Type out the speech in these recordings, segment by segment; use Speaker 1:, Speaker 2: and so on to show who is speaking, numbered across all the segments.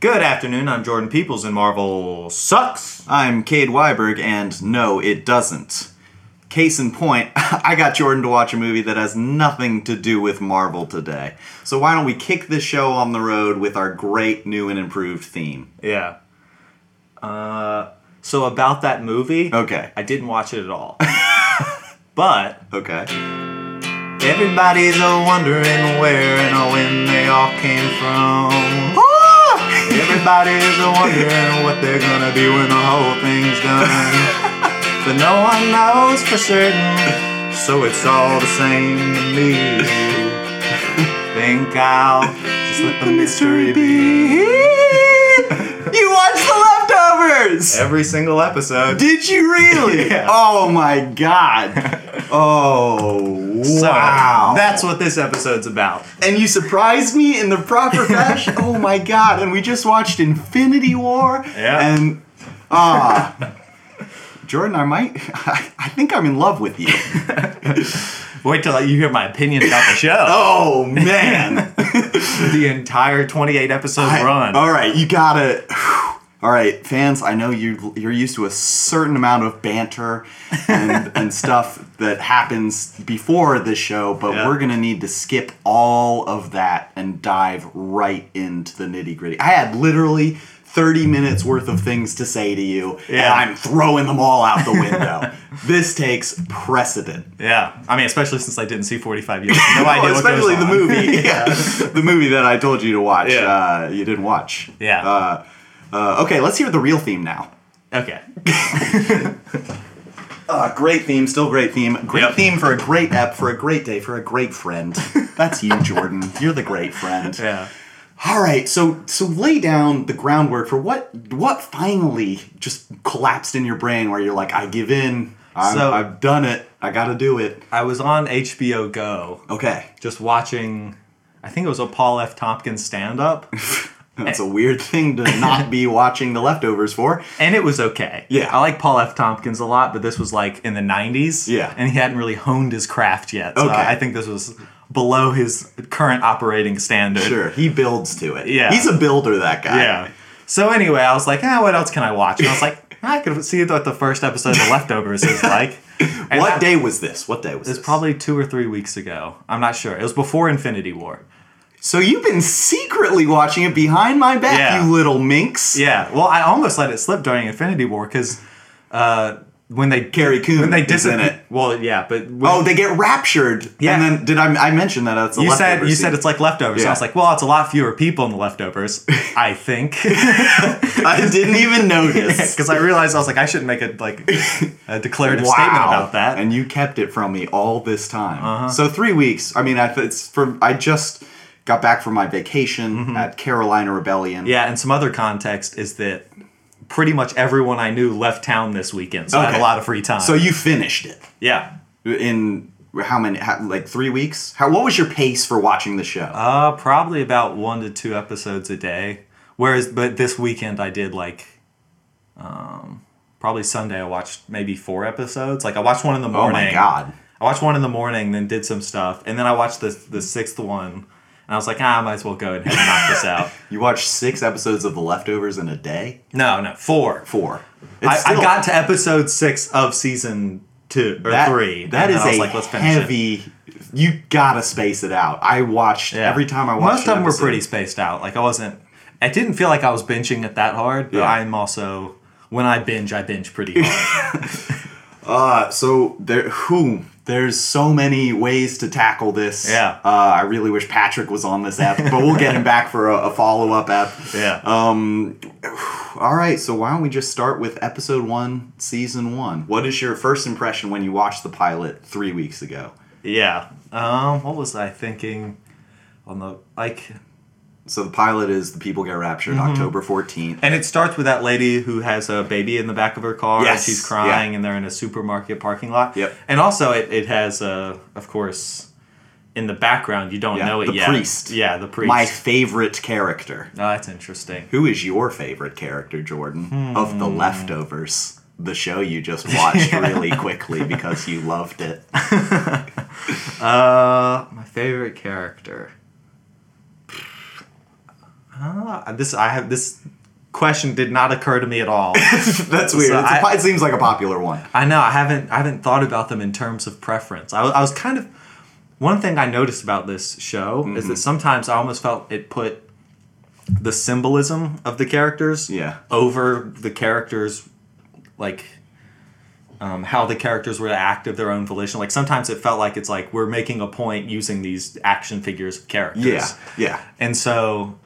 Speaker 1: Good afternoon. I'm Jordan Peoples, and Marvel sucks.
Speaker 2: I'm Cade Weiberg, and no, it doesn't. Case in point, I got Jordan to watch a movie that has nothing to do with Marvel today. So why don't we kick this show on the road with our great new and improved theme?
Speaker 1: Yeah. Uh, so about that movie,
Speaker 2: Okay.
Speaker 1: I didn't watch it at all. but
Speaker 2: Okay.
Speaker 1: everybody's a wondering where and a when they all came from. Ah! Everybody's a wondering what they're gonna be when the whole thing's done. but no one knows for certain, so it's all the same to me. Think I'll just let the mystery be.
Speaker 2: You watched The Leftovers!
Speaker 1: Every single episode.
Speaker 2: Did you really?
Speaker 1: Yeah.
Speaker 2: Oh my god. Oh,
Speaker 1: So,
Speaker 2: wow.
Speaker 1: That's what this episode's about.
Speaker 2: and you surprised me in the proper fashion. oh my god! And we just watched Infinity War.
Speaker 1: Yeah.
Speaker 2: And ah, Jordan, I might. I, I think I'm in love with you.
Speaker 1: Wait till you hear my opinion about the show.
Speaker 2: Oh man!
Speaker 1: The entire 28 episode
Speaker 2: Oh. I-
Speaker 1: run.
Speaker 2: All right, you gotta. All right, fans. I know you. You're used to a certain amount of banter and, and stuff that happens before the show, but
Speaker 1: Yeah.
Speaker 2: we're gonna need to skip all of that and dive right into the nitty gritty. I had literally 30 minutes worth of things to say to you, and
Speaker 1: Yeah.
Speaker 2: I'm throwing them all out the window. this takes precedent. Oh,
Speaker 1: yeah. I mean, especially since I didn't see 45 years. No idea what
Speaker 2: especially
Speaker 1: goes
Speaker 2: the
Speaker 1: on.
Speaker 2: movie. yeah, the movie that I told you to watch.
Speaker 1: Yeah.
Speaker 2: Uh, you didn't watch.
Speaker 1: Yeah.
Speaker 2: Uh, uh, okay, let's hear the real theme now.
Speaker 1: Okay.
Speaker 2: Uh, great theme, still great theme. Great
Speaker 1: Yep.
Speaker 2: theme for a great ep, for a great day, for a great friend. That's you, Jordan. You're the great friend.
Speaker 1: Yeah.
Speaker 2: All right, so so lay down the groundwork for what what finally just collapsed in your brain where you're like, I give in. I'm,
Speaker 1: So-
Speaker 2: I've done it. I got to do it.
Speaker 1: I was on HBO Go
Speaker 2: Okay,
Speaker 1: just watching, I think it was a Paul F. Tompkins stand up,
Speaker 2: that's a weird thing to not be watching the leftovers for.
Speaker 1: and it was okay.
Speaker 2: Yeah.
Speaker 1: I like Paul F. Tompkins a lot, but this was like in the 90s.
Speaker 2: Yeah.
Speaker 1: And he hadn't really honed his craft yet. So
Speaker 2: Okay.
Speaker 1: I think this was below his current operating standard.
Speaker 2: Sure, he builds to it.
Speaker 1: Yeah.
Speaker 2: he's a builder. That guy.
Speaker 1: Yeah. So anyway, I was like, ah, what else can I watch? And I was like, I could see what the first episode of The Leftovers is like. And
Speaker 2: what
Speaker 1: I-
Speaker 2: day was this? What day was
Speaker 1: It
Speaker 2: this?
Speaker 1: was probably two or three weeks ago. I'm not sure. It was before Infinity War.
Speaker 2: So you've been secretly watching it behind my back,
Speaker 1: Yeah.
Speaker 2: you little minx.
Speaker 1: Yeah. Well, I almost let it slip during Infinity War because uh, when they
Speaker 2: Carrie Coon
Speaker 1: when they
Speaker 2: is in
Speaker 1: disappear.
Speaker 2: it.
Speaker 1: Well, yeah, but when
Speaker 2: Oh, they get raptured.
Speaker 1: Yeah.
Speaker 2: And then did I, I mention that that's a
Speaker 1: you said
Speaker 2: leftover
Speaker 1: you
Speaker 2: scene.
Speaker 1: said it's like leftovers. And
Speaker 2: Yeah.
Speaker 1: I was like, well, it's a lot fewer people in the leftovers. I think.
Speaker 2: I didn't even notice.
Speaker 1: Because I realized I was like, I shouldn't make a like a declarative
Speaker 2: wow.
Speaker 1: statement about that. Uh-huh.
Speaker 2: And you kept it from me all this time. So three weeks. I mean, I, it's from I just got back from my vacation at Carolina Rebellion.
Speaker 1: Mm-hmm. Yeah, and some other context is that pretty much everyone I knew left town this weekend, so I had
Speaker 2: Okay.
Speaker 1: a lot of free time.
Speaker 2: So you finished it
Speaker 1: yeah,
Speaker 2: in how many? How, like three weeks? How? What was your pace for watching the show?
Speaker 1: uh, probably about one to two episodes a day. Whereas, but this weekend I did like, um, probably Sunday I watched maybe four episodes. Like I watched one in the
Speaker 2: oh
Speaker 1: morning.
Speaker 2: my god.
Speaker 1: I watched one in the morning, then did some stuff, and then I watched the the sixth one, and I was like, ah, I might as well go ahead and knock this out.
Speaker 2: You watched six episodes of The Leftovers in a day?
Speaker 1: No, no, four.
Speaker 2: Four. It's
Speaker 1: I,
Speaker 2: still-
Speaker 1: I got to episode six of season two or
Speaker 2: that,
Speaker 1: three.
Speaker 2: That
Speaker 1: and
Speaker 2: is
Speaker 1: I was
Speaker 2: a
Speaker 1: like, let's finish it.
Speaker 2: heavy. You gotta space it out. I watched
Speaker 1: Yeah.
Speaker 2: every time I watched.
Speaker 1: Most of them
Speaker 2: an
Speaker 1: were
Speaker 2: episode.
Speaker 1: pretty spaced out. Like I wasn't. I didn't feel like I was binging it that hard, but
Speaker 2: Yeah.
Speaker 1: I'm also when I binge, I binge pretty hard.
Speaker 2: Uh, so there, who there's so many ways to tackle this.
Speaker 1: Yeah.
Speaker 2: Uh, I really wish Patrick was on this app, but we'll get him back for a, a follow up app.
Speaker 1: yeah.
Speaker 2: All right. So why don't we just start with episode one, season one? What is your first impression when you watched the pilot three weeks ago?
Speaker 1: yeah. Um. What was I thinking? On the like,
Speaker 2: So the pilot is the people get raptured
Speaker 1: Mm-hmm.
Speaker 2: October fourteenth.
Speaker 1: and it starts with that lady who has a baby in the back of her car, and
Speaker 2: Yes,
Speaker 1: she's crying, and they're in a supermarket parking lot.
Speaker 2: Yep.
Speaker 1: And also, it it has uh, of course, in the background you don't
Speaker 2: Yeah,
Speaker 1: know it
Speaker 2: the
Speaker 1: yet.
Speaker 2: priest.
Speaker 1: Yeah, the priest.
Speaker 2: My favorite character.
Speaker 1: oh, that's interesting.
Speaker 2: Who is your favorite character, Jordan, of The Leftovers? The show you just watched really quickly because you loved it.
Speaker 1: Uh, my favorite character. Uh, this I have this question did not occur to me at all.
Speaker 2: That's weird.
Speaker 1: So
Speaker 2: It's a
Speaker 1: I-
Speaker 2: po- it seems like a popular one.
Speaker 1: I know I haven't I haven't thought about them in terms of preference. I, wa- I was kind of one thing I noticed about this show is that sometimes I almost felt it put the symbolism of the characters
Speaker 2: Yeah.
Speaker 1: over the characters like um, how the characters were to act of their own volition. Like sometimes it felt like it's like we're making a point using these action figures of characters.
Speaker 2: Yeah, yeah.
Speaker 1: And so,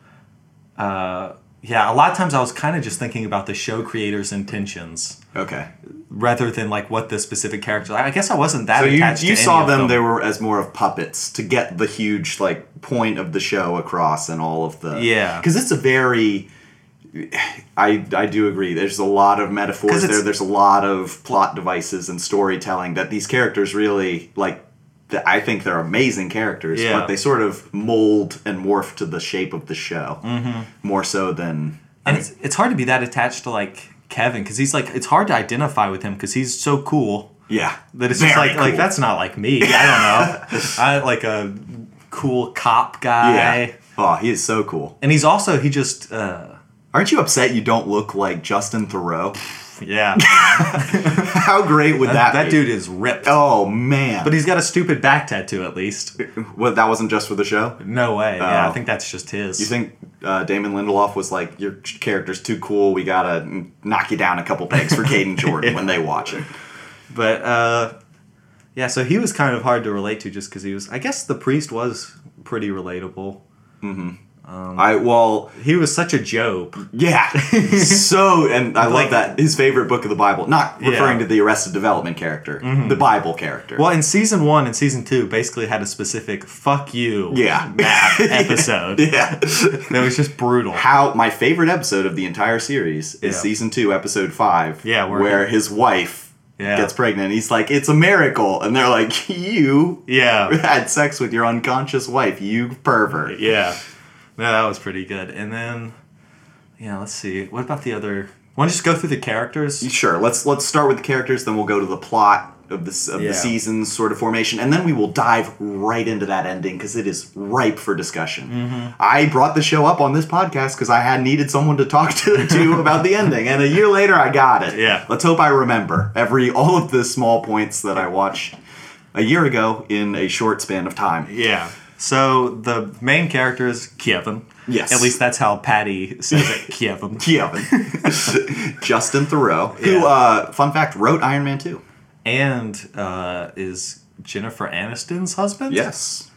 Speaker 1: uh, yeah, a lot of times I was kind of just thinking about the show creator's intentions
Speaker 2: Okay.
Speaker 1: rather than like what the specific character. I guess I wasn't that.
Speaker 2: So you
Speaker 1: attached
Speaker 2: you
Speaker 1: to
Speaker 2: saw
Speaker 1: any
Speaker 2: them,
Speaker 1: Of
Speaker 2: They were as more of puppets to get the huge like point of the show across and all of the
Speaker 1: Yeah.
Speaker 2: because it's a very. I, I do agree. There's a lot of
Speaker 1: 'Cause
Speaker 2: metaphors
Speaker 1: it's-
Speaker 2: there. There's a lot of plot devices and storytelling that these characters really like. th- I think they're amazing characters,
Speaker 1: Yeah.
Speaker 2: but they sort of mold and morph to the shape of the show more so than
Speaker 1: Mm-hmm. and it's, it's hard to be that attached to like Kevin because he's like it's hard to identify with him because he's so cool
Speaker 2: yeah.
Speaker 1: that it's just
Speaker 2: Very
Speaker 1: like like
Speaker 2: cool.
Speaker 1: that's not like me. I don't know. I like a cool cop guy,
Speaker 2: yeah. Oh, he is so cool.
Speaker 1: and he's also he just uh,
Speaker 2: Aren't you upset you don't look like Justin Thoreau?
Speaker 1: yeah
Speaker 2: How great would that
Speaker 1: that,
Speaker 2: be?
Speaker 1: dude is ripped.
Speaker 2: Oh man!
Speaker 1: But he's got a stupid back tattoo at least.
Speaker 2: well, that wasn't just for the show.
Speaker 1: No way. Yeah, I
Speaker 2: Oh.
Speaker 1: think that's just his.
Speaker 2: You think uh, Damon Lindelof was like, "Your character's too cool. We gotta n- knock you down a couple pegs for Caden Jordan when they watch it."
Speaker 1: But uh, yeah, so he was kind of hard to relate to just because he was. I guess the priest was pretty relatable.
Speaker 2: I well,
Speaker 1: He was such a job.
Speaker 2: yeah. so, and I
Speaker 1: Like-
Speaker 2: love that his favorite book of the Bible, not referring
Speaker 1: Yeah. Mm-hmm.
Speaker 2: to the Arrested Development character, the Bible character.
Speaker 1: Well, in season one and season two, basically had a specific "fuck you"
Speaker 2: Yeah.
Speaker 1: Matt episode
Speaker 2: yeah.
Speaker 1: that was just brutal.
Speaker 2: How my favorite episode of the entire series is
Speaker 1: Yeah.
Speaker 2: season two, episode five.
Speaker 1: Yeah, where-
Speaker 2: where, his wife
Speaker 1: Yeah.
Speaker 2: gets pregnant. And he's like, "It's a miracle," and they're like, "You
Speaker 1: Yeah,
Speaker 2: had sex with your unconscious wife, you pervert.
Speaker 1: yeah. No, that was pretty good. And then, yeah, let's see. What about the other? Want to just go through the characters?
Speaker 2: Sure, let's let's start with the characters, then we'll go to the plot of this of
Speaker 1: Yeah.
Speaker 2: the season's sort of formation, and then we will dive right into that ending because it is ripe for discussion.
Speaker 1: Mm-hmm.
Speaker 2: I brought the show up on this podcast because I had needed someone to talk to, to about the ending, and a year later I got it.
Speaker 1: Yeah.
Speaker 2: let's hope I remember every all of the small points that I watched a year ago in a short span of time.
Speaker 1: Yeah. So the main character is Kevin.
Speaker 2: Yes.
Speaker 1: At least that's how Patty says it. Kevin.
Speaker 2: Kevin, Justin Thoreau, who,
Speaker 1: Yeah.
Speaker 2: uh, fun fact, wrote Iron Man two.
Speaker 1: and uh, is Jennifer Aniston's husband.
Speaker 2: Yes.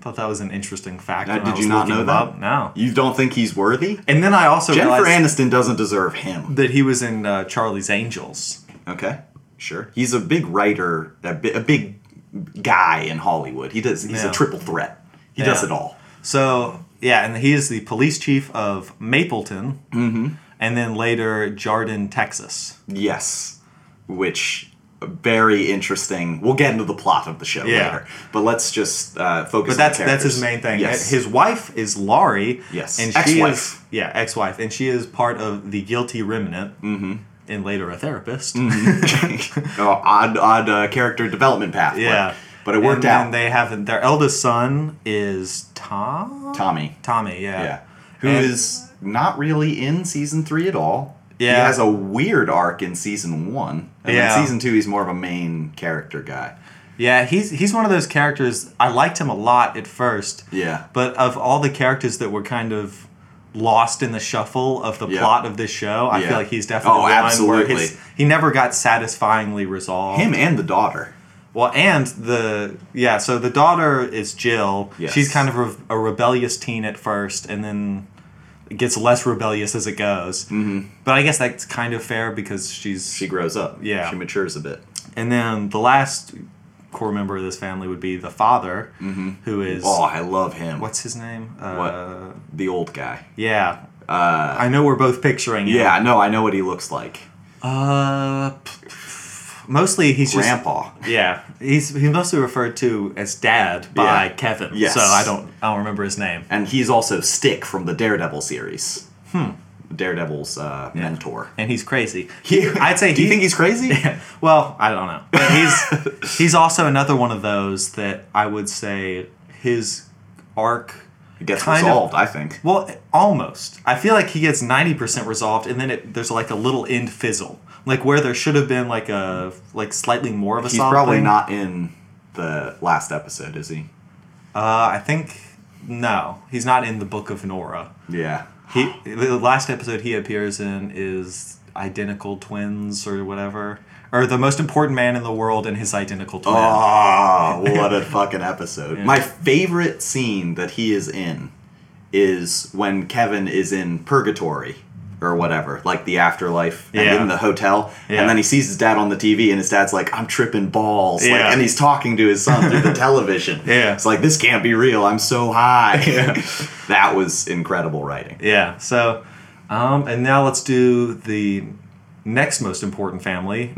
Speaker 1: thought that was an interesting fact.
Speaker 2: Now,
Speaker 1: when I
Speaker 2: did
Speaker 1: was
Speaker 2: you not
Speaker 1: looking
Speaker 2: know
Speaker 1: him
Speaker 2: that?
Speaker 1: up. No.
Speaker 2: You don't think he's worthy?
Speaker 1: And then I also
Speaker 2: Jennifer
Speaker 1: realized
Speaker 2: Aniston doesn't deserve him.
Speaker 1: that he was in uh, Charlie's Angels.
Speaker 2: Okay, sure. He's a big writer, a, bi- a big guy in Hollywood. He does. He's
Speaker 1: Yeah.
Speaker 2: a triple threat. He does
Speaker 1: Yeah.
Speaker 2: it all.
Speaker 1: So yeah, and he is the police chief of Mapleton, mm-hmm. and then later Jardin, Texas.
Speaker 2: Yes, which uh, very interesting. We'll get into the plot of the show
Speaker 1: Yeah.
Speaker 2: later, but let's just uh, focus.
Speaker 1: But that's
Speaker 2: on the
Speaker 1: that's his main
Speaker 2: characters.
Speaker 1: thing.
Speaker 2: Yes.
Speaker 1: His wife is Laurie.
Speaker 2: Yes.
Speaker 1: and she is
Speaker 2: Ex-wife.
Speaker 1: yeah ex-wife, and she is part of the guilty remnant, mm-hmm. and later a therapist.
Speaker 2: Mm-hmm. oh, odd odd uh, character development path.
Speaker 1: Yeah,
Speaker 2: but it
Speaker 1: and
Speaker 2: worked out.
Speaker 1: Then they have their eldest son is Tom.
Speaker 2: Tommy.
Speaker 1: Tommy, yeah.
Speaker 2: Yeah. who is
Speaker 1: And-
Speaker 2: not really in season three at all. He
Speaker 1: Yeah.
Speaker 2: has a weird arc in season one. And
Speaker 1: Yeah.
Speaker 2: then season two, he's more of a main character guy.
Speaker 1: Yeah, he's he's one of those characters. I liked him a lot at first.
Speaker 2: Yeah.
Speaker 1: But of all the characters that were kind of lost in the shuffle of the
Speaker 2: Yeah.
Speaker 1: plot of this show, I feel
Speaker 2: Yeah.
Speaker 1: like he's definitely
Speaker 2: Oh,
Speaker 1: one where
Speaker 2: absolutely.
Speaker 1: his, he never got satisfyingly resolved.
Speaker 2: Him and the daughter.
Speaker 1: Well, and the yeah, so the daughter is Jill.
Speaker 2: Yes.
Speaker 1: She's kind of re- a rebellious teen at first, and then gets less rebellious as it goes. Mm-hmm. But I guess that's kind of fair because she's
Speaker 2: She grows up.
Speaker 1: Yeah.
Speaker 2: She matures a bit.
Speaker 1: and then the last core member of this family would be the father, who is
Speaker 2: Oh, I love him.
Speaker 1: what's his name?
Speaker 2: What?
Speaker 1: Uh,
Speaker 2: the old guy.
Speaker 1: Yeah, uh, I know we're both picturing. him.
Speaker 2: Yeah, no, I know what he looks like.
Speaker 1: Uh, p- mostly he's just.
Speaker 2: Grandpa.
Speaker 1: Yeah, he's he's mostly referred to as Dad by
Speaker 2: Yeah.
Speaker 1: Kevin.
Speaker 2: Yes.
Speaker 1: So I don't I don't remember his name.
Speaker 2: And he's also Stick from the Daredevil series. Hmm. Daredevil's uh, mentor.
Speaker 1: and he's crazy.
Speaker 2: He-
Speaker 1: I'd say
Speaker 2: Do you
Speaker 1: he-
Speaker 2: think he's crazy?
Speaker 1: well, I don't know. But he's he's also another one of those that I would say his arc
Speaker 2: It gets
Speaker 1: kind of-
Speaker 2: resolved, I think.
Speaker 1: Well, almost. I feel like he gets 90% resolved and then it, there's like a little end fizzle. Like where there should have been like a like slightly more of a
Speaker 2: He's
Speaker 1: solid
Speaker 2: probably
Speaker 1: thing.
Speaker 2: not in the last episode, is he?
Speaker 1: Uh, I think no. He's not in the Book of Nora.
Speaker 2: Yeah.
Speaker 1: He the last episode he appears in is identical twins or whatever. Or the most important man in the world and his identical twin.
Speaker 2: Oh, what a fucking episode. My favorite scene that he is in is when Kevin is in purgatory or whatever, like the afterlife
Speaker 1: Yeah.
Speaker 2: and in the hotel.
Speaker 1: Yeah.
Speaker 2: And then he sees his dad on the TV and his dad's like, I'm tripping balls. like,
Speaker 1: Yeah.
Speaker 2: and he's talking to his son through the television.
Speaker 1: Yeah.
Speaker 2: It's like, this can't be real. I'm so high. that was incredible writing.
Speaker 1: Yeah. So, um, and now let's do the next most important family,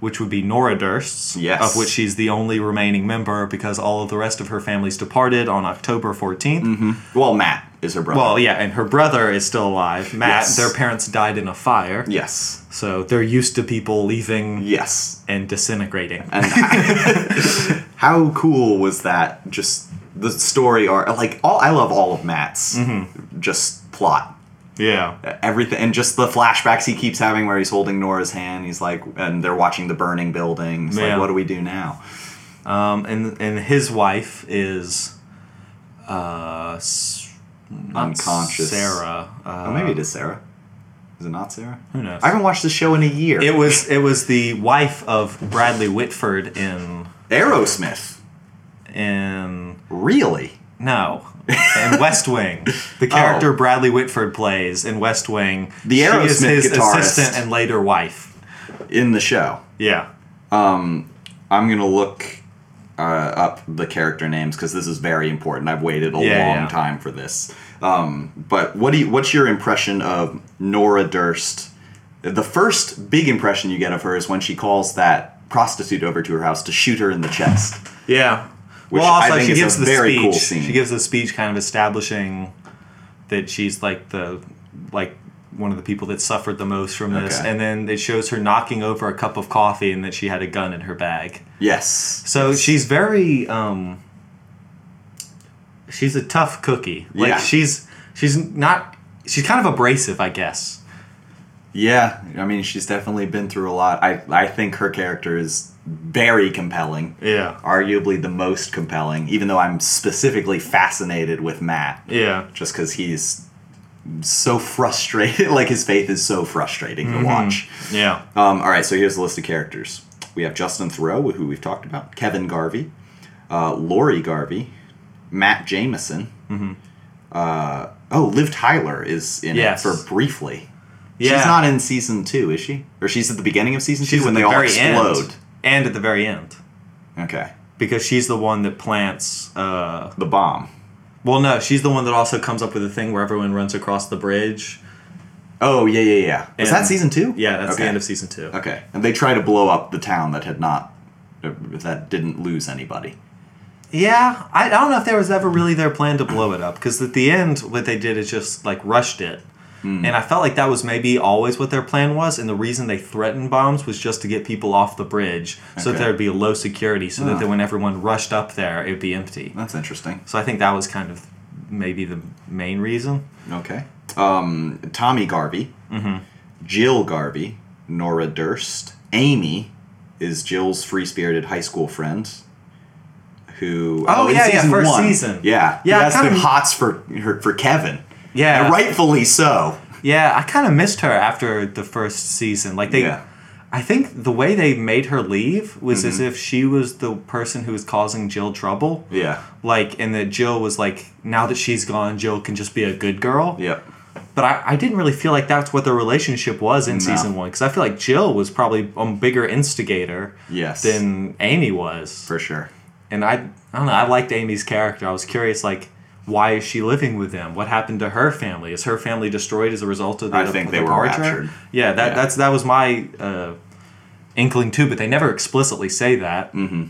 Speaker 1: which would be Nora Durst's,
Speaker 2: Mm-hmm. Yes.
Speaker 1: of which she's the only remaining member because all of the rest of her family's departed on October 14th.
Speaker 2: Mm-hmm. Well, Matt is her brother.
Speaker 1: Well, yeah, and her brother is still alive. Matt,
Speaker 2: Yes.
Speaker 1: their parents died in a fire.
Speaker 2: yes.
Speaker 1: So they're used to people leaving
Speaker 2: Yes.
Speaker 1: and disintegrating.
Speaker 2: And how cool was that? Just the story arc. Like all, I love all of Matt's
Speaker 1: Mm-hmm.
Speaker 2: just plot,
Speaker 1: Yeah.
Speaker 2: everything, and just the flashbacks he keeps having where he's holding Nora's hand. He's like, and they're watching the burning building. It's
Speaker 1: Yeah.
Speaker 2: like, what do we do now?
Speaker 1: Um, and and his wife is uh s- not
Speaker 2: Unconscious.
Speaker 1: Sarah. Uh,
Speaker 2: Oh, maybe it is Sarah. Is it not Sarah?
Speaker 1: Who knows?
Speaker 2: I haven't watched the show in a year.
Speaker 1: It was it was the wife of Bradley Whitford in
Speaker 2: Aerosmith.
Speaker 1: in
Speaker 2: Really?
Speaker 1: no in West Wing. The character Bradley Whitford plays in West Wing.
Speaker 2: Oh. The
Speaker 1: she
Speaker 2: Aerosmith
Speaker 1: is his
Speaker 2: guitarist.
Speaker 1: assistant and later wife.
Speaker 2: In the show.
Speaker 1: Yeah.
Speaker 2: I'm gonna look uh, up the character names because this is very important. I've waited a
Speaker 1: Yeah,
Speaker 2: long
Speaker 1: yeah.
Speaker 2: time for this. Um, but what do you, what's your impression of Nora Durst? The first big impression you get of her is when she calls that prostitute over to her house to shoot her in the chest.
Speaker 1: Yeah.
Speaker 2: Which
Speaker 1: well, also
Speaker 2: I think
Speaker 1: she
Speaker 2: is a
Speaker 1: gives the
Speaker 2: very
Speaker 1: speech.
Speaker 2: cool scene.
Speaker 1: She gives the speech, kind of establishing that she's like the like one of the people that suffered the most from this.
Speaker 2: Okay.
Speaker 1: And then it shows her knocking over a cup of coffee, and that she had a gun in her bag.
Speaker 2: Yes.
Speaker 1: So she's very um she's a tough cookie. Like
Speaker 2: Yeah.
Speaker 1: she's she's not she's kind of abrasive, I guess.
Speaker 2: Yeah. I mean, she's definitely been through a lot. I I think her character is very compelling.
Speaker 1: Yeah.
Speaker 2: Arguably the most compelling, even though I'm specifically fascinated with Matt.
Speaker 1: Yeah.
Speaker 2: just because he's so frustrated. like his faith is so frustrating
Speaker 1: Mm-hmm.
Speaker 2: to watch.
Speaker 1: Yeah.
Speaker 2: Um, all right, so here's the list of characters. We have Justin Thoreau, who we've talked about, Kevin Garvey, uh, Lori Garvey, Matt Jameson.
Speaker 1: Mm-hmm.
Speaker 2: Uh, oh, Liv Tyler is in
Speaker 1: Yes.
Speaker 2: it for briefly.
Speaker 1: Yeah.
Speaker 2: She's not in season two, is she? Or she's at the beginning of season two when
Speaker 1: at
Speaker 2: they
Speaker 1: the
Speaker 2: all
Speaker 1: very end.
Speaker 2: explode.
Speaker 1: And at the very end.
Speaker 2: Okay,
Speaker 1: Because she's the one that plants uh
Speaker 2: the bomb.
Speaker 1: well no, she's the one that also comes up with the thing where everyone runs across the bridge.
Speaker 2: Oh yeah, yeah, yeah. Is
Speaker 1: And-
Speaker 2: that season two?
Speaker 1: Yeah, that's
Speaker 2: Okay.
Speaker 1: the end of season two.
Speaker 2: Okay, and they try to blow up the town that had not, uh, that didn't lose anybody.
Speaker 1: Yeah, I, I don't know if there was ever really their plan to blow it up because at the end, what they did is just like rushed it.
Speaker 2: Hmm.
Speaker 1: And I felt like that was maybe always what their plan was, and the reason they threatened bombs was just to get people off the bridge, so that
Speaker 2: Okay.
Speaker 1: there would be a low security, so
Speaker 2: Huh.
Speaker 1: that then when everyone rushed up there, it'd be empty.
Speaker 2: That's interesting.
Speaker 1: So I think that was kind of maybe the main reason.
Speaker 2: Okay. Um, Tommy Garvey,
Speaker 1: Mm-hmm.
Speaker 2: Jill Garvey, Nora Durst, Amy is Jill's free spirited high school friend. Who?
Speaker 1: Oh,
Speaker 2: in
Speaker 1: yeah, yeah, first season.
Speaker 2: Yeah,
Speaker 1: Yeah, I
Speaker 2: That's the
Speaker 1: kinda-
Speaker 2: hots for her for Kevin.
Speaker 1: Yeah.
Speaker 2: and rightfully so.
Speaker 1: Yeah, I kind of missed her after the first season. Like they,
Speaker 2: Yeah. Mm-hmm.
Speaker 1: I think the way they made her leave was as if she was the person who was causing Jill trouble.
Speaker 2: Yeah.
Speaker 1: like and that Jill was like now that she's gone Jill can just be a good girl
Speaker 2: Yep.
Speaker 1: but I, I didn't really feel like that's what their relationship was in season one because I feel like Jill was probably a bigger instigator
Speaker 2: Yes.
Speaker 1: than Amy was
Speaker 2: for sure.
Speaker 1: and I I don't know I liked Amy's character I was curious like why is she living with them what happened to her family is her family destroyed as a result of the
Speaker 2: I think
Speaker 1: the
Speaker 2: they were
Speaker 1: departure?
Speaker 2: raptured.
Speaker 1: yeah that
Speaker 2: Yeah.
Speaker 1: that's that was my uh, inkling too but they never explicitly say that
Speaker 2: Mm-hmm.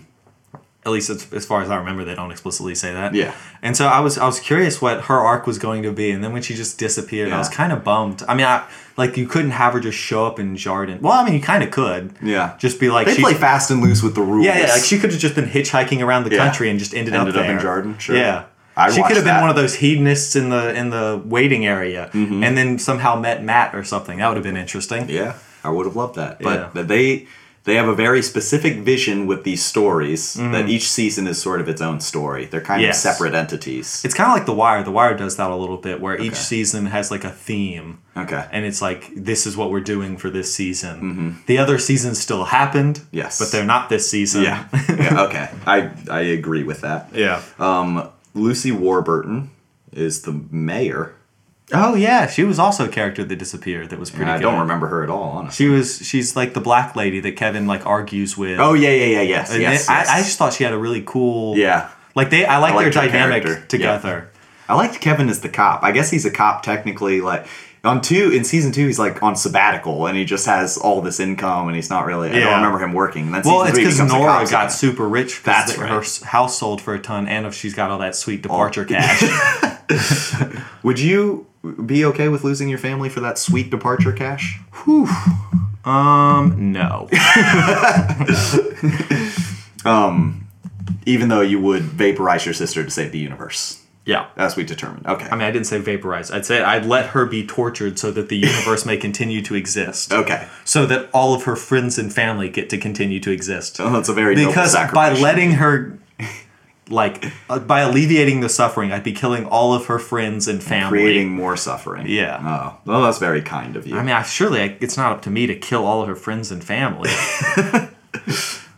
Speaker 1: at least as, as far as I remember, they don't explicitly say that.
Speaker 2: Yeah.
Speaker 1: And so I was I was curious what her arc was going to be, and then when she just disappeared, I was
Speaker 2: Yeah.
Speaker 1: kind of bummed. I mean, I like you couldn't have her just show up in Jardin. Well, I mean, you kind of could.
Speaker 2: Yeah.
Speaker 1: Just be like
Speaker 2: They
Speaker 1: she-
Speaker 2: play fast and loose with the rules.
Speaker 1: Yeah, yeah. Like she could have just been hitchhitking around the
Speaker 2: Yeah.
Speaker 1: country and just ended,
Speaker 2: ended
Speaker 1: up,
Speaker 2: up in
Speaker 1: there.
Speaker 2: Jordan. Sure.
Speaker 1: Yeah.
Speaker 2: I
Speaker 1: she
Speaker 2: watched
Speaker 1: could have
Speaker 2: that.
Speaker 1: been one of those hedonists in the in the waiting area, and then somehow met Matt or something. That would have been interesting.
Speaker 2: Mm-hmm. Yeah, I would have loved that.
Speaker 1: Yeah.
Speaker 2: But they they have a very specific vision with these stories that each season is sort of its own story. They're kind
Speaker 1: Mm-hmm. Yes.
Speaker 2: of separate entities.
Speaker 1: It's kind of like The Wire. The Wire does that a little bit, where
Speaker 2: Okay.
Speaker 1: each season has like a theme,
Speaker 2: okay.
Speaker 1: and it's like this is what we're doing for this season. The other seasons still happened,
Speaker 2: Mm-hmm. Yes.
Speaker 1: but they're not this season.
Speaker 2: yeah. yeah. Okay. I I agree with that.
Speaker 1: yeah.
Speaker 2: Um, Lucy Warburton is the mayor.
Speaker 1: oh yeah, she was also a character that disappeared. That was pretty.
Speaker 2: I
Speaker 1: good.
Speaker 2: don't remember her at all, honestly.
Speaker 1: She was. She's like the black lady that Kevin like argues with.
Speaker 2: Oh yeah, yeah, yeah, yes,
Speaker 1: And
Speaker 2: yes,
Speaker 1: I,
Speaker 2: yes.
Speaker 1: I just thought she had a really cool.
Speaker 2: yeah.
Speaker 1: Like they, I like
Speaker 2: I
Speaker 1: their
Speaker 2: liked her
Speaker 1: dynamic
Speaker 2: character.
Speaker 1: together.
Speaker 2: I liked Kevin as the cop. I guess he's a cop technically. Like on two in season two, he's like on sabbatical and he just has all this income and he's not really. I don't
Speaker 1: Yeah.
Speaker 2: remember him working. And then
Speaker 1: Well,
Speaker 2: season
Speaker 1: it's
Speaker 2: three, he
Speaker 1: because
Speaker 2: becomes a
Speaker 1: Nora
Speaker 2: cop
Speaker 1: got
Speaker 2: again.
Speaker 1: super rich
Speaker 2: That's
Speaker 1: because her
Speaker 2: right. Oh.
Speaker 1: s- house sold for a ton, and if she's got all that sweet departure cash.
Speaker 2: Would you be okay with losing your family for that sweet departure cash?
Speaker 1: um, no.
Speaker 2: Even though you would vaporize your sister to save the universe,
Speaker 1: Yeah.
Speaker 2: as we determined. Okay.
Speaker 1: I mean, I didn't say vaporize. I'd say I'd let her be tortured so that the universe may continue to exist.
Speaker 2: okay.
Speaker 1: So that all of her friends and family get to continue to exist.
Speaker 2: Oh, that's a very noble
Speaker 1: because by
Speaker 2: sacrifice.
Speaker 1: letting her like uh, by alleviating the suffering i'd be killing all of her friends and family
Speaker 2: creating more suffering.
Speaker 1: Yeah.
Speaker 2: Oh, well, that's very kind of you.
Speaker 1: i mean I, surely I, it's not up to me to kill all of her friends and family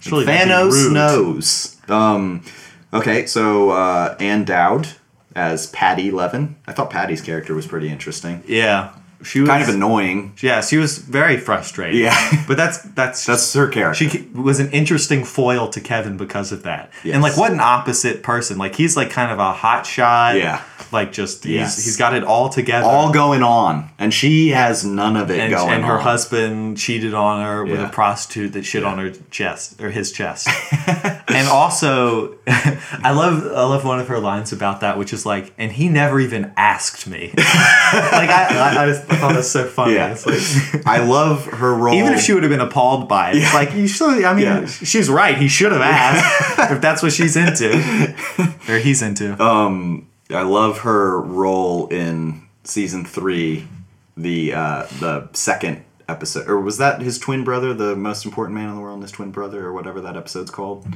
Speaker 1: surely that'd be
Speaker 2: Thanos
Speaker 1: rude.
Speaker 2: knows. Um, okay, so uh, Anne Dowd as Patty Levin. I thought Patty's character was pretty interesting.
Speaker 1: yeah she was
Speaker 2: Kind of annoying.
Speaker 1: yeah she was very frustrated
Speaker 2: Yeah.
Speaker 1: but that's that's
Speaker 2: That's her character.
Speaker 1: she ca- was an interesting foil to Kevin because of that.
Speaker 2: Yes.
Speaker 1: And like what an opposite person. Like he's like kind of a hot shot.
Speaker 2: Yeah.
Speaker 1: Like just
Speaker 2: Yes.
Speaker 1: he's he's got it all together.
Speaker 2: all going on, and she has none of it
Speaker 1: and,
Speaker 2: going
Speaker 1: and her
Speaker 2: on.
Speaker 1: husband cheated on her with
Speaker 2: Yeah.
Speaker 1: a prostitute that shit on her chest or his chest. and also, I love I love one of her lines about that, which is like, and he never even asked me. like I, I, I just thought that's so funny.
Speaker 2: Yeah.
Speaker 1: It's like,
Speaker 2: I love her role.
Speaker 1: even if she would have been appalled by it, it's like you should. I mean,
Speaker 2: Yeah.
Speaker 1: she's right. He should have asked if that's what she's into or he's into.
Speaker 2: Um, I love her role in season three, the uh, the second episode, or was that his twin brother, the most important man in the world, and his twin brother, or whatever that episode's called,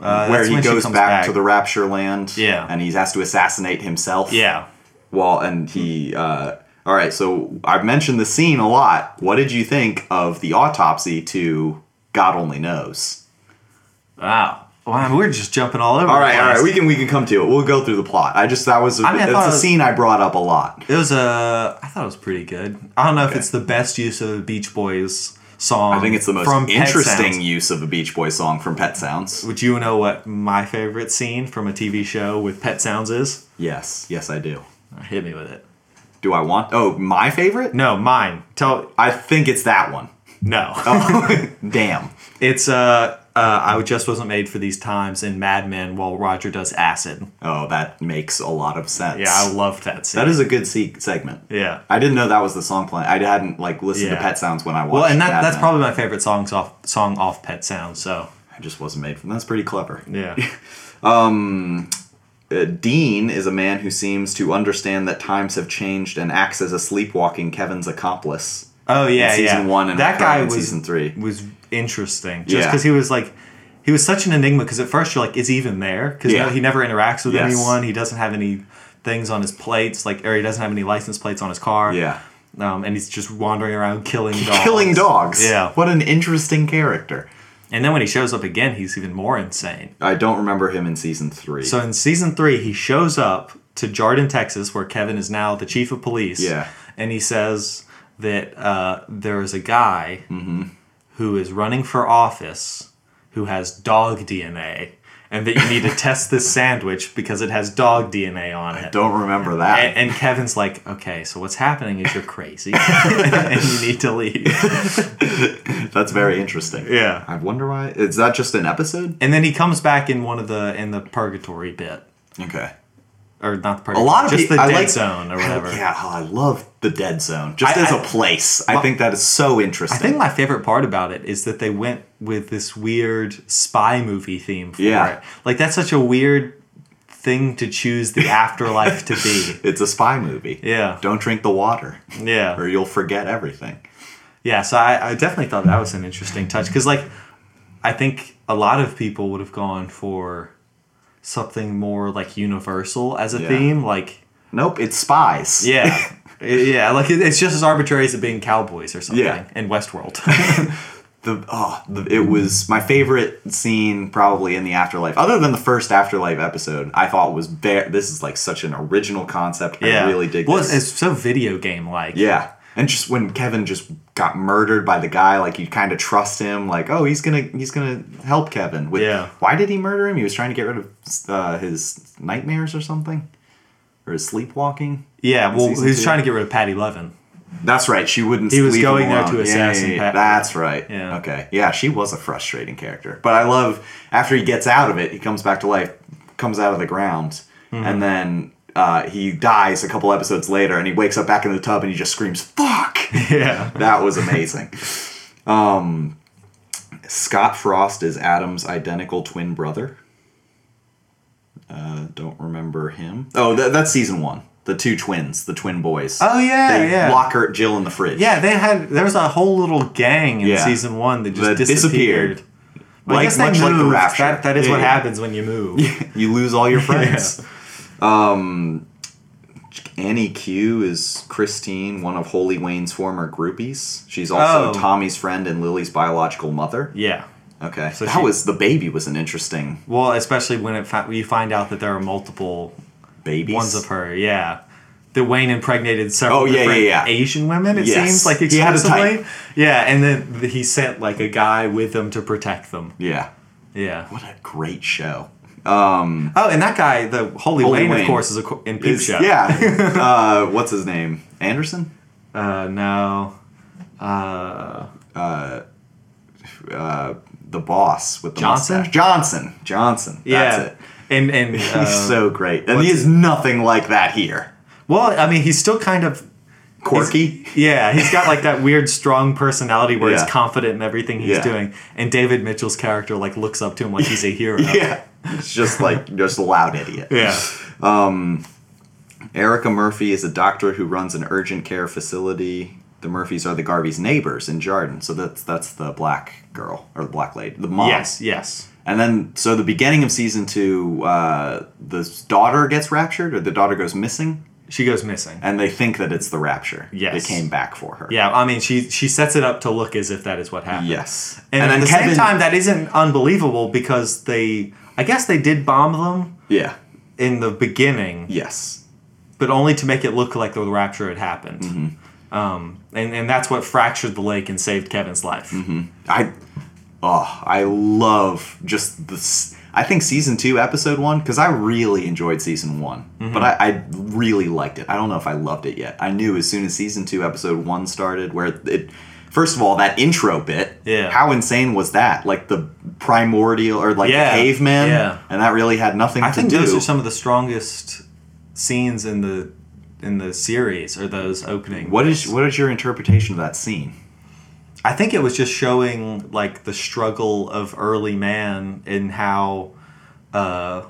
Speaker 1: Uh,
Speaker 2: where
Speaker 1: that's
Speaker 2: he
Speaker 1: when she
Speaker 2: goes back,
Speaker 1: comes
Speaker 2: to the Rapture Land,
Speaker 1: Yeah.
Speaker 2: and he has to assassinate himself,
Speaker 1: yeah.
Speaker 2: Well, and he, uh, all right. So I've mentioned the scene a lot. What did you think of the autopsy to God only knows?
Speaker 1: Wow. Wow, we're just jumping all over.
Speaker 2: All
Speaker 1: the
Speaker 2: right, all
Speaker 1: place.
Speaker 2: right. We can we can come to it. We'll go through the plot. I just that was a,
Speaker 1: I mean, I
Speaker 2: that's
Speaker 1: thought
Speaker 2: a
Speaker 1: it was-
Speaker 2: scene I brought up a lot.
Speaker 1: It was a. I thought it was pretty good. I don't know if it's the best use of a Beach Boys song.
Speaker 2: I think it's the most
Speaker 1: from Pet
Speaker 2: interesting
Speaker 1: Sounds.
Speaker 2: use of a Beach Boy song from Pet Sounds.
Speaker 1: Would you know what my favorite scene from a TV show with Pet Sounds is?
Speaker 2: Yes, yes, I do.
Speaker 1: Hit me with it.
Speaker 2: Do I want? Oh, my favorite?
Speaker 1: No, mine. Tell
Speaker 2: I think it's that one.
Speaker 1: no.
Speaker 2: Oh. Damn.
Speaker 1: It's uh, uh, I just wasn't made for these times in Mad Men while Roger does acid.
Speaker 2: Oh, that makes a lot of sense.
Speaker 1: Yeah, I loved that scene.
Speaker 2: that is a good se- segment.
Speaker 1: yeah.
Speaker 2: I didn't know that was the song playing. I hadn't like listened to
Speaker 1: Yeah.
Speaker 2: Pet Sounds when I watched.
Speaker 1: Well, and that,
Speaker 2: Mad
Speaker 1: that's
Speaker 2: Men.
Speaker 1: probably my favorite songs off song off Pet Sounds. So
Speaker 2: I just wasn't made for. That's pretty clever.
Speaker 1: yeah,
Speaker 2: Uh, Dean is a man who seems to understand that times have changed and acts as a sleepwalking Kevin's accomplice.
Speaker 1: Oh yeah,
Speaker 2: in season
Speaker 1: yeah.
Speaker 2: one and
Speaker 1: that
Speaker 2: recurring
Speaker 1: guy
Speaker 2: in
Speaker 1: was
Speaker 2: season three.
Speaker 1: was interesting. Just
Speaker 2: Yeah.
Speaker 1: because he was like, he was such an enigma. Because at first you're like, is he even there? Because
Speaker 2: Yeah.
Speaker 1: he never interacts with
Speaker 2: Yes.
Speaker 1: anyone. He doesn't have any things on his plates, like or he doesn't have any license plates on his car.
Speaker 2: Yeah.
Speaker 1: um, and he's just wandering around killing dogs.
Speaker 2: Killing dogs.
Speaker 1: Yeah,
Speaker 2: What an interesting character.
Speaker 1: and then when he shows up again, he's even more insane.
Speaker 2: I don't remember him in season three.
Speaker 1: So in season three, he shows up to Jardin, Texas, where Kevin is now the chief of police.
Speaker 2: Yeah.
Speaker 1: And he says that uh, there is a guy
Speaker 2: Mm-hmm.
Speaker 1: who is running for office who has dog DNA, and that you need to test this sandwich because it has dog DNA on it.
Speaker 2: don't remember that.
Speaker 1: And, and Kevin's like, okay, so what's happening is you're crazy and you need to leave.
Speaker 2: That's very interesting.
Speaker 1: Yeah.
Speaker 2: I wonder why. Is that just an episode?
Speaker 1: And then he comes back in one of the in the purgatory bit,
Speaker 2: Okay.
Speaker 1: or not the
Speaker 2: A
Speaker 1: purgatory,
Speaker 2: lot of
Speaker 1: just
Speaker 2: peo-
Speaker 1: the
Speaker 2: I
Speaker 1: dead
Speaker 2: like-
Speaker 1: zone or whatever.
Speaker 2: Yeah, oh, I love the Dead Zone just
Speaker 1: I-
Speaker 2: as a
Speaker 1: I-
Speaker 2: place. I think that is so interesting.
Speaker 1: I think my favorite part about it is that they went with this weird spy movie theme for
Speaker 2: Yeah.
Speaker 1: it. Like that's such a weird thing to choose the afterlife to be.
Speaker 2: It's a spy movie.
Speaker 1: Yeah.
Speaker 2: Don't drink the water, or
Speaker 1: Yeah.
Speaker 2: you'll forget everything.
Speaker 1: Yeah. So I, I definitely thought that was an interesting touch because, like, I think a lot of people would have gone for something more like universal as a
Speaker 2: Yeah.
Speaker 1: theme. Like,
Speaker 2: Nope, it's spies.
Speaker 1: yeah. yeah. Like, it, it's just as arbitrary as it being cowboys or something
Speaker 2: Yeah.
Speaker 1: in Westworld.
Speaker 2: the oh, the, it was my favorite scene probably in the afterlife. Other than the first afterlife episode, I thought was very. This is like such an original concept.
Speaker 1: yeah.
Speaker 2: I really dig
Speaker 1: well,
Speaker 2: this.
Speaker 1: It's so video game like.
Speaker 2: yeah, and just when Kevin just got murdered by the guy, like you kind of trust him. Like, oh, he's gonna he's gonna help Kevin. With,
Speaker 1: Yeah.
Speaker 2: Why did he murder him? He was trying to get rid of uh, his nightmares or something, or his sleepwalking.
Speaker 1: Yeah. Well,
Speaker 2: Season
Speaker 1: he's
Speaker 2: two.
Speaker 1: trying to get rid of Patty Levin.
Speaker 2: That's right. She wouldn't.
Speaker 1: He was
Speaker 2: leave him
Speaker 1: going there
Speaker 2: alone.
Speaker 1: to
Speaker 2: Yeah,
Speaker 1: assassinate
Speaker 2: yeah, yeah.
Speaker 1: Pat-
Speaker 2: That's right.
Speaker 1: Yeah.
Speaker 2: Okay. Yeah, she was a frustrating character, but I love after he gets out of it, he comes back to life, comes out of the ground,
Speaker 1: Mm-hmm.
Speaker 2: and then uh, he dies a couple episodes later, and he wakes up back in the tub, and he just screams "fuck."
Speaker 1: Yeah.
Speaker 2: that was amazing. Um, Scott Frost is Adam's identical twin brother. Uh, don't remember him. Oh, tha- that's season one. The two twins, the twin boys.
Speaker 1: Oh, yeah,
Speaker 2: they
Speaker 1: yeah.
Speaker 2: Lock her, Jill in the fridge.
Speaker 1: Yeah, they had. There was a whole little gang in
Speaker 2: Yeah.
Speaker 1: season one that just
Speaker 2: That
Speaker 1: disappeared.
Speaker 2: disappeared.
Speaker 1: But I
Speaker 2: Like-
Speaker 1: guess they
Speaker 2: much like the
Speaker 1: moved.
Speaker 2: Rapture.
Speaker 1: That, that is
Speaker 2: Yeah,
Speaker 1: what
Speaker 2: yeah.
Speaker 1: happens when you move.
Speaker 2: you lose all your friends. Um, Annie Q is Christine, one of Holy Wayne's former groupies. She's also
Speaker 1: Oh.
Speaker 2: Tommy's friend and Lily's biological mother.
Speaker 1: yeah.
Speaker 2: Okay,
Speaker 1: So
Speaker 2: that
Speaker 1: she-
Speaker 2: was the baby was an interesting
Speaker 1: Well, especially when it fa- you find out that there are multiple
Speaker 2: baby.
Speaker 1: ones of her. Yeah. That Wayne impregnated several
Speaker 2: Oh, yeah,
Speaker 1: different
Speaker 2: yeah, yeah.
Speaker 1: Asian women. It
Speaker 2: Yes.
Speaker 1: seems like
Speaker 2: He had a type.
Speaker 1: exclusively. Yeah, and then he sent like a guy with them to protect them.
Speaker 2: Yeah,
Speaker 1: Yeah.
Speaker 2: what a great show.
Speaker 1: Oh, and that guy, the Holy,
Speaker 2: Holy
Speaker 1: Wayne, of
Speaker 2: Wayne.
Speaker 1: course, is a, co- in Peep
Speaker 2: Is-
Speaker 1: Show.
Speaker 2: Yeah. uh, what's his name? Anderson?
Speaker 1: Uh, no. Uh,
Speaker 2: Uh, the boss with the
Speaker 1: Johnson?
Speaker 2: mustache. Johnson. Johnson.
Speaker 1: yeah.
Speaker 2: That's it.
Speaker 1: And and
Speaker 2: He's
Speaker 1: uh,
Speaker 2: so great. And he is nothing like that here.
Speaker 1: Well, I mean, he's still kind of
Speaker 2: Quirky.
Speaker 1: yeah. He's got like that weird strong personality where he's
Speaker 2: Yeah.
Speaker 1: confident in everything he's
Speaker 2: Yeah.
Speaker 1: doing, and David Mitchell's character like looks up to him like he's a hero.
Speaker 2: Yeah. It's just like just a loud idiot.
Speaker 1: Oh. yeah.
Speaker 2: Erica Murphy is a doctor who runs an urgent care facility. The Murphys are the Garveys' neighbors in Jardin, so that's that's the black girl or the black lady, the mom.
Speaker 1: Yes, yes.
Speaker 2: And then, so the beginning of season two, uh, the daughter gets raptured, or the daughter goes missing,
Speaker 1: She goes missing.
Speaker 2: and they think that it's the rapture.
Speaker 1: Yes.
Speaker 2: It came back for her.
Speaker 1: Yeah, I mean, she she sets it up to look as if that is what happened.
Speaker 2: Yes.
Speaker 1: and, at the same time, that isn't unbelievable because they, I guess, they did bomb them
Speaker 2: yeah.
Speaker 1: in the beginning.
Speaker 2: Yes.
Speaker 1: but only to make it look like the rapture had happened.
Speaker 2: Mm-hmm.
Speaker 1: Um, and, and that's what fractured the lake and saved Kevin's life.
Speaker 2: I, oh, I love just this. I think season two, episode one, because I really enjoyed season one,
Speaker 1: Mm-hmm.
Speaker 2: but I, I really liked it. I don't know if I loved it yet. I knew as soon as season two, episode one started, where it. First of all, that intro bit.
Speaker 1: Yeah.
Speaker 2: How insane was that? Like the primordial or like
Speaker 1: Yeah,
Speaker 2: the caveman.
Speaker 1: yeah.
Speaker 2: And that really had nothing
Speaker 1: I
Speaker 2: to
Speaker 1: think
Speaker 2: do.
Speaker 1: those are some of the strongest scenes in the in the series or those opening.
Speaker 2: what is what is your interpretation of that scene?
Speaker 1: I think it was just showing like the struggle of early man and how uh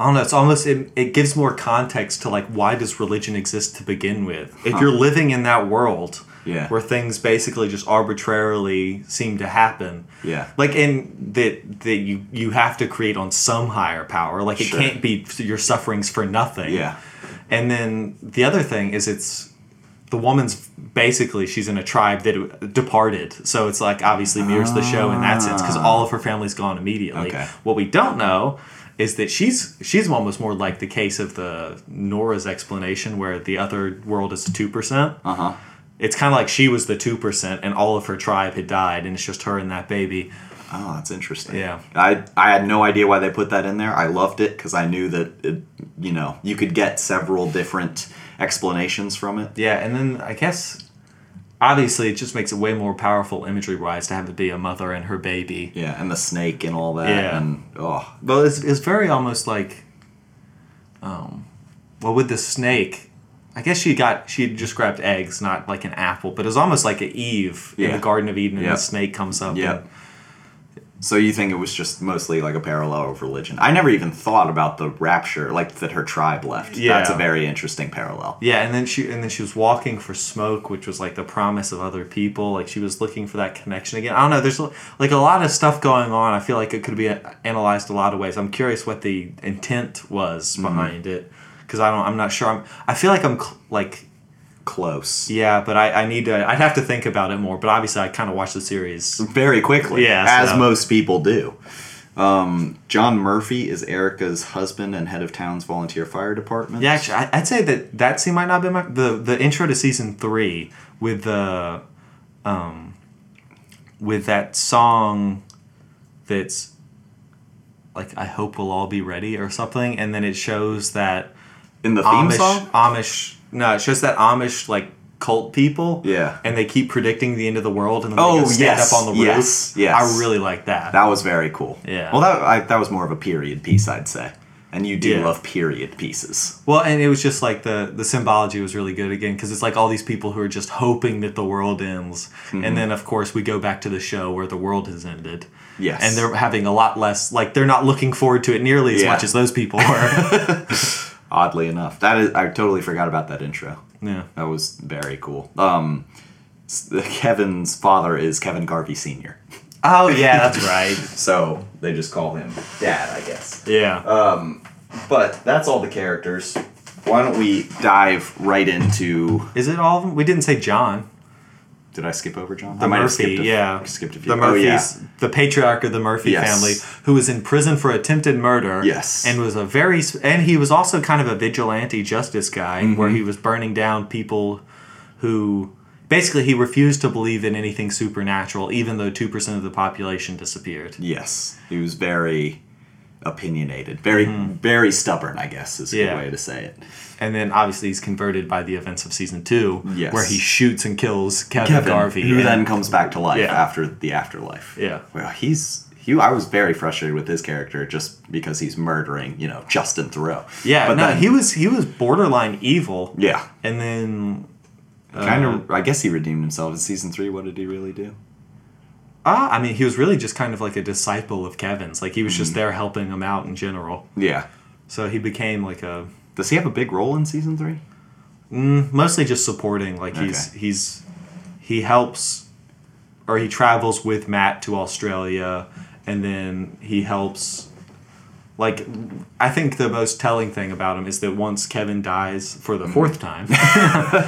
Speaker 1: I don't know, it's almost it, it gives more context to like why does religion exist to begin with? If you're living in that world
Speaker 2: Yeah.
Speaker 1: where things basically just arbitrarily seem to happen.
Speaker 2: Yeah.
Speaker 1: Like in that that you you have to create on some higher power. Like it
Speaker 2: Sure.
Speaker 1: can't be your sufferings for nothing.
Speaker 2: Yeah.
Speaker 1: And then the other thing is it's the woman's basically she's in a tribe that uh, departed, so it's like obviously mirrors the show in that sense because all of her family's gone immediately.
Speaker 2: Okay.
Speaker 1: What we don't know is that she's she's almost more like the case of the Nora's explanation where the other world is two percent. Uh
Speaker 2: Uh-huh.
Speaker 1: huh. It's kind of like she was the two percent, and all of her tribe had died, and it's just her and that baby.
Speaker 2: Oh, that's interesting.
Speaker 1: Yeah.
Speaker 2: I I had no idea why they put that in there. I loved it because I knew that it, you know you could get several different explanations from it.
Speaker 1: Yeah, and then I guess obviously it just makes it way more powerful imagery wise to have it be a mother and her baby.
Speaker 2: Yeah, and the snake and all that.
Speaker 1: Yeah.
Speaker 2: And oh,
Speaker 1: Well, it's, it's very almost like, um, well, with the snake, I guess she got she had just grabbed eggs, not like an apple, but it was almost like an Eve in
Speaker 2: Yeah.
Speaker 1: the Garden of Eden, and
Speaker 2: Yeah.
Speaker 1: the snake comes up.
Speaker 2: Yeah.
Speaker 1: and
Speaker 2: So you think it was just mostly like a parallel of religion? I never even thought about the rapture, like that her tribe left.
Speaker 1: Yeah.
Speaker 2: that's a very interesting parallel.
Speaker 1: Yeah, and then she and then she was walking for smoke, which was like the promise of other people. Like she was looking for that connection again. I don't know. There's like a lot of stuff going on. I feel like it could be uh, analyzed a lot of ways. I'm curious what the intent was behind it because I don't. I'm not sure. I'm. I feel like I'm cl- like
Speaker 2: Close.
Speaker 1: yeah, but I, I need to. I'd have to think about it more. But obviously, I kind of watched the series.
Speaker 2: very quickly,
Speaker 1: Yeah,
Speaker 2: as
Speaker 1: so-
Speaker 2: most people do. Um, John Murphy is Erica's husband and head of town's volunteer fire department.
Speaker 1: Yeah, actually, I, I'd say that that scene might not be my the the intro to season three with the, um, with that song, that's like I hope we'll all be ready or something, and then it shows that
Speaker 2: in the theme
Speaker 1: Amish
Speaker 2: song.
Speaker 1: Amish no, it shows that Amish like cult people.
Speaker 2: Yeah.
Speaker 1: and they keep predicting the end of the world, and then they
Speaker 2: Oh,
Speaker 1: go stand
Speaker 2: yes,
Speaker 1: up on the roof.
Speaker 2: yes, yes.
Speaker 1: I really like that.
Speaker 2: That was very cool.
Speaker 1: Yeah.
Speaker 2: Well, that I, that was more of a period piece, I'd say. And you do
Speaker 1: Yeah.
Speaker 2: love period pieces.
Speaker 1: Well, and it was just like the the symbology was really good again because it's like all these people who are just hoping that the world ends, and then of course we go back to the show where the world has ended.
Speaker 2: Yes.
Speaker 1: and they're having a lot less like they're not looking forward to it nearly as
Speaker 2: Yeah.
Speaker 1: much as those people were.
Speaker 2: Oddly enough, that is I totally forgot about that intro.
Speaker 1: yeah,
Speaker 2: That was very cool. Um, s- Kevin's father is Kevin Garvey Senior.
Speaker 1: oh yeah, that's right.
Speaker 2: So they just call him Dad, I guess.
Speaker 1: Yeah,
Speaker 2: But that's all the characters. Why don't we dive right into?
Speaker 1: is it all of them? We didn't say John.
Speaker 2: Did I skip over John?
Speaker 1: The
Speaker 2: I might have
Speaker 1: Murphy,
Speaker 2: skipped a,
Speaker 1: yeah,
Speaker 2: skipped a few.
Speaker 1: The
Speaker 2: Oh, yeah.
Speaker 1: Murphys, the patriarch of the Murphy
Speaker 2: Yes.
Speaker 1: family, who was in prison for attempted murder.
Speaker 2: Yes.
Speaker 1: and was a very s- and he was also kind of a vigilante justice guy,
Speaker 2: Mm-hmm.
Speaker 1: where he was burning down people who basically he refused to believe in anything supernatural, even though two percent of the population disappeared.
Speaker 2: Yes, he was very opinionated, very very stubborn. I guess is a
Speaker 1: Hmm. Yeah.
Speaker 2: good way to say it.
Speaker 1: And then obviously he's converted by the events of season two,
Speaker 2: Yes.
Speaker 1: where he shoots and kills Kevin,
Speaker 2: Kevin,
Speaker 1: Garvey.
Speaker 2: who
Speaker 1: and-
Speaker 2: then comes back to life
Speaker 1: Yeah.
Speaker 2: after the afterlife.
Speaker 1: Yeah.
Speaker 2: Well, he's he. I was very frustrated with his character just because he's murdering, you know, Justin Thoreau.
Speaker 1: yeah,
Speaker 2: but
Speaker 1: no,
Speaker 2: then,
Speaker 1: he was he was borderline evil.
Speaker 2: Yeah,
Speaker 1: And then Uh,
Speaker 2: kind of. I guess he redeemed himself in season three. What did he really do?
Speaker 1: Ah, I mean, he was really just kind of like a disciple of Kevin's. Like he was
Speaker 2: Mm-hmm.
Speaker 1: just there helping him out in general.
Speaker 2: Yeah.
Speaker 1: So he became like a
Speaker 2: Does he have a big role in season three?
Speaker 1: mostly just supporting. Like he's
Speaker 2: Okay.
Speaker 1: he's he helps or he travels with Matt to Australia, and then he helps. Like I think the most telling thing about him is that once Kevin dies for
Speaker 2: Mm-hmm.
Speaker 1: the fourth time,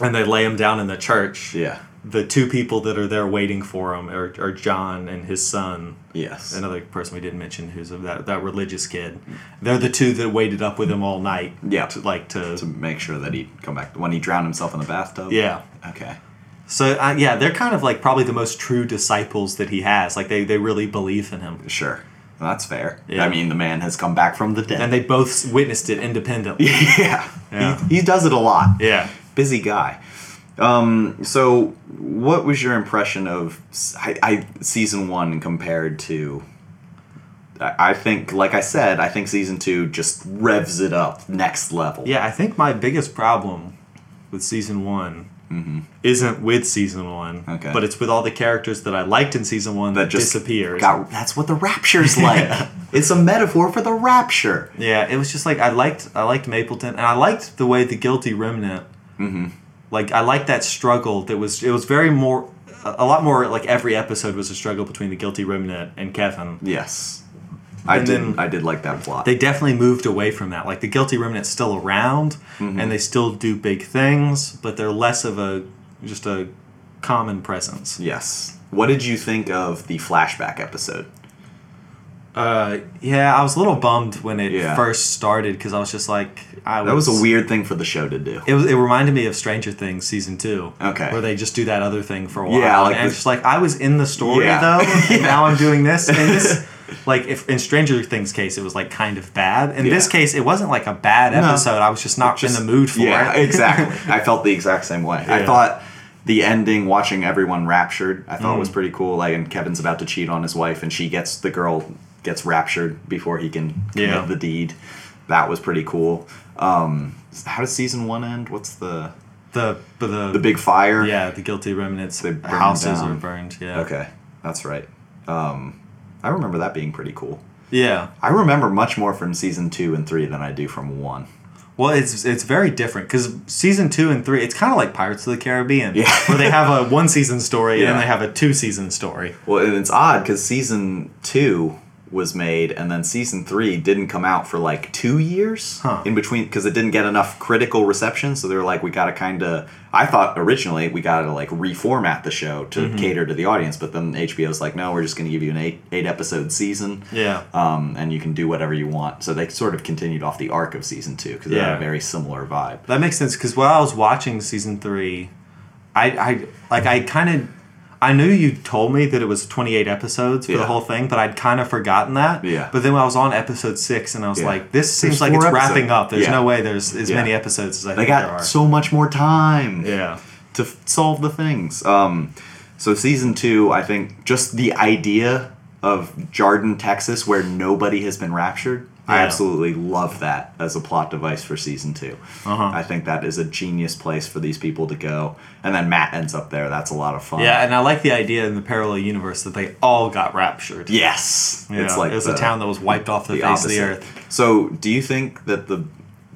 Speaker 1: and they lay him down in the church,
Speaker 2: Yeah.
Speaker 1: the two people that are there waiting for him are, are John and his son.
Speaker 2: Yes.
Speaker 1: another person we didn't mention who's of that, that religious kid. They're the two that waited up with him all night.
Speaker 2: Yeah.
Speaker 1: To, like to,
Speaker 2: to make sure that he'd come back when he drowned himself in the bathtub.
Speaker 1: yeah.
Speaker 2: Okay.
Speaker 1: So uh, yeah, they're kind of like probably the most true disciples that he has. Like they, they really believe in him,
Speaker 2: Sure. Well, that's fair.
Speaker 1: Yeah.
Speaker 2: I mean, the man has come back from the dead.
Speaker 1: and they both s- witnessed it independently.
Speaker 2: yeah.
Speaker 1: Yeah.
Speaker 2: He, he does it a lot.
Speaker 1: yeah.
Speaker 2: Busy guy. Um, so, what was your impression of s- I, I- season one compared to? I I think, like I said, I think season two just revs it up next level.
Speaker 1: Yeah, I think my biggest problem with season one isn't with season one,
Speaker 2: Mm-hmm. Okay.
Speaker 1: but it's with all the characters that I liked in season one that,
Speaker 2: that just
Speaker 1: disappeared.
Speaker 2: got- that's what the rapture's like. It's a metaphor for the rapture.
Speaker 1: Yeah, it was just like I liked I liked Mapleton and I liked the way the guilty remnant.
Speaker 2: Mm-hmm.
Speaker 1: Like I liked that struggle that was it was very more a a lot more like every episode was a struggle between the guilty remnant and Kevin.
Speaker 2: Yes, I
Speaker 1: And
Speaker 2: did.
Speaker 1: then-
Speaker 2: not I did like that plot.
Speaker 1: They definitely moved away from that. Like the guilty remnant's still around
Speaker 2: Mm-hmm.
Speaker 1: and they still do big things, but they're less of a just a common presence.
Speaker 2: yes. What did you think of the flashback episode?
Speaker 1: Uh, yeah, I was a little bummed when it
Speaker 2: Yeah.
Speaker 1: first started because I was just like, I
Speaker 2: That was a weird thing for the show to do.
Speaker 1: It, was, it reminded me of Stranger Things season two.
Speaker 2: Okay.
Speaker 1: Where they just do that other thing for a while.
Speaker 2: Yeah, like
Speaker 1: and
Speaker 2: the-
Speaker 1: it's just like I was in the story
Speaker 2: Yeah.
Speaker 1: though, and now I'm doing this. And this like if in Stranger Things case it was like kind of bad. In this
Speaker 2: Yeah.
Speaker 1: case it wasn't like a bad episode. I was just not
Speaker 2: Just-
Speaker 1: in the mood for
Speaker 2: yeah,
Speaker 1: it.
Speaker 2: exactly. I felt the exact same way. I
Speaker 1: Yeah.
Speaker 2: thought the ending, watching everyone raptured, I thought was
Speaker 1: Mm.
Speaker 2: pretty cool. Like, and Kevin's about to cheat on his wife, and she gets the girl gets raptured before he can commit
Speaker 1: Yeah.
Speaker 2: the deed. That was pretty cool. Um, how does season one end? What's the
Speaker 1: the but the,
Speaker 2: the big fire?
Speaker 1: yeah the guilty remnants
Speaker 2: They burned
Speaker 1: houses
Speaker 2: down.
Speaker 1: are burned. Yeah.
Speaker 2: Okay, that's right. Um, I remember that being pretty cool.
Speaker 1: Yeah.
Speaker 2: I remember much more from season two and three than I do from one.
Speaker 1: Well, it's it's very different because season two and three, it's kind of like Pirates of the Caribbean,
Speaker 2: Yeah.
Speaker 1: where they have a one season story and
Speaker 2: Yeah.
Speaker 1: then they have a two season story.
Speaker 2: Well, and it's odd because season two was made, and then season three didn't come out for like two years
Speaker 1: Huh.
Speaker 2: in between because it didn't get enough critical reception. So they were like, we got to kind of. I thought originally we got to like reformat the show to
Speaker 1: Mm-hmm.
Speaker 2: cater to the audience, but then HBO's like, no, we're just going to give you an eight eight episode season.
Speaker 1: Yeah.
Speaker 2: Um, and you can do whatever you want. So they sort of continued off the arc of season two because they had
Speaker 1: Yeah.
Speaker 2: a very similar vibe.
Speaker 1: That makes sense because while I was watching season three, I, I like I kind of I knew you told me that it was twenty eight episodes for
Speaker 2: Yeah.
Speaker 1: the whole thing, but I'd kind of forgotten that.
Speaker 2: Yeah.
Speaker 1: But then when I was on episode six, and I was
Speaker 2: Yeah.
Speaker 1: like, this
Speaker 2: There's
Speaker 1: seems like it's
Speaker 2: four
Speaker 1: wrapping
Speaker 2: episodes.
Speaker 1: up. There's
Speaker 2: Yeah.
Speaker 1: no way there's as
Speaker 2: Yeah.
Speaker 1: many episodes as I
Speaker 2: They
Speaker 1: think there are.
Speaker 2: got so much more time.
Speaker 1: yeah.
Speaker 2: to f- solve the things. Um, so season two, I think just the idea of Jarden, Texas, where nobody has been raptured. I
Speaker 1: Yeah.
Speaker 2: absolutely love that as a plot device for season 2
Speaker 1: Uh-huh.
Speaker 2: I think that is a genius place for these people to go. And then Matt ends up there. That's a lot of fun.
Speaker 1: Yeah, and I like the idea in the parallel universe that they all got raptured.
Speaker 2: Yes.
Speaker 1: Yeah,
Speaker 2: It's like
Speaker 1: it was
Speaker 2: the-
Speaker 1: a town that was wiped off the,
Speaker 2: the
Speaker 1: face of the
Speaker 2: opposite.
Speaker 1: earth.
Speaker 2: So, do you think that the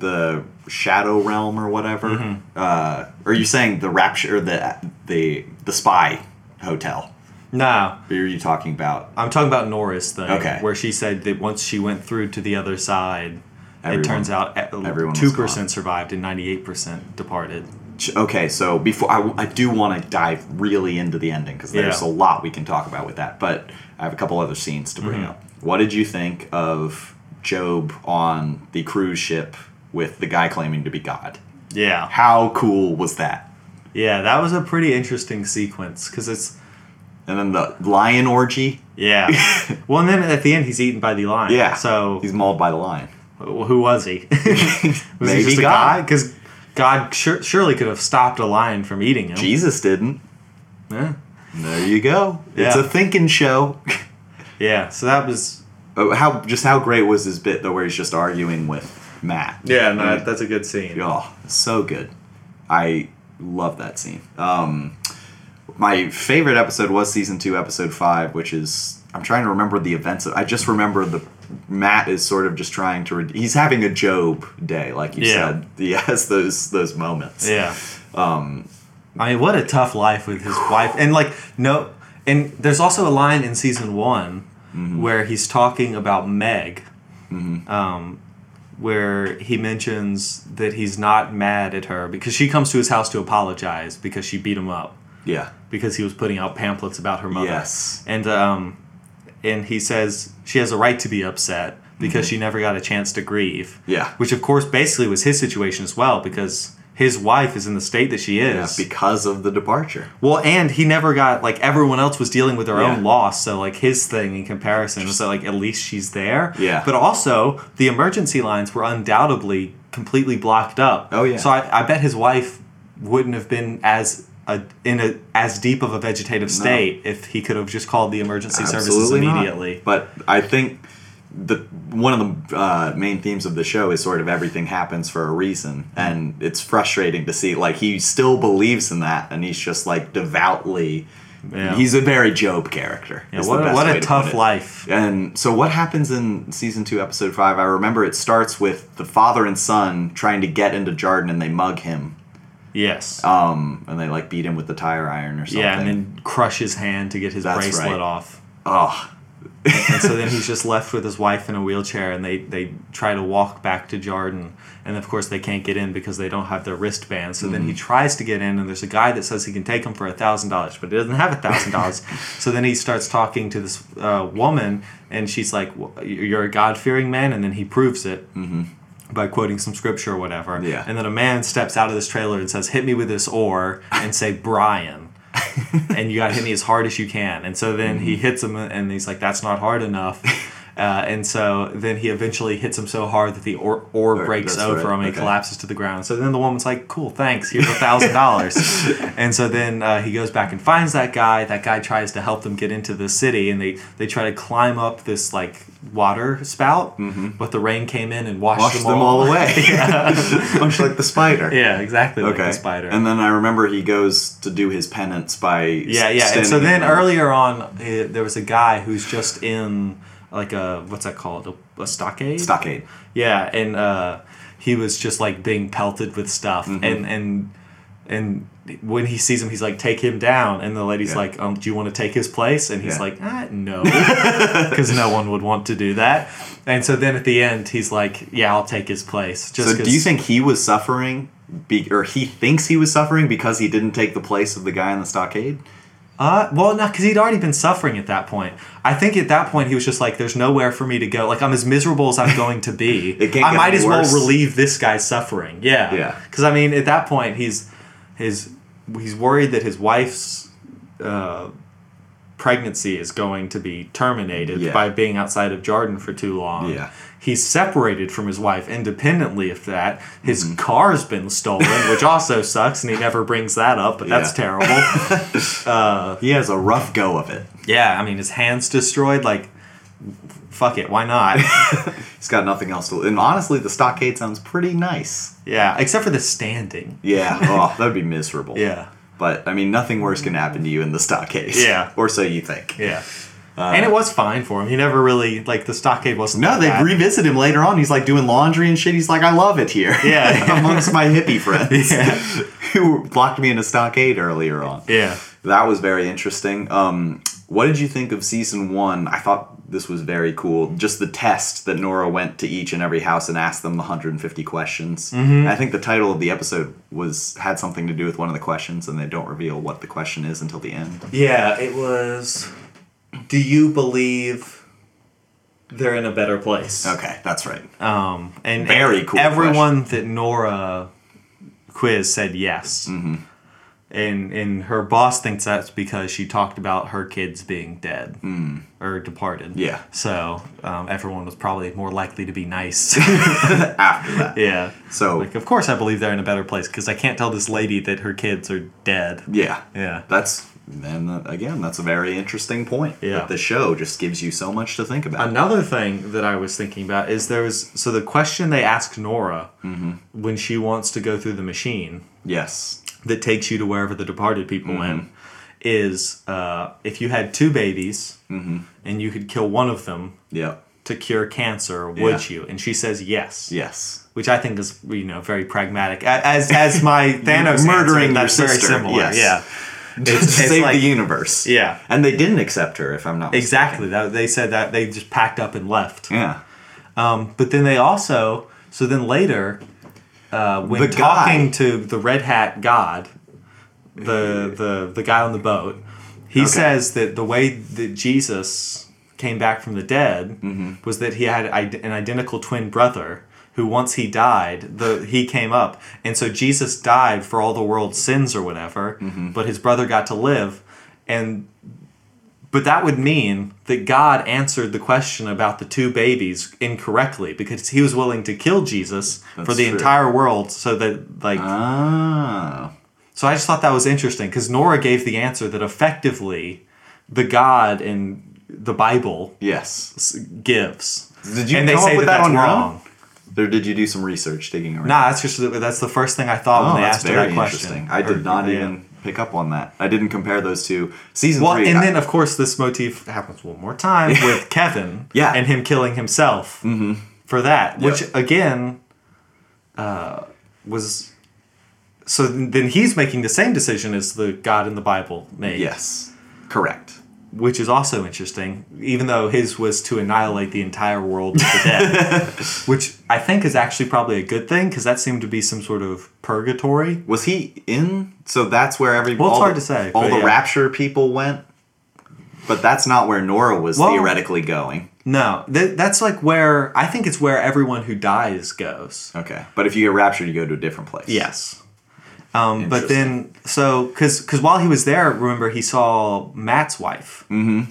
Speaker 2: the shadow realm or whatever,
Speaker 1: Mm-hmm.
Speaker 2: uh, are you saying the rapture, or the the the spy hotel?
Speaker 1: No,
Speaker 2: Or are you talking about
Speaker 1: I'm talking about Nora's thing,
Speaker 2: Okay.
Speaker 1: where she said that once she went through to the other side, it
Speaker 2: Everyone-
Speaker 1: turns out
Speaker 2: everyone was
Speaker 1: two percent survived and ninety eight percent departed.
Speaker 2: Okay, so before I, I do want to dive really into the ending because there's
Speaker 1: Yeah.
Speaker 2: a lot we can talk about with that, but I have a couple other scenes to
Speaker 1: Mm-hmm.
Speaker 2: bring up. What did you think of Job on the cruise ship with the guy claiming to be God?
Speaker 1: Yeah,
Speaker 2: How cool was that?
Speaker 1: yeah, that was a pretty interesting sequence because it's
Speaker 2: And then the lion orgy.
Speaker 1: yeah. well, and then at the end, he's eaten by the lion.
Speaker 2: Yeah.
Speaker 1: So
Speaker 2: he's mauled by the lion.
Speaker 1: who was he? was
Speaker 2: Maybe
Speaker 1: he just a
Speaker 2: God.
Speaker 1: guy? Because God sure, surely could have stopped a lion from eating him.
Speaker 2: Jesus didn't.
Speaker 1: Yeah.
Speaker 2: There you go. It's
Speaker 1: Yeah.
Speaker 2: a thinking show.
Speaker 1: yeah. So that was
Speaker 2: Oh, how just how great was his bit though, where he's just arguing with Matt? I mean,
Speaker 1: that's a good scene.
Speaker 2: Oh, so good. I love that scene. Um, my favorite episode was season two, episode five, which is I'm trying to remember the events. Of, I just remember the Matt is sort of just trying to. Re- he's having a Job day, like you
Speaker 1: Yeah.
Speaker 2: said. He has those those moments.
Speaker 1: Yeah. Um, I mean, what a tough life with his wife, and like no, and there's also a line in season one where he's talking about Meg, um, where he mentions that he's not mad at her because she comes to his house to apologize because she beat him up
Speaker 2: Yeah.
Speaker 1: because he was putting out pamphlets about her mother.
Speaker 2: Yes.
Speaker 1: And um, and he says she has a right to be upset because she never got a chance to grieve.
Speaker 2: Mm-hmm. Yeah.
Speaker 1: Which of course basically was his situation as well because his wife is in the state that she
Speaker 2: Yeah,
Speaker 1: is.
Speaker 2: because of the departure.
Speaker 1: well, and he never got like everyone else was dealing with their
Speaker 2: Yeah.
Speaker 1: own loss, so like his thing in comparison was that like at least she's there.
Speaker 2: Yeah.
Speaker 1: But also the emergency lines were undoubtedly completely blocked up.
Speaker 2: Oh, yeah.
Speaker 1: So I, I bet his wife wouldn't have been as a, in a as deep of a vegetative state if he could have just called the emergency services
Speaker 2: not.
Speaker 1: immediately.
Speaker 2: But I think the one of the uh, main themes of the show is sort of everything happens for a reason, and it's frustrating to see. Like he still believes in that, and he's just like devoutly.
Speaker 1: Yeah.
Speaker 2: He's a very Job character.
Speaker 1: Yeah,
Speaker 2: is the
Speaker 1: what, a-
Speaker 2: best
Speaker 1: what
Speaker 2: way
Speaker 1: a
Speaker 2: to put
Speaker 1: tough
Speaker 2: it.
Speaker 1: life.
Speaker 2: And so, what happens in season two, episode five? I remember it starts with the father and son trying to get into Jarden, and they mug him,
Speaker 1: Yes.
Speaker 2: um, and they like beat him with the tire iron or something.
Speaker 1: yeah, and then crush his hand to get his
Speaker 2: That's
Speaker 1: bracelet
Speaker 2: right.
Speaker 1: off.
Speaker 2: oh,
Speaker 1: And so then he's just left with his wife in a wheelchair, and they, they try to walk back to Jordan. And of course, they can't get in because they don't have their wristband. So then he tries to get in, and there's a guy that says he can take him for $1,000, but he doesn't have $1,000. so then he starts talking to this uh, woman, and she's like, "Well, You're a God fearing man. And then he proves it. by quoting some scripture or whatever.
Speaker 2: Yeah.
Speaker 1: And then a man steps out of this trailer and says, "Hit me with this oar," and say, "Brian."
Speaker 2: Mm-hmm.
Speaker 1: uh, and you got to hit me as hard as you can. And so then he hits him, and he's like, "That's not hard enough." Uh, and so then he eventually hits him so hard that the or- orb
Speaker 2: Or-
Speaker 1: breaks
Speaker 2: that's
Speaker 1: over
Speaker 2: right,
Speaker 1: him and
Speaker 2: okay.
Speaker 1: he collapses to the ground. So then the woman's like, "Cool, thanks. Here's a thousand dollars." And so then uh, he goes back and finds that guy. That guy tries to help them get into the city, and they they try to climb up this like water spout, but the rain came in and washed,
Speaker 2: Wash Mm-hmm. them, all away. Much like the spider.
Speaker 1: Yeah, exactly. Like
Speaker 2: Okay.
Speaker 1: the spider.
Speaker 2: And then I remember he goes to do his penance by
Speaker 1: Yeah, yeah. And
Speaker 2: standing
Speaker 1: so
Speaker 2: in
Speaker 1: then
Speaker 2: front of-
Speaker 1: earlier on, uh, there was a guy who's just in like a what's that called? A, a stockade.
Speaker 2: stockade.
Speaker 1: Yeah, and uh, he was just like being pelted with stuff,
Speaker 2: Mm-hmm.
Speaker 1: and and and when he sees him, he's like, "Take him down," and the lady's
Speaker 2: Yeah.
Speaker 1: like, um, "Do you want to take his place?" And he's
Speaker 2: Yeah.
Speaker 1: like, ah, "No," because no one would want to do that. And so then at the end, he's like, "Yeah, I'll take his place." Just
Speaker 2: So do you
Speaker 1: 'cause-
Speaker 2: think he was suffering, be, or he thinks he was suffering because he didn't take the place of the guy in the stockade?
Speaker 1: Uh, well, no, because he'd already been suffering at that point. I think at that point he was just like, "There's nowhere for me to go. Like I'm as miserable as I'm going to be.
Speaker 2: It can't
Speaker 1: I
Speaker 2: get
Speaker 1: might
Speaker 2: any
Speaker 1: as
Speaker 2: worse."
Speaker 1: well relieve this guy's suffering." Yeah,
Speaker 2: Yeah.
Speaker 1: Because I mean, at that point he's his he's worried that his wife's uh, pregnancy is going to be terminated
Speaker 2: Yeah.
Speaker 1: by being outside of Jordan for too long.
Speaker 2: Yeah.
Speaker 1: He's separated from his wife independently of that. His
Speaker 2: Mm-hmm.
Speaker 1: car's been stolen, which also sucks, and he never brings that up, but that's
Speaker 2: Yeah.
Speaker 1: terrible.
Speaker 2: He has a rough go of it.
Speaker 1: Yeah, I mean, his hand's destroyed. Like, fuck it, why not?
Speaker 2: He's got nothing else to. And honestly, the stockade sounds pretty nice.
Speaker 1: yeah, except for the standing.
Speaker 2: Yeah, oh, that'd be miserable.
Speaker 1: Yeah,
Speaker 2: But I mean, nothing worse can happen to you in the stockade.
Speaker 1: Yeah.
Speaker 2: or so you think.
Speaker 1: yeah. and it was fine for him. He never really like the stockade wasn't.
Speaker 2: Uh, No,
Speaker 1: that
Speaker 2: they
Speaker 1: bad.
Speaker 2: revisit him later on. He's like doing laundry and shit. He's like, I love it here.
Speaker 1: Yeah.
Speaker 2: amongst my hippie friends
Speaker 1: Yeah.
Speaker 2: who blocked me in a stockade earlier on.
Speaker 1: Yeah.
Speaker 2: That was very interesting. Um, what did you think of season one? I thought this was very cool. Just the test that Nora went to each and every house and asked them the 150 questions. I think the title of the episode was had something to do with one of the questions, and they don't reveal what the question is until the end.
Speaker 1: Yeah, it was. Do you believe they're in a better place?
Speaker 2: Okay, that's right.
Speaker 1: Um, and
Speaker 2: Very cool
Speaker 1: Everyone that Nora quiz said yes.
Speaker 2: Mm-hmm.
Speaker 1: And and her boss thinks that's because she talked about her kids being dead or departed.
Speaker 2: Mm. Yeah.
Speaker 1: So um, everyone was probably more likely to be nice.
Speaker 2: After that,
Speaker 1: yeah.
Speaker 2: so
Speaker 1: Like, of course, I believe they're in a better place because I can't tell this lady that her kids are dead.
Speaker 2: yeah,
Speaker 1: Yeah.
Speaker 2: That's and uh, again, that's a very interesting point.
Speaker 1: Yeah.
Speaker 2: that the show just gives you so much to think about.
Speaker 1: Another thing that I was thinking about is there was so the question they ask Nora
Speaker 2: Mm-hmm.
Speaker 1: when she wants to go through the machine
Speaker 2: yes,
Speaker 1: that takes you to wherever the departed people
Speaker 2: Mm-hmm.
Speaker 1: went is uh, if you had two babies
Speaker 2: Mm-hmm.
Speaker 1: and you could kill one of them
Speaker 2: yep,
Speaker 1: to cure cancer, would you? And she says yes,
Speaker 2: yes.
Speaker 1: which I think is you know very pragmatic. A- As as my Thanos answer,
Speaker 2: Murdering your
Speaker 1: that's very
Speaker 2: sister,
Speaker 1: similar.
Speaker 2: yes.
Speaker 1: Yeah,
Speaker 2: It's, save the universe.
Speaker 1: Yeah.
Speaker 2: and they didn't accept her, if I'm not mistaken.
Speaker 1: exactly. That they said that they just packed up and left.
Speaker 2: Yeah.
Speaker 1: But then they also so then later uh, when
Speaker 2: The guy-
Speaker 1: talking to the red hat god, the the the guy on the boat, he says that the way that Jesus came back from the dead
Speaker 2: Mm-hmm.
Speaker 1: was that he had id- an identical twin brother who once he died the he came up and so Jesus died for all the world's sins or whatever
Speaker 2: Mm-hmm.
Speaker 1: but his brother got to live and but that would mean that God answered the question about the two babies incorrectly because he was willing to kill Jesus for
Speaker 2: That's
Speaker 1: the
Speaker 2: true. Uh,
Speaker 1: entire world so that like
Speaker 2: Ah.
Speaker 1: so I just thought that was interesting because Nora gave the answer that effectively the God in the Bible
Speaker 2: Yes.
Speaker 1: s- gives.
Speaker 2: Did you come up with that
Speaker 1: that's
Speaker 2: on your own? Or did you do some research digging around?
Speaker 1: Nah, that's just the- that's the first thing I thought
Speaker 2: Oh,
Speaker 1: when they
Speaker 2: that's
Speaker 1: asked her
Speaker 2: very
Speaker 1: that question.
Speaker 2: interesting. I did
Speaker 1: Or-
Speaker 2: not
Speaker 1: yeah.
Speaker 2: even pick up on that. I didn't compare those two. Season
Speaker 1: Well,
Speaker 2: three.
Speaker 1: and
Speaker 2: I-
Speaker 1: then of course this motif happens one more time with Kevin,
Speaker 2: Yeah. Mm-hmm.
Speaker 1: and him killing himself for that, which again uh, was. So then he's making the same decision as the God in the Bible made,
Speaker 2: yes. Correct.
Speaker 1: which is also interesting, even though his was to annihilate the entire world with the dead, which I think is actually probably a good thing because that seemed to be some sort of purgatory.
Speaker 2: Was he in? So that's where every.
Speaker 1: Well, it's
Speaker 2: all
Speaker 1: hard
Speaker 2: the-
Speaker 1: to say,
Speaker 2: All
Speaker 1: but
Speaker 2: the
Speaker 1: yeah.
Speaker 2: rapture people went. But that's not where Nora was
Speaker 1: Well-
Speaker 2: theoretically going.
Speaker 1: No, th- that's like where I think it's where everyone who dies goes.
Speaker 2: Okay. But if you get raptured, you go to a different place.
Speaker 1: Yes. Um, but then, so because because while he was there, remember he saw Matt's wife, mm-hmm.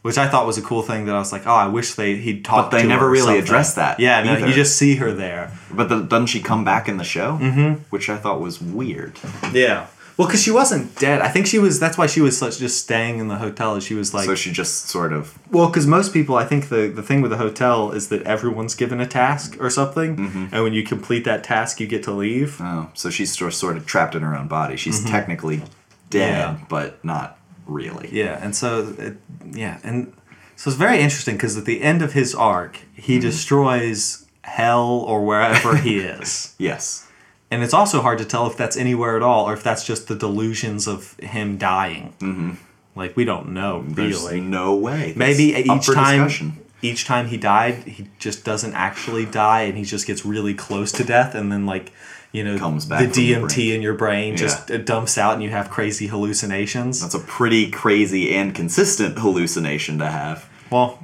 Speaker 1: which I thought was a cool thing that I was like, oh, I wish they he'd talk.
Speaker 2: But they
Speaker 1: to
Speaker 2: never
Speaker 1: her or
Speaker 2: really
Speaker 1: something.
Speaker 2: addressed that
Speaker 1: Yeah, no,
Speaker 2: either.
Speaker 1: you just see her there.
Speaker 2: But the, doesn't she come back in the show? Mm-hmm. Which I thought was weird.
Speaker 1: Yeah. Well, because she wasn't dead. I think she was. That's why she was such just staying in the hotel. She was like,
Speaker 2: so she just sort of
Speaker 1: Well, because most people, I think the, the thing with the hotel is that everyone's given a task or something,
Speaker 2: Mm-hmm.
Speaker 1: and when you complete that task, you get to leave.
Speaker 2: oh, so she's sort sort of trapped in her own body. She's technically dead,
Speaker 1: Mm-hmm. Yeah.
Speaker 2: but not really.
Speaker 1: Yeah, and so it, yeah, and so it's very interesting because at the end of his arc, he
Speaker 2: Mm-hmm.
Speaker 1: destroys hell or wherever he is,
Speaker 2: Yes.
Speaker 1: and it's also hard to tell if that's anywhere at all or if that's just the delusions of him dying. Mm-hmm. Like we don't know
Speaker 2: There's
Speaker 1: really.
Speaker 2: no way.
Speaker 1: Maybe
Speaker 2: That's up
Speaker 1: each
Speaker 2: for
Speaker 1: time,
Speaker 2: discussion.
Speaker 1: each time he died, he just doesn't actually die, and he just gets really close to death, and then like, you know,
Speaker 2: Comes back
Speaker 1: the
Speaker 2: from the
Speaker 1: DMT
Speaker 2: brink.
Speaker 1: in your brain just
Speaker 2: Yeah.
Speaker 1: uh dumps out, and you have crazy hallucinations.
Speaker 2: That's a pretty crazy and consistent hallucination to have.
Speaker 1: well,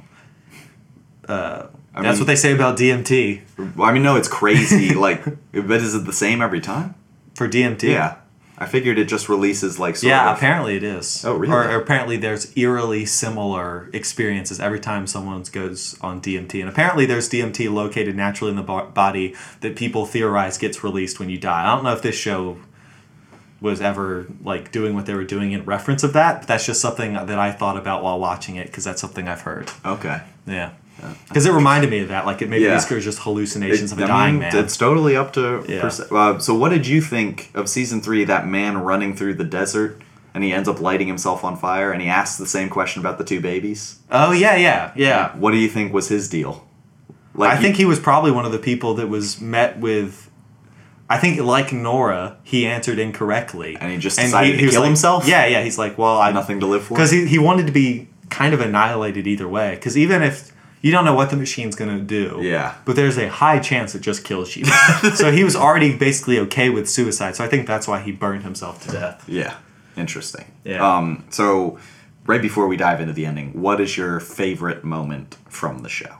Speaker 1: uh,
Speaker 2: I
Speaker 1: that's what
Speaker 2: mean,
Speaker 1: they say about DMT
Speaker 2: they. I mean, no, it's crazy. like, but is it the same every time?
Speaker 1: for DMT.
Speaker 2: Yeah. I figured it just releases like sort
Speaker 1: Yeah,
Speaker 2: of.
Speaker 1: apparently it is.
Speaker 2: Oh, really?
Speaker 1: Or, or apparently there's eerily similar experiences every time someone goes on DMT. And apparently there's DMT located naturally in the bo- body that people theorize gets released when you die. I don't know if this show was ever like doing what they were doing in reference of that, but that's just something that I thought about while watching it because that's something I've heard.
Speaker 2: Okay.
Speaker 1: Yeah. Because it reminded me of that. Like it maybe
Speaker 2: Yeah.
Speaker 1: this was just hallucinations of a
Speaker 2: I
Speaker 1: dying
Speaker 2: mean,
Speaker 1: man.
Speaker 2: It's totally up to.
Speaker 1: Yeah.
Speaker 2: perce- uh, so, what did you think of season three? That man running through the desert, and he ends up lighting himself on fire, and he asks the same question about the two babies.
Speaker 1: Oh yeah, yeah, yeah.
Speaker 2: What do you think was his deal? Like,
Speaker 1: I think he was probably one of the people that was met with. I think, like Nora, he answered incorrectly,
Speaker 2: And he just decided to
Speaker 1: was
Speaker 2: kill
Speaker 1: like-
Speaker 2: himself?
Speaker 1: Yeah, yeah. He's like, well,
Speaker 2: had
Speaker 1: I
Speaker 2: nothing to live for.
Speaker 1: because he he wanted to be kind of annihilated either way. Because even if you don't know what the machine's gonna do,
Speaker 2: Yeah.
Speaker 1: but there's a high chance it just kills you. so he was already basically okay with suicide. So I think that's why he burned himself to death.
Speaker 2: yeah, interesting.
Speaker 1: Yeah.
Speaker 2: Um. So, right before we dive into the ending, what is your favorite moment from the show?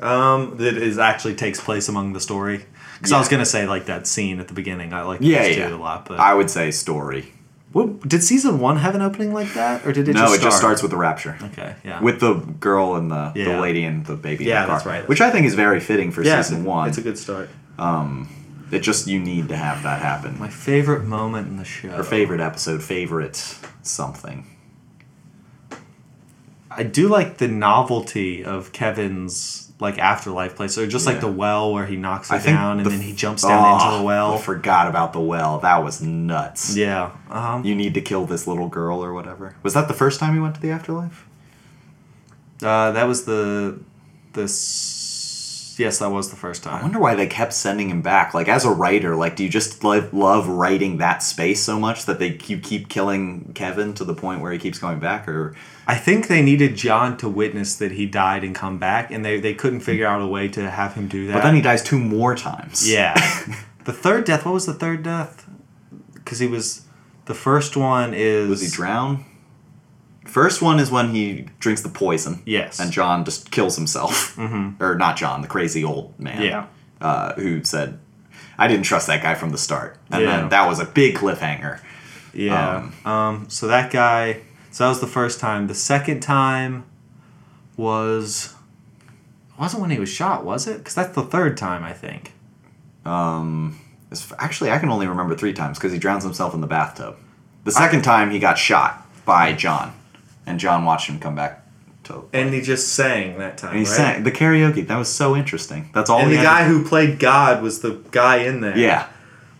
Speaker 1: Um, that is actually takes place among the story. Because I
Speaker 2: Yeah.
Speaker 1: was gonna say like that scene at the beginning. I like
Speaker 2: Yeah,
Speaker 1: those two
Speaker 2: yeah.
Speaker 1: a lot, but
Speaker 2: I would say story.
Speaker 1: What, did season one have an opening like that, or did it?
Speaker 2: no,
Speaker 1: just
Speaker 2: it just
Speaker 1: start?
Speaker 2: starts with the rapture.
Speaker 1: Okay, yeah.
Speaker 2: With the girl and the,
Speaker 1: Yeah.
Speaker 2: the lady and the baby. in
Speaker 1: Yeah,
Speaker 2: the car,
Speaker 1: that's right.
Speaker 2: Which I think is very fitting for
Speaker 1: yeah,
Speaker 2: season one.
Speaker 1: it's a good start.
Speaker 2: It just you need to have that happen.
Speaker 1: My favorite moment in the show.
Speaker 2: Or favorite episode, favorite something.
Speaker 1: I do like the novelty of Kevin's like afterlife place, or just like
Speaker 2: Yeah.
Speaker 1: the well where he knocks
Speaker 2: I
Speaker 1: it
Speaker 2: think
Speaker 1: down and
Speaker 2: the-
Speaker 1: then he jumps down into
Speaker 2: Ah,
Speaker 1: the
Speaker 2: I
Speaker 1: well.
Speaker 2: forgot about the well. That was nuts.
Speaker 1: Yeah. Um,
Speaker 2: You need to kill this little girl or whatever. Was that the first time you went to the afterlife?
Speaker 1: uh, that was the this. Yes, that was the first
Speaker 2: I
Speaker 1: time.
Speaker 2: wonder why they kept sending him back. Like as a writer, like do you just love, love writing that space so much that they you keep killing Kevin to the point where he keeps going back or
Speaker 1: I think they needed John to witness that he died and come back, and they, they couldn't figure out a way to have him do that.
Speaker 2: But then he dies two more times.
Speaker 1: Yeah. the third death. What was the third death? Because he was. The first one is.
Speaker 2: Does he drown? First one is when he drinks the poison.
Speaker 1: Yes.
Speaker 2: And John just kills himself. Mm-hmm. Or not John, the crazy old man.
Speaker 1: Yeah.
Speaker 2: Uh, who said, I didn't trust that guy from the start. And
Speaker 1: Yeah.
Speaker 2: then that was a big cliffhanger.
Speaker 1: Yeah. Um, So that guy. So that was the first time. The second time was. it Wasn't when he was shot, was it? Because that's the third time I think.
Speaker 2: It's, actually, I can only remember three times because he drowns himself in the bathtub. The second time, he got shot by John. And John watched him come back to.
Speaker 1: And he just sang that time.
Speaker 2: And he sang the karaoke. That was so interesting. That's all
Speaker 1: And
Speaker 2: he
Speaker 1: the
Speaker 2: had to-
Speaker 1: guy who played God was the guy in there.
Speaker 2: Yeah.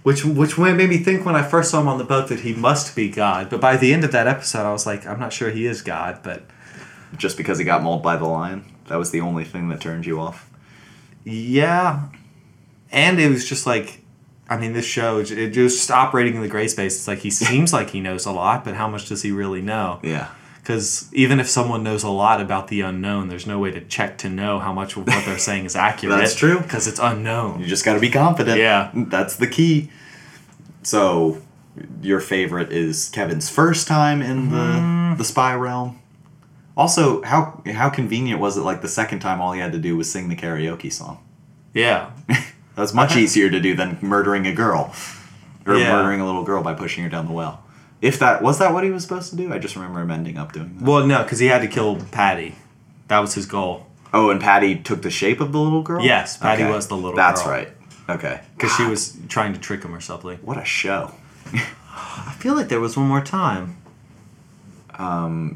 Speaker 1: Which which made me think when I first saw him on the boat that he must be God. But by the end of that episode, I was like, I'm not sure he is God, but
Speaker 2: Just because he got mauled by the lion. That was the only thing that turned you off.
Speaker 1: Yeah, and it was just like, I mean, this show it it was just operating in the gray space. It's like he seems like he knows a lot, but how much does he really know?
Speaker 2: Yeah.
Speaker 1: Because even if someone knows a lot about the unknown, there's no way to check to know how much of what they're saying is accurate.
Speaker 2: That's true.
Speaker 1: because it's unknown.
Speaker 2: You just got to be confident.
Speaker 1: Yeah.
Speaker 2: That's the key. So, your favorite is Kevin's first time in the
Speaker 1: Mm-hmm.
Speaker 2: the spy realm. Also, how how convenient was it? Like the second time, all he had to do was sing the karaoke song.
Speaker 1: Yeah,
Speaker 2: That's much easier to do than murdering a girl or
Speaker 1: Yeah.
Speaker 2: murdering a little girl by pushing her down the well. If that was that what he was supposed to do, I just remember him ending up doing that.
Speaker 1: Well, no, because he had to kill Patty. That was his goal.
Speaker 2: Oh, and Patty took the shape of the little girl.
Speaker 1: Yes, Patty was the little
Speaker 2: That's
Speaker 1: girl.
Speaker 2: right. Okay.
Speaker 1: Because she was trying to trick him or something.
Speaker 2: What a show.
Speaker 1: I feel like there was one more time.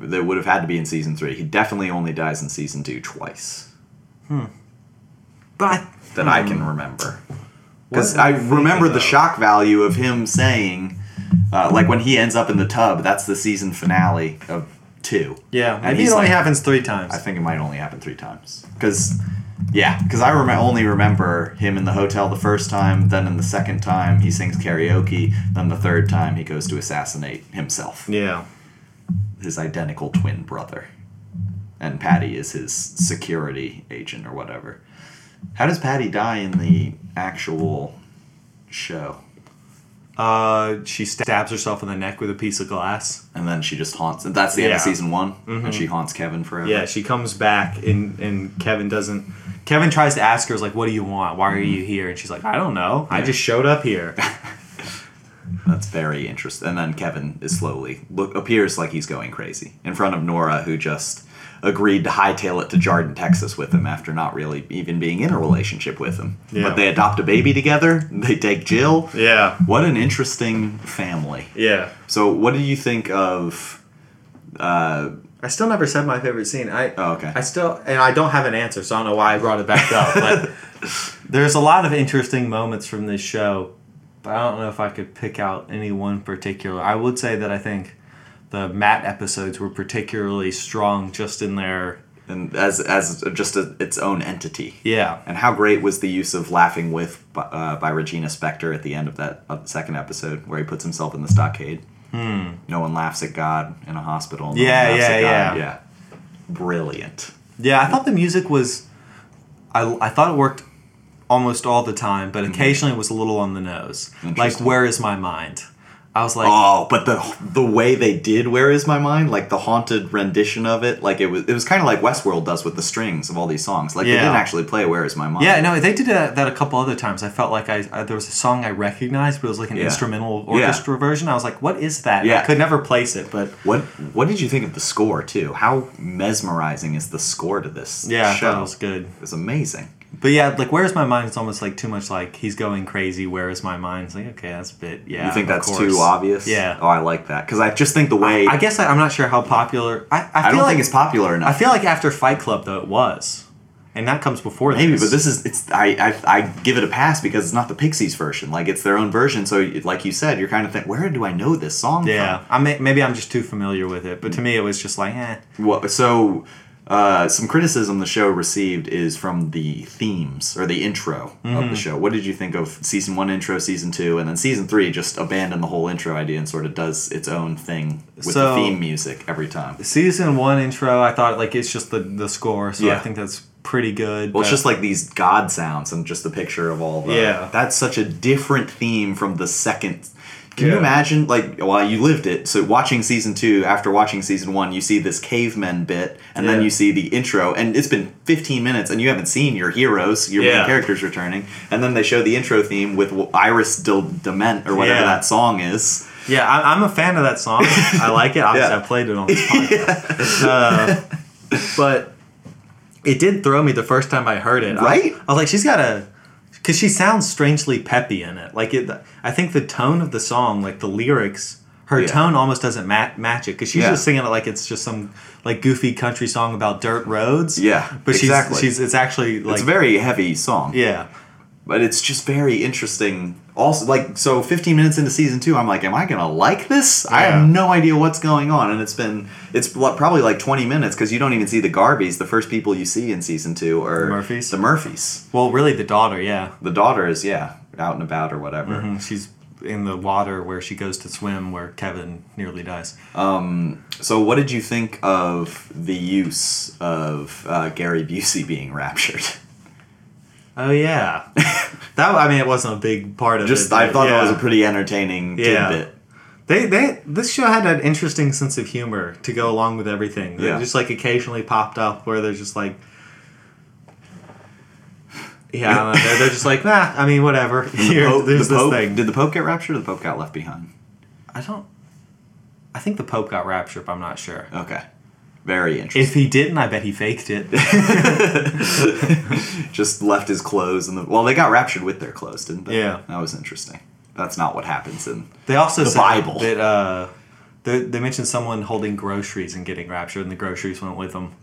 Speaker 2: That would have had to be in season three. He definitely only dies in season two twice
Speaker 1: But I,
Speaker 2: that I can remember. Because
Speaker 1: Hmm. What am
Speaker 2: I
Speaker 1: I thinking
Speaker 2: remember the
Speaker 1: of?
Speaker 2: shock value of him saying, uh, like when he ends up in the tub. That's the season finale of two.
Speaker 1: yeah,
Speaker 2: And
Speaker 1: maybe it
Speaker 2: he's
Speaker 1: only
Speaker 2: like-
Speaker 1: happens three times.
Speaker 2: I think it might only happen three times. Because, yeah, because I rem- only remember him in the hotel the first time, then in the second time he sings karaoke, then the third time he goes to assassinate himself,
Speaker 1: yeah.
Speaker 2: his identical twin brother. And Patty is his security agent or whatever. How does Patty die in the actual show?
Speaker 1: Uh, she stabs herself in the neck with a piece of glass.
Speaker 2: And then she just haunts. And that's the end of
Speaker 1: Yeah. Mm-hmm.
Speaker 2: season one, and she haunts Kevin forever.
Speaker 1: Yeah, she comes back and and Kevin doesn't. Kevin tries to ask her, is like, "What do you want? Why are you here?" And she's like, "I don't know. I
Speaker 2: Yeah.
Speaker 1: just showed up here."
Speaker 2: That's very interesting. And then Kevin is slowly look appears like he's going crazy in front of Nora, who just agreed to hightail it to Jarden, Texas, with him after not really even being in a relationship with him.
Speaker 1: Yeah.
Speaker 2: But they adopt a baby together. They take Jill.
Speaker 1: yeah,
Speaker 2: What an interesting family.
Speaker 1: yeah.
Speaker 2: So, what do you think of? Uh,
Speaker 1: I still never said my favorite scene. I
Speaker 2: Oh, okay.
Speaker 1: I still and I don't have an answer, so I don't know why I brought it back up. But there's a lot of interesting moments from this show, but I don't know if I could pick out any one particular. I would say that I think the Matt episodes were particularly strong, just in their
Speaker 2: and as as just a, its own entity.
Speaker 1: yeah.
Speaker 2: And how great was the use of "Laughing With" by, uh, by Regina Spektor at the end of that of the second episode, where he puts himself in the stockade. No one laughs at God in a hospital. No one
Speaker 1: Hmm. Yeah,
Speaker 2: laughs at
Speaker 1: yeah,
Speaker 2: God.
Speaker 1: yeah.
Speaker 2: yeah. Brilliant.
Speaker 1: Yeah, I thought the music was. I, I thought it worked almost all the time, but occasionally it was a little on the nose. Like,
Speaker 2: Mm-hmm. Interesting.
Speaker 1: where is my mind? I was like,
Speaker 2: Oh, but the the way they did "Where Is My Mind," like the haunted rendition of it, like it was it was kind of like Westworld does with the strings of all these songs. Like they
Speaker 1: Yeah.
Speaker 2: didn't actually play "Where Is My Mind."
Speaker 1: yeah, no, they did uh, that, that a couple other times. I felt like I, I there was a song I recognized, but it was like an
Speaker 2: Yeah.
Speaker 1: instrumental
Speaker 2: Yeah.
Speaker 1: orchestra version. I was like, what is that?
Speaker 2: Yeah.
Speaker 1: I could never place it, but
Speaker 2: What What did you think of the score too? How mesmerizing is the score to this?
Speaker 1: yeah, I
Speaker 2: show?
Speaker 1: thought it was good.
Speaker 2: It's amazing.
Speaker 1: But yeah, like, where is my mind? It's almost like too much. Like he's going crazy. Where is my mind? It's like okay, that's a bit. Yeah,
Speaker 2: You think
Speaker 1: of
Speaker 2: that's
Speaker 1: course.
Speaker 2: too obvious?
Speaker 1: Yeah.
Speaker 2: Oh, I like that because I just think the way I,
Speaker 1: I guess I, I'm not sure how popular. I, I, feel
Speaker 2: don't
Speaker 1: like
Speaker 2: think it's popular
Speaker 1: I
Speaker 2: enough.
Speaker 1: feel like after Fight Club though it was, and that comes before
Speaker 2: Maybe,
Speaker 1: this.
Speaker 2: but this is it's. I, I I give it a pass because it's not the Pixies version. Like it's their own version. So it- like you said, you're kind of think, where do I know this song?
Speaker 1: yeah, I may, maybe I'm just too familiar with it. But to me, it was just like, eh,
Speaker 2: From? Well, so. Uh, some criticism the show received is from the themes or the intro of
Speaker 1: Mm-hmm.
Speaker 2: the show. What did you think of season one intro, season two, and then season three? Just abandoned the whole intro idea and sort of does its own thing with the
Speaker 1: So-
Speaker 2: theme music every time.
Speaker 1: season one intro. I thought like it's just the the score, so
Speaker 2: Yeah.
Speaker 1: I think that's pretty good.
Speaker 2: Well, it's
Speaker 1: but-
Speaker 2: just like these god sounds and just the picture of all the.
Speaker 1: Yeah.
Speaker 2: That's such a different theme from the second. Can you
Speaker 1: Yeah.
Speaker 2: imagine? Like, well, you lived it. So, watching season two, after watching season one, you see this caveman bit, and then
Speaker 1: Yeah.
Speaker 2: you see the intro, and it's been 15 minutes, and you haven't seen your heroes, your main
Speaker 1: Yeah.
Speaker 2: characters returning, and then they show the intro theme with Iris Del Dement, or whatever
Speaker 1: Yeah.
Speaker 2: that song is.
Speaker 1: yeah, I, I'm a fan of that song. I like it. Obviously,
Speaker 2: Yeah.
Speaker 1: I played it on this podcast. uh, but it did throw me the first time I heard it. I-
Speaker 2: Right?
Speaker 1: I was like, she's got a. Because she sounds strangely peppy in it. Like, it, I think the tone of the song, like the lyrics, her
Speaker 2: Yeah.
Speaker 1: tone almost doesn't ma- match it. Because she's
Speaker 2: Yeah.
Speaker 1: just singing it like it's just some like goofy country song about dirt roads.
Speaker 2: Yeah,
Speaker 1: But she's,
Speaker 2: exactly.
Speaker 1: she's it's actually like.
Speaker 2: it's a very heavy song.
Speaker 1: yeah.
Speaker 2: but it's just very interesting. Also, like so, fifteen minutes into season two, I'm like, am I gonna like this? I have
Speaker 1: Yeah.
Speaker 2: no idea what's going on, and it's been it's lo- probably like twenty minutes because you don't even see the Garbies. The first people you see in season two are
Speaker 1: The Murphys?
Speaker 2: The Murphys.
Speaker 1: Well, really, the daughter, yeah.
Speaker 2: The daughter is yeah out and about or whatever.
Speaker 1: And Mm, She's in the water where she goes to swim where Kevin nearly dies.
Speaker 2: So, what did you think of the use of uh, Gary Busey being raptured?
Speaker 1: Oh yeah, that I mean it wasn't a big part of it.
Speaker 2: Just
Speaker 1: but
Speaker 2: I thought
Speaker 1: yeah.
Speaker 2: that was a pretty entertaining
Speaker 1: Yeah.
Speaker 2: tidbit.
Speaker 1: they they this show had an interesting sense of humor to go along with everything.
Speaker 2: Yeah.
Speaker 1: It just like occasionally popped up where they're just like, yeah, I don't know. They're, they're just like nah. I mean whatever. Here,
Speaker 2: Pope-
Speaker 1: there's
Speaker 2: the
Speaker 1: this
Speaker 2: Pope,
Speaker 1: thing.
Speaker 2: Did the Pope get raptured or the Pope got left behind?
Speaker 1: I don't. I think the Pope got raptured, but I'm not sure.
Speaker 2: Okay. Very interesting.
Speaker 1: If he didn't, I bet he faked it.
Speaker 2: Just left his clothes in the. Well, they got raptured with their clothes, didn't they?
Speaker 1: Yeah.
Speaker 2: That was interesting. That's not what happens in.
Speaker 1: They also
Speaker 2: The
Speaker 1: said
Speaker 2: Bible.
Speaker 1: that uh, they, they mentioned someone holding groceries and getting raptured, and the groceries went with them.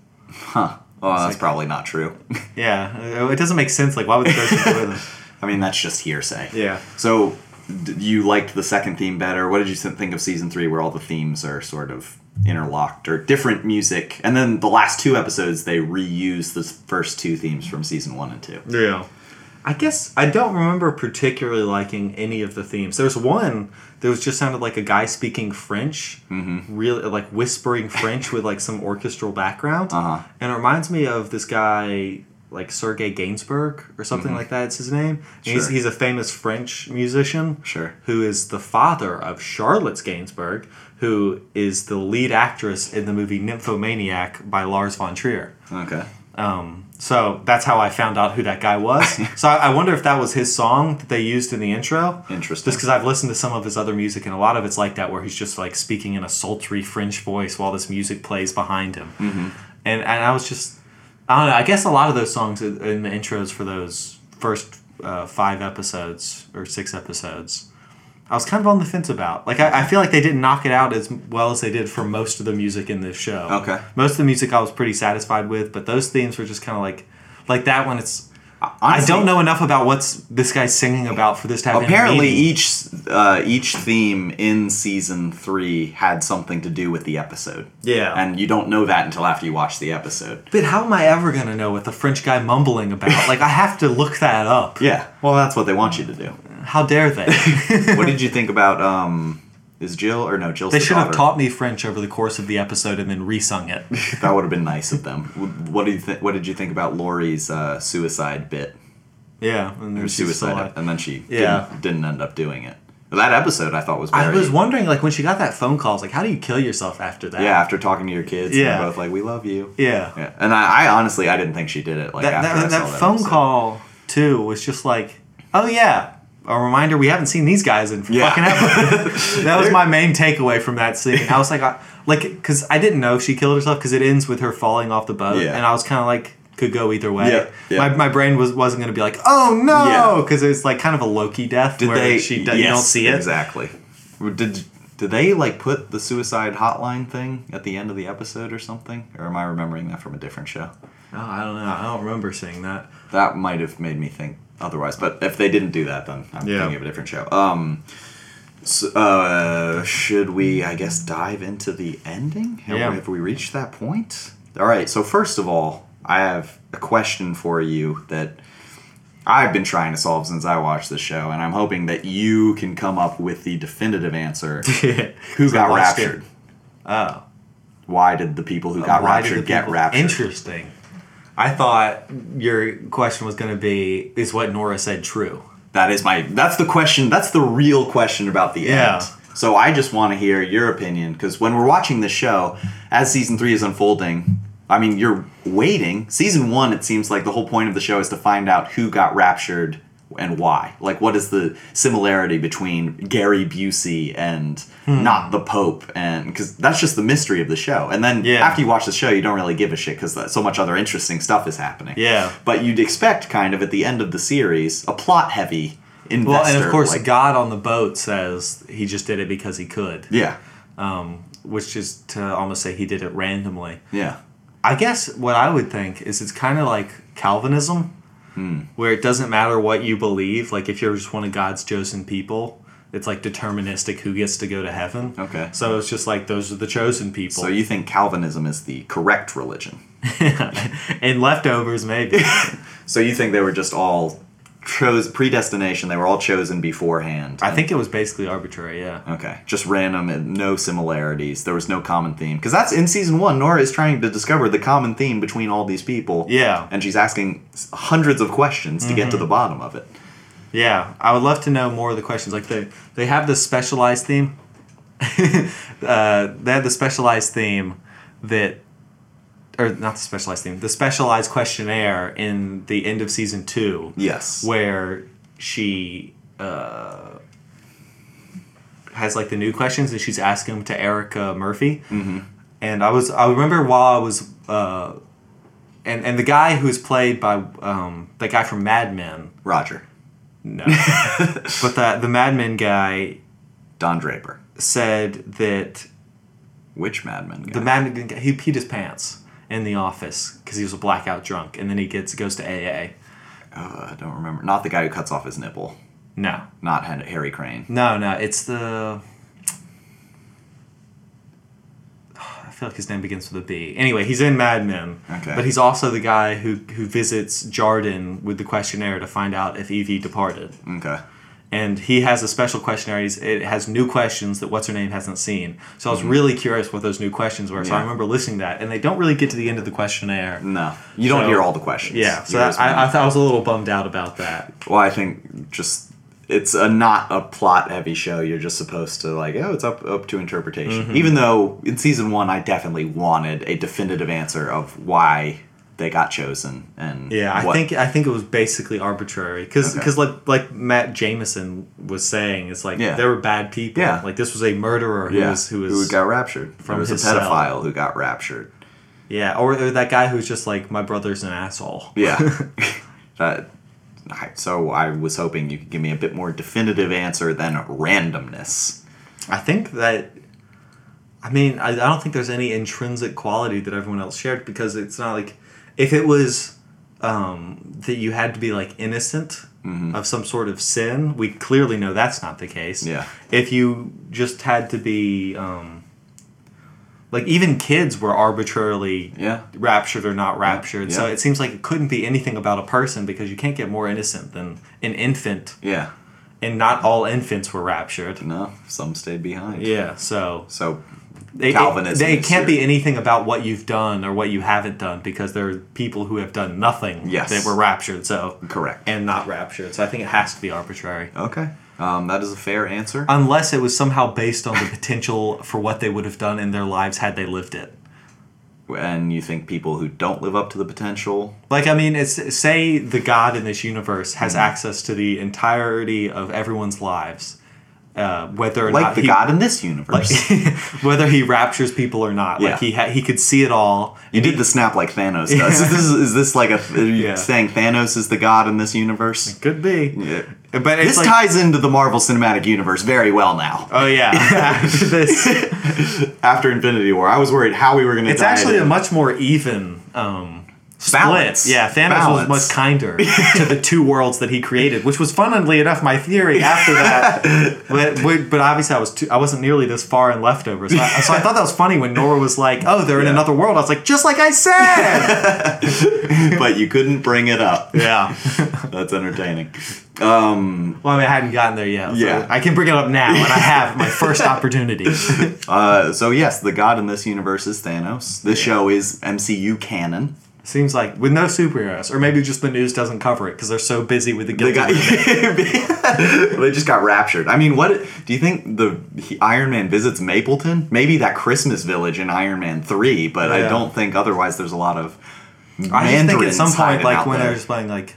Speaker 2: Well, oh, that's
Speaker 1: like-
Speaker 2: probably not true.
Speaker 1: Yeah, it- it doesn't make sense. Like, why would the groceries go with them?
Speaker 2: I mean, that's just hearsay.
Speaker 1: Yeah.
Speaker 2: So, d- you liked the second theme better. What did you think of season three, where all the themes are sort of interlocked or different music? And then the last two episodes, they reuse the first two themes from season one and two.
Speaker 1: Yeah. I guess I don't remember particularly liking any of the themes. There's one that was just sounded like a guy speaking French,
Speaker 2: Mm-hmm.
Speaker 1: really like whispering French with like some orchestral background,
Speaker 2: Uh-huh.
Speaker 1: and it reminds me of this guy like Sergei Gainsbourg or something like that. It's his name. And He's
Speaker 2: Mm-hmm. Sure.
Speaker 1: he's a famous French musician,
Speaker 2: Sure.
Speaker 1: who is the father of Charlotte's Gainsbourg, who is the lead actress in the movie *Nymphomaniac* by Lars von Trier.
Speaker 2: Okay.
Speaker 1: So that's how I found out who that guy was. so I, I wonder if that was his song that they used in the intro.
Speaker 2: Interesting.
Speaker 1: Just because I've listened to some of his other music, and a lot of it's like that, where he's just like speaking in a sultry French voice while this music plays behind him.
Speaker 2: Mm-hmm.
Speaker 1: And and I was just, I don't know. I guess a lot of those songs in in the intros for those first uh, five episodes or six episodes. I was kind of on the fence about. Like, I, I feel like they didn't knock it out as well as they did for most of the music in this show.
Speaker 2: Okay.
Speaker 1: Most of the music I was pretty satisfied with, but those themes were just kind of like, like that one. It's I
Speaker 2: Honestly,
Speaker 1: don't know enough about what's this guy's singing about for this type. of
Speaker 2: Apparently,
Speaker 1: meeting.
Speaker 2: each uh, each theme in season three had something to do with the episode.
Speaker 1: Yeah.
Speaker 2: and you don't know that until after you watch the episode.
Speaker 1: But how am I ever gonna know what the French guy mumbling about? Like I have to look that up.
Speaker 2: Yeah, well, that's what they want you to do.
Speaker 1: How dare they?
Speaker 2: what did you think about? Um, is Jill or no? Jill's
Speaker 1: They
Speaker 2: the
Speaker 1: should have
Speaker 2: daughter.
Speaker 1: taught me French over the course of the episode and then resung it.
Speaker 2: That would have been nice of them. What do you think? What did you think about Lori's uh, suicide bit?
Speaker 1: Yeah, and
Speaker 2: Her
Speaker 1: there's
Speaker 2: suicide, and then she
Speaker 1: Yeah.
Speaker 2: didn't, didn't end up doing it. That episode I thought was very
Speaker 1: I was wondering, like, when she got that phone call, I was like, how do you kill yourself after that?
Speaker 2: yeah. After talking to your kids, yeah,
Speaker 1: Yeah.
Speaker 2: both like we love you.
Speaker 1: yeah.
Speaker 2: Yeah, and I, I honestly I didn't think she did it. Like
Speaker 1: that,
Speaker 2: after I
Speaker 1: that,
Speaker 2: saw
Speaker 1: that phone
Speaker 2: episode.
Speaker 1: call too was just like, oh yeah, a reminder we haven't seen these guys in
Speaker 2: Yeah.
Speaker 1: fucking ever. that was my main takeaway from that scene. I was like, I, like, because I didn't know if she killed herself because it ends with her falling off the boat,
Speaker 2: Yeah.
Speaker 1: and I was kind of like, could go either way.
Speaker 2: Yeah, yeah.
Speaker 1: My, my brain was wasn't gonna be like, oh no,
Speaker 2: Yeah.
Speaker 1: because it's like kind of a Loki death
Speaker 2: Did
Speaker 1: where
Speaker 2: they?
Speaker 1: she do- you
Speaker 2: yes,
Speaker 1: don't see it.
Speaker 2: exactly. Did did they like put the suicide hotline thing at the end of the episode or something? Or am I remembering that from a different show?
Speaker 1: Oh, I don't know. I don't remember seeing that.
Speaker 2: That might have made me think otherwise. But if they didn't do that, then I'm
Speaker 1: Yeah.
Speaker 2: thinking of a different show. Um, so, uh, should we, I guess, dive into the ending? Have,
Speaker 1: Yeah.
Speaker 2: we, have we reached that point? All right. So first of all, I have a question for you that I've been trying to solve since I watched this show, and I'm hoping that you can come up with the definitive answer. Who
Speaker 1: Who
Speaker 2: got raptured?
Speaker 1: Oh. Uh,
Speaker 2: Why did the people who got
Speaker 1: Why did the
Speaker 2: raptured get
Speaker 1: people-
Speaker 2: raptured?
Speaker 1: Interesting. I thought your question was going to be is what Nora said true?
Speaker 2: That is my. That's the question. That's the real question about the
Speaker 1: Yeah.
Speaker 2: end. So I just want to hear your opinion because when we're watching this show, as season three is unfolding, I mean you're waiting. Season one, it seems like the whole point of the show is to find out who got raptured and why. Like, what is the similarity between Gary Busey and
Speaker 1: Hmm.
Speaker 2: not the Pope? And because that's just the mystery of the show. And then
Speaker 1: Yeah.
Speaker 2: after you watch the show, you don't really give a shit because so much other interesting stuff is happening.
Speaker 1: Yeah.
Speaker 2: But you'd expect kind of at the end of the series a plot heavy investor.
Speaker 1: Well, and of course,
Speaker 2: like-
Speaker 1: God on the boat says he just did it because he could,
Speaker 2: yeah,
Speaker 1: which is to almost say he did it randomly.
Speaker 2: yeah,
Speaker 1: I guess what I would think is it's kind of like Calvinism, where it doesn't matter what you believe. Like if you're just one of God's chosen people, it's like deterministic who gets to go to heaven.
Speaker 2: okay.
Speaker 1: So it's just like those are the chosen people.
Speaker 2: So you think Calvinism is the correct religion?
Speaker 1: and leftovers maybe.
Speaker 2: So you think they were just all chose predestination? They were all chosen beforehand.
Speaker 1: I think it was basically arbitrary, yeah.
Speaker 2: Okay, just random and no similarities. There was no common theme because that's in season one. Nora is trying to discover the common theme between all these people.
Speaker 1: Yeah. Mm-hmm.
Speaker 2: and she's asking s- hundreds of questions to get to the bottom of it.
Speaker 1: Yeah, I would love to know more of the questions. Like they they have this specialized theme. uh, they have the specialized theme that, or not the specialized theme, the specialized questionnaire in the end of season two,
Speaker 2: Yes.
Speaker 1: where she uh, has like the new questions, and she's asking them to Erica Murphy. And I was I remember while I was uh, and and the guy who's played by um, the guy from Mad Men,
Speaker 2: Roger.
Speaker 1: no, but that the Mad Men guy
Speaker 2: Don Draper.
Speaker 1: said that
Speaker 2: Which madman? guy?
Speaker 1: the Mad Men guy, he peed his pants in the office because he was a blackout drunk, and then he gets goes to AA.
Speaker 2: Uh, I don't remember. Not the guy who cuts off his nipple.
Speaker 1: No,
Speaker 2: Not Hen- Harry Crane.
Speaker 1: No, no, it's the. I feel like his name begins with a B. Anyway, he's in Mad Men,
Speaker 2: Okay.
Speaker 1: but he's also the guy who who visits Jardin with the questionnaire to find out if Evie departed.
Speaker 2: Okay.
Speaker 1: And he has a special questionnaire. He's, it has new questions that what's her name hasn't seen. So I was really curious what those new questions were. So I
Speaker 2: Mm-hmm. Yeah. Mm.
Speaker 1: remember listening to that, and they don't really get to the end of the questionnaire.
Speaker 2: No, you don't
Speaker 1: So-
Speaker 2: hear all the questions.
Speaker 1: Yeah, so
Speaker 2: You
Speaker 1: that,
Speaker 2: just-
Speaker 1: I, I, thought I was a little bummed out about that.
Speaker 2: well, I think just it's a not a plot heavy show. You're just supposed to like, oh, it's up up to interpretation.
Speaker 1: Mm-hmm.
Speaker 2: Even though in season one, I definitely wanted a definitive answer of why they got chosen and
Speaker 1: Yeah, I
Speaker 2: what-
Speaker 1: think I think it was basically arbitrary because
Speaker 2: Okay.
Speaker 1: like like Matt Jameson was saying, it's like
Speaker 2: Yeah.
Speaker 1: there were bad people.
Speaker 2: Yeah.
Speaker 1: like this was a murderer who
Speaker 2: yeah,
Speaker 1: was who was
Speaker 2: got raptured
Speaker 1: from
Speaker 2: there was a
Speaker 1: his cell.
Speaker 2: pedophile who got raptured.
Speaker 1: yeah, or, or that guy who's just like my brother's an asshole.
Speaker 2: Yeah. that, I- so I was hoping you could give me a bit more definitive answer than randomness.
Speaker 1: I think that. I mean, I, I don't think there's any intrinsic quality that everyone else shared because it's not like if it was um, that you had to be like innocent
Speaker 2: Mm-hmm.
Speaker 1: of some sort of sin, we clearly know that's not the case.
Speaker 2: Yeah.
Speaker 1: If you just had to be um, like even kids were arbitrarily
Speaker 2: Yeah.
Speaker 1: raptured or not raptured. So
Speaker 2: Yeah.
Speaker 1: it seems like it couldn't be anything about a person because you can't get more innocent than an infant
Speaker 2: Yeah.
Speaker 1: and not all infants were raptured.
Speaker 2: No, some stayed behind.
Speaker 1: Yeah, so
Speaker 2: So
Speaker 1: they,
Speaker 2: Calvinism
Speaker 1: It, they
Speaker 2: is
Speaker 1: can't
Speaker 2: your-
Speaker 1: be anything about what you've done or what you haven't done because there are people who have done nothing
Speaker 2: Yes.
Speaker 1: that were raptured. So
Speaker 2: Correct.
Speaker 1: and not raptured. So I think it has to be arbitrary.
Speaker 2: okay, um, that is a fair answer.
Speaker 1: Unless it was somehow based on the potential for what they would have done in their lives had they lived it.
Speaker 2: and you think people who don't live up to the potential?
Speaker 1: Like I mean, it's say the God in this universe has
Speaker 2: Mm-hmm.
Speaker 1: access to the entirety of everyone's lives, uh, whether or
Speaker 2: Like
Speaker 1: not
Speaker 2: the
Speaker 1: he-
Speaker 2: God in this universe.
Speaker 1: whether he raptures people or not.
Speaker 2: Yeah.
Speaker 1: Like he ha- he could see it all.
Speaker 2: you did the snap like Thanos does. Is, this, is this like a are you
Speaker 1: Yeah.
Speaker 2: saying Thanos is the God in this universe?
Speaker 1: Could be.
Speaker 2: Yeah.
Speaker 1: But it's
Speaker 2: This
Speaker 1: like,
Speaker 2: ties into the Marvel Cinematic Universe very well now.
Speaker 1: Oh yeah. After this,
Speaker 2: After Infinity War, I was worried how we were going to.
Speaker 1: it's actually a much more even um, split.
Speaker 2: Balance.
Speaker 1: Yeah, Thanos was
Speaker 2: Balance.
Speaker 1: much kinder to the two worlds that he created, which was funnily enough my theory after that. but, but but obviously I was too, I wasn't nearly this far in leftovers. So I, so I thought that was funny when Nora was like, "Oh, they're in another world." I was like, "Just like I said."
Speaker 2: but you couldn't bring it up.
Speaker 1: yeah.
Speaker 2: That's entertaining.
Speaker 1: Well, I mean, I hadn't gotten there yet. so
Speaker 2: Yeah.
Speaker 1: I can bring it up now, and I have my first opportunity.
Speaker 2: Uh, so yes, the God in this universe is Thanos. This show is MCU canon.
Speaker 1: Seems like with no superheroes, or maybe just the news doesn't cover it because they're so busy with the
Speaker 2: They
Speaker 1: guilty.
Speaker 2: got they just got raptured. I mean, what do you think the he, Iron Man visits Mapleton? Maybe that Christmas village in Iron Man 3, but I
Speaker 1: Yeah.
Speaker 2: don't think otherwise there's a lot of
Speaker 1: I just think at
Speaker 2: Mandarins
Speaker 1: some point,
Speaker 2: hiding
Speaker 1: like
Speaker 2: out
Speaker 1: when
Speaker 2: there.
Speaker 1: they're just playing, like,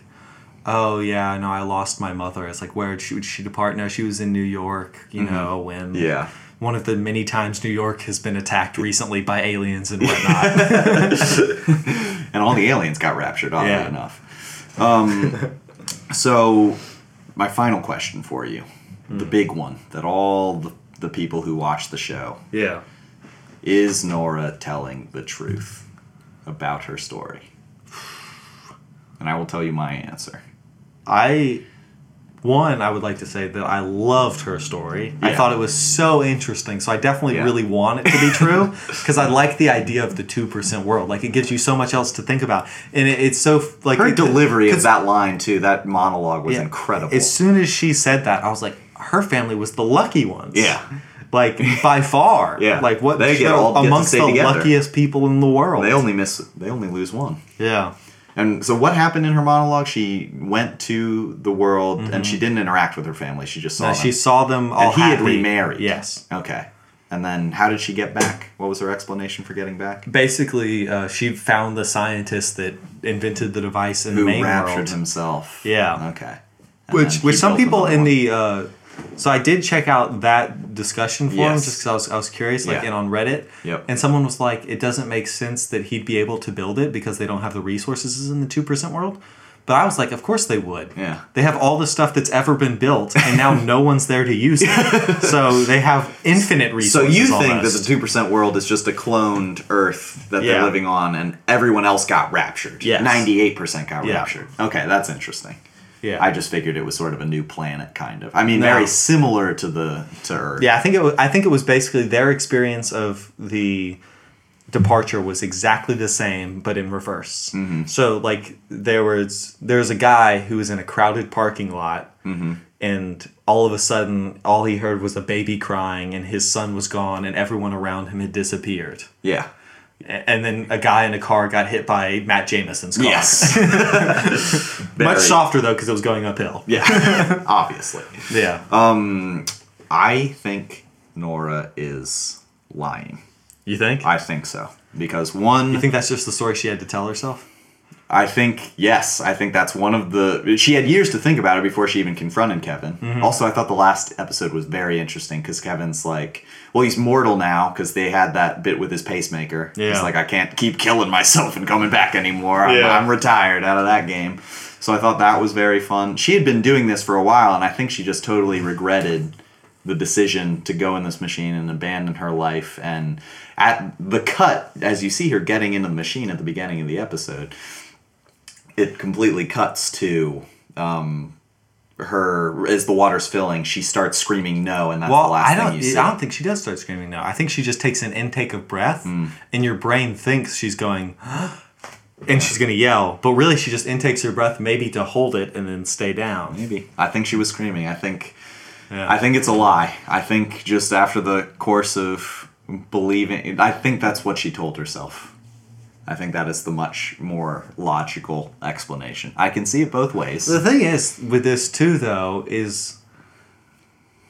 Speaker 1: oh yeah, no, I lost my mother. It's like, where did she, would she depart? No, she was in New York. You know, when
Speaker 2: Mm-hmm. Yeah.
Speaker 1: one of the many times New York has been attacked recently by aliens and whatnot.
Speaker 2: and all the aliens got raptured, oddly
Speaker 1: Yeah.
Speaker 2: enough. Um, so, my final question for you,
Speaker 1: Hmm.
Speaker 2: the big one that all the, the people who watch the show
Speaker 1: yeah.
Speaker 2: is Nora telling the truth about her story? And I will tell you my answer.
Speaker 1: I one, I would like to say that I loved her story. I
Speaker 2: Yeah.
Speaker 1: thought it was so interesting. So I definitely
Speaker 2: Yeah.
Speaker 1: really want it to be true because I like the idea of the two percent world. Like it gives you so much else to think about, and it, it's so f- like
Speaker 2: Her
Speaker 1: it-
Speaker 2: delivery of
Speaker 1: 'cause
Speaker 2: that line too, that monologue was
Speaker 1: Yeah.
Speaker 2: incredible.
Speaker 1: As soon as she said that, I was like, her family was the lucky ones.
Speaker 2: Yeah.
Speaker 1: Like by far.
Speaker 2: Yeah.
Speaker 1: Like what
Speaker 2: They get
Speaker 1: they're
Speaker 2: all- get to
Speaker 1: amongst
Speaker 2: stay
Speaker 1: the
Speaker 2: together.
Speaker 1: luckiest people in the world.
Speaker 2: they only miss they only lose one.
Speaker 1: yeah.
Speaker 2: And so what happened in her monologue? She went to the world and she didn't interact with her family. She just saw
Speaker 1: And
Speaker 2: them.
Speaker 1: Mm-hmm. she saw them all.
Speaker 2: and he had
Speaker 1: happy.
Speaker 2: remarried.
Speaker 1: Yes.
Speaker 2: Okay. And then how did she get back? What was her explanation for getting back?
Speaker 1: Basically, uh, she found the scientist that invented the device in the
Speaker 2: Who
Speaker 1: main
Speaker 2: raptured
Speaker 1: world.
Speaker 2: himself?
Speaker 1: Yeah.
Speaker 2: Okay. And then
Speaker 1: Which
Speaker 2: he
Speaker 1: which some
Speaker 2: built
Speaker 1: people
Speaker 2: another
Speaker 1: in
Speaker 2: one.
Speaker 1: the uh, So I did check out that discussion forum
Speaker 2: Yes.
Speaker 1: just because I was, I was curious, like,
Speaker 2: Yeah.
Speaker 1: and on Reddit.
Speaker 2: Yep.
Speaker 1: And someone was like, it doesn't make sense that he'd be able to build it because they don't have the resources in the 2% world. But I was like, of course they would.
Speaker 2: Yeah.
Speaker 1: They have all the stuff that's ever been built, and now no one's there to use it. So they have infinite
Speaker 2: So
Speaker 1: resources.
Speaker 2: you think that
Speaker 1: almost.
Speaker 2: the two percent world is just a cloned Earth that
Speaker 1: Yeah.
Speaker 2: they're living on, and everyone else got raptured?
Speaker 1: Yes.
Speaker 2: ninety-eight percent got
Speaker 1: Yeah.
Speaker 2: raptured. Okay, that's interesting.
Speaker 1: Yeah.
Speaker 2: I just figured it was sort of a new planet, kind of. I mean,
Speaker 1: No.
Speaker 2: very similar to the to Earth.
Speaker 1: Yeah, I think it was, I think it was basically their experience of the departure was exactly the same but in reverse.
Speaker 2: Mm-hmm.
Speaker 1: So like there was there's a guy who was in a crowded parking lot
Speaker 2: Mm-hmm.
Speaker 1: and all of a sudden all he heard was a baby crying and his son was gone and everyone around him had disappeared.
Speaker 2: Yeah.
Speaker 1: A- And then a guy in a car got hit by Matt Jameson's car.
Speaker 2: Yes. Very-
Speaker 1: Much softer though because it was going uphill.
Speaker 2: Yeah. Uh, Obviously.
Speaker 1: Yeah.
Speaker 2: I think Nora is lying.
Speaker 1: you think?
Speaker 2: I think so because one.
Speaker 1: you think that's just the story she had to tell herself?
Speaker 2: I think yes. I think that's one of the. She had years to think about it before she even confronted Kevin.
Speaker 1: Mm-hmm.
Speaker 2: Also, I thought the last episode was very interesting because Kevin's like, well, he's mortal now because they had that bit with his pacemaker.
Speaker 1: Yeah.
Speaker 2: He's like, I can't keep killing myself and coming back anymore. I'm,
Speaker 1: Yeah.
Speaker 2: I'm retired out of that game. So I thought that was very fun. She had been doing this for a while, and I think she just totally regretted the decision to go in this machine and abandon her life and at the cut as you see her getting into the machine at the beginning of the episode it completely cuts to um, her as the water's filling. She starts screaming no, and that's the last
Speaker 1: I don't,
Speaker 2: thing you see.
Speaker 1: I don't think she does start screaming now. I think she just takes an intake of breath,
Speaker 2: Hmm.
Speaker 1: and your brain thinks she's going, and she's going to yell. But really, she just intakes her breath, maybe to hold it and then stay down.
Speaker 2: Maybe I think she was screaming. I think
Speaker 1: Yeah.
Speaker 2: I think it's a lie. I think just after the course of believing, I think that's what she told herself. I think that is the much more logical explanation. I can see it both ways.
Speaker 1: the thing is with this too, though, is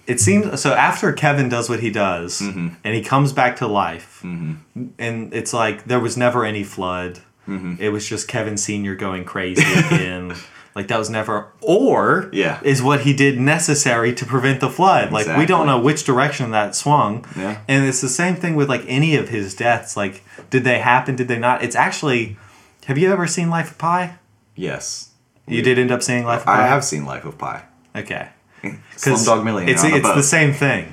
Speaker 1: it seems so after Kevin does what he does,
Speaker 2: Mm-hmm.
Speaker 1: and he comes back to life, and it's like there was never any flood.
Speaker 2: Mm-hmm.
Speaker 1: It was just Kevin Senior going crazy again. Like that was never, or
Speaker 2: Yeah.
Speaker 1: is what he did necessary to prevent the flood. Like we don't
Speaker 2: Exactly.
Speaker 1: know which direction that swung,
Speaker 2: Yeah.
Speaker 1: and it's the same thing with like any of his deaths. Like did they happen? Did they not? It's actually, have you ever seen Life of Pi?
Speaker 2: Yes,
Speaker 1: You did end up seeing Life of Pi.
Speaker 2: I have seen Life of Pi.
Speaker 1: Okay. Uh, 'Cause
Speaker 2: Slumdog Millionaire.
Speaker 1: It's,
Speaker 2: on a
Speaker 1: it's the
Speaker 2: boat.
Speaker 1: same thing,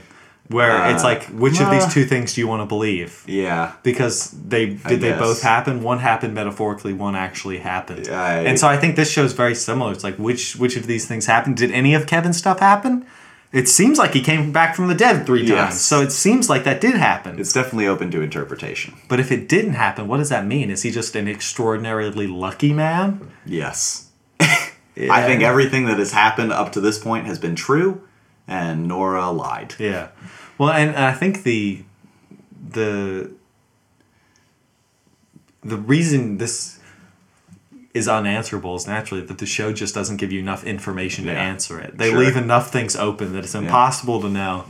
Speaker 1: where
Speaker 2: Uh,
Speaker 1: it's like, which of
Speaker 2: uh,
Speaker 1: these two things do you want to believe?
Speaker 2: Yeah.
Speaker 1: Because they did they
Speaker 2: guess.
Speaker 1: both happen? One happened metaphorically, one actually happened.
Speaker 2: I-
Speaker 1: and so I think this show's very similar. It's like which which of these things happened? Did any of Kevin's stuff happen? It seems like he came back from the dead three
Speaker 2: Yes.
Speaker 1: times, so it seems like that did happen.
Speaker 2: It's definitely open to interpretation.
Speaker 1: but if it didn't happen, what does that mean? Is he just an extraordinarily lucky man?
Speaker 2: Yes. I think everything that has happened up to this point has been true, and Nora lied.
Speaker 1: Yeah. Well, and I think the the the reason this is unanswerable is naturally that the show just doesn't give you enough information to
Speaker 2: Yeah.
Speaker 1: answer it. They
Speaker 2: Sure. Mm-hmm.
Speaker 1: leave enough things open that it's impossible to know.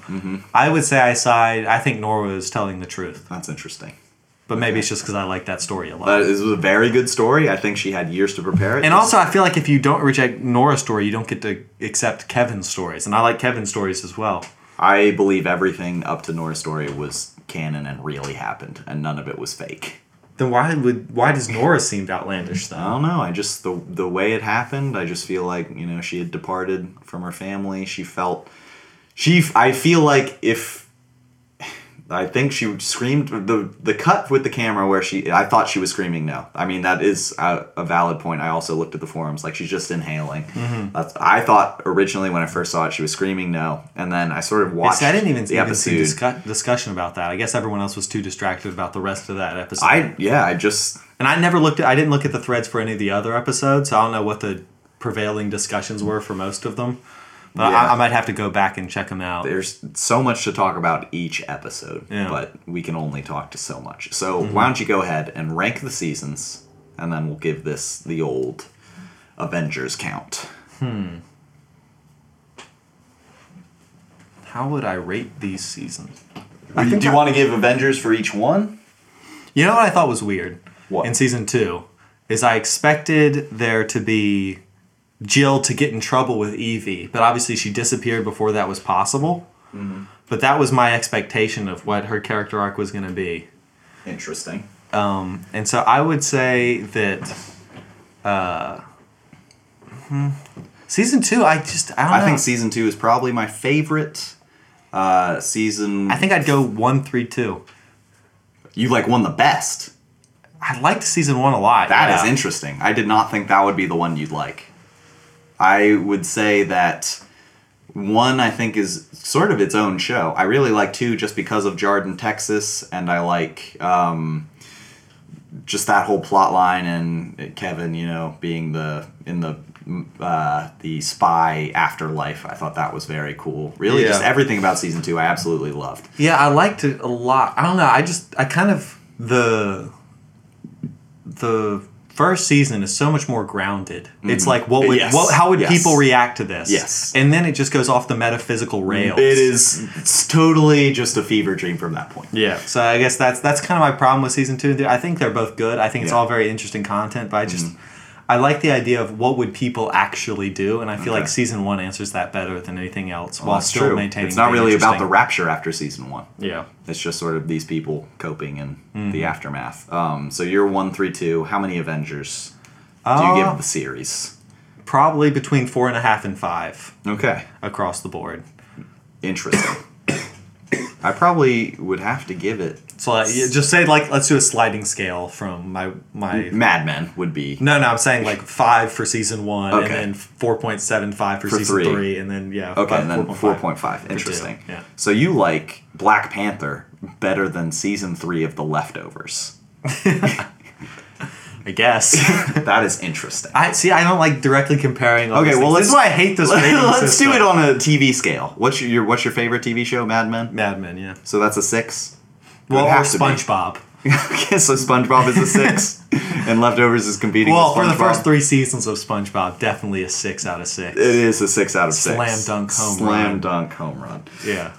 Speaker 1: I would say I side. I think Nora is telling the truth,
Speaker 2: That's interesting.
Speaker 1: but maybe it's just because I like that story a lot.
Speaker 2: That is a very good story. I think she had years to prepare it.
Speaker 1: and also, I feel like if you don't reject Nora's story, you don't get to accept Kevin's stories, and I like Kevin's stories as well.
Speaker 2: I believe everything up to Nora's story was canon and really happened, and none of it was fake.
Speaker 1: Then why would why does Nora seem outlandish though?
Speaker 2: I don't know. I just the the way it happened. I just feel like you know she had departed from her family. She felt she. I feel like if I think she screamed the the cut with the camera where she. I thought she was screaming no. I mean that is a, a valid point. I also looked at the forums like she's just inhaling.
Speaker 1: Mm-hmm.
Speaker 2: That's, I thought originally when I first saw it she was screaming no, and then I sort of watched.
Speaker 1: It's- I didn't even,
Speaker 2: the
Speaker 1: even see
Speaker 2: episode.
Speaker 1: discu- discussion about that. I guess everyone else was too distracted about the rest of that episode.
Speaker 2: I yeah. I just
Speaker 1: and I never looked at, I didn't look at the threads for any of the other episodes. So I don't know what the prevailing discussions were for most of them. But
Speaker 2: Yeah.
Speaker 1: I, I might have to go back and check them out.
Speaker 2: there's so much to talk about each episode,
Speaker 1: Yeah.
Speaker 2: but we can only talk to so much. So why don't you go ahead and rank the seasons, and then we'll give this the old Avengers count.
Speaker 1: How would I rate these seasons?
Speaker 2: Do you want to give Avengers for each one?
Speaker 1: You know what I thought was weird
Speaker 2: What?
Speaker 1: in season two is I expected there to be Jill to get in trouble with Evie, but obviously she disappeared before that was possible.
Speaker 2: Mm-hmm.
Speaker 1: But that was my expectation of what her character arc was going to be.
Speaker 2: Interesting.
Speaker 1: Um, and so I would say that uh, hmm, season two, I just I don't
Speaker 2: I
Speaker 1: know.
Speaker 2: think season two is probably my favorite uh, season.
Speaker 1: I think I'd go one, three, two.
Speaker 2: you like won the best.
Speaker 1: I liked season one a lot.
Speaker 2: That is
Speaker 1: yeah.
Speaker 2: interesting. I did not think that would be the one you'd like. I would say that one I think is sort of its own show. I really like two just because of Jarden, Texas, and I like um, just that whole plot line and Kevin, you know, being the in the uh, the spy afterlife. I thought that was very cool. Really,
Speaker 1: Yeah.
Speaker 2: just everything about season two I absolutely loved.
Speaker 1: Yeah, I liked it a lot. I don't know. I just I kind of the the first season is so much more grounded. It's like what would
Speaker 2: Mm-hmm. Yes.
Speaker 1: what how would
Speaker 2: Yes.
Speaker 1: people react to this?
Speaker 2: Yes.
Speaker 1: and then it just goes off the metaphysical rails.
Speaker 2: It is it's totally just a fever dream from that point.
Speaker 1: Yeah. So I guess that's that's kind of my problem with season two. and three. I think they're both good. I think it's
Speaker 2: Yeah.
Speaker 1: all very interesting content, but I just I like the idea of what would people actually do, and I feel
Speaker 2: Okay.
Speaker 1: like season one answers that better than anything else,
Speaker 2: Well,
Speaker 1: while still maintaining.
Speaker 2: It's not
Speaker 1: being
Speaker 2: really about the
Speaker 1: interesting.
Speaker 2: rapture after season one.
Speaker 1: yeah.
Speaker 2: It's just sort of these people coping in
Speaker 1: Mm-hmm.
Speaker 2: the aftermath. Um, so you're one, three, two. How many Avengers do you
Speaker 1: Uh,
Speaker 2: give the series?
Speaker 1: Probably between four and a half and five
Speaker 2: Okay,
Speaker 1: across the board.
Speaker 2: interesting. I probably would have to give it.
Speaker 1: So like, you just say like let's do a sliding scale from my my.
Speaker 2: Mad Men would be
Speaker 1: No, no, I'm saying like five for season one,
Speaker 2: Okay.
Speaker 1: and then four point seven five for,
Speaker 2: For
Speaker 1: season
Speaker 2: three.
Speaker 1: three. and then yeah,
Speaker 2: okay,
Speaker 1: five-
Speaker 2: and then
Speaker 1: 4.5.
Speaker 2: four point five. Interesting.
Speaker 1: yeah.
Speaker 2: So you like Black Panther better than season three of The Leftovers?
Speaker 1: I guess.
Speaker 2: that is interesting.
Speaker 1: I see. I don't like directly comparing. All
Speaker 2: Okay,
Speaker 1: these
Speaker 2: well,
Speaker 1: things. this
Speaker 2: let's-
Speaker 1: is why I hate this. rating
Speaker 2: Let's do
Speaker 1: system.
Speaker 2: it on a TV scale. What's your, your what's your favorite TV show? Mad Men.
Speaker 1: Mad Men. Yeah.
Speaker 2: So that's a six.
Speaker 1: Well,
Speaker 2: It
Speaker 1: or
Speaker 2: has to be.
Speaker 1: SpongeBob.
Speaker 2: okay, so SpongeBob is a six, and Leftovers is competing.
Speaker 1: Well,
Speaker 2: with
Speaker 1: for the
Speaker 2: SpongeBob.
Speaker 1: first three seasons of SpongeBob, definitely a six out of six.
Speaker 2: it is a six out of six.
Speaker 1: Slam dunk home
Speaker 2: Slam
Speaker 1: run.
Speaker 2: dunk home run.
Speaker 1: Yeah.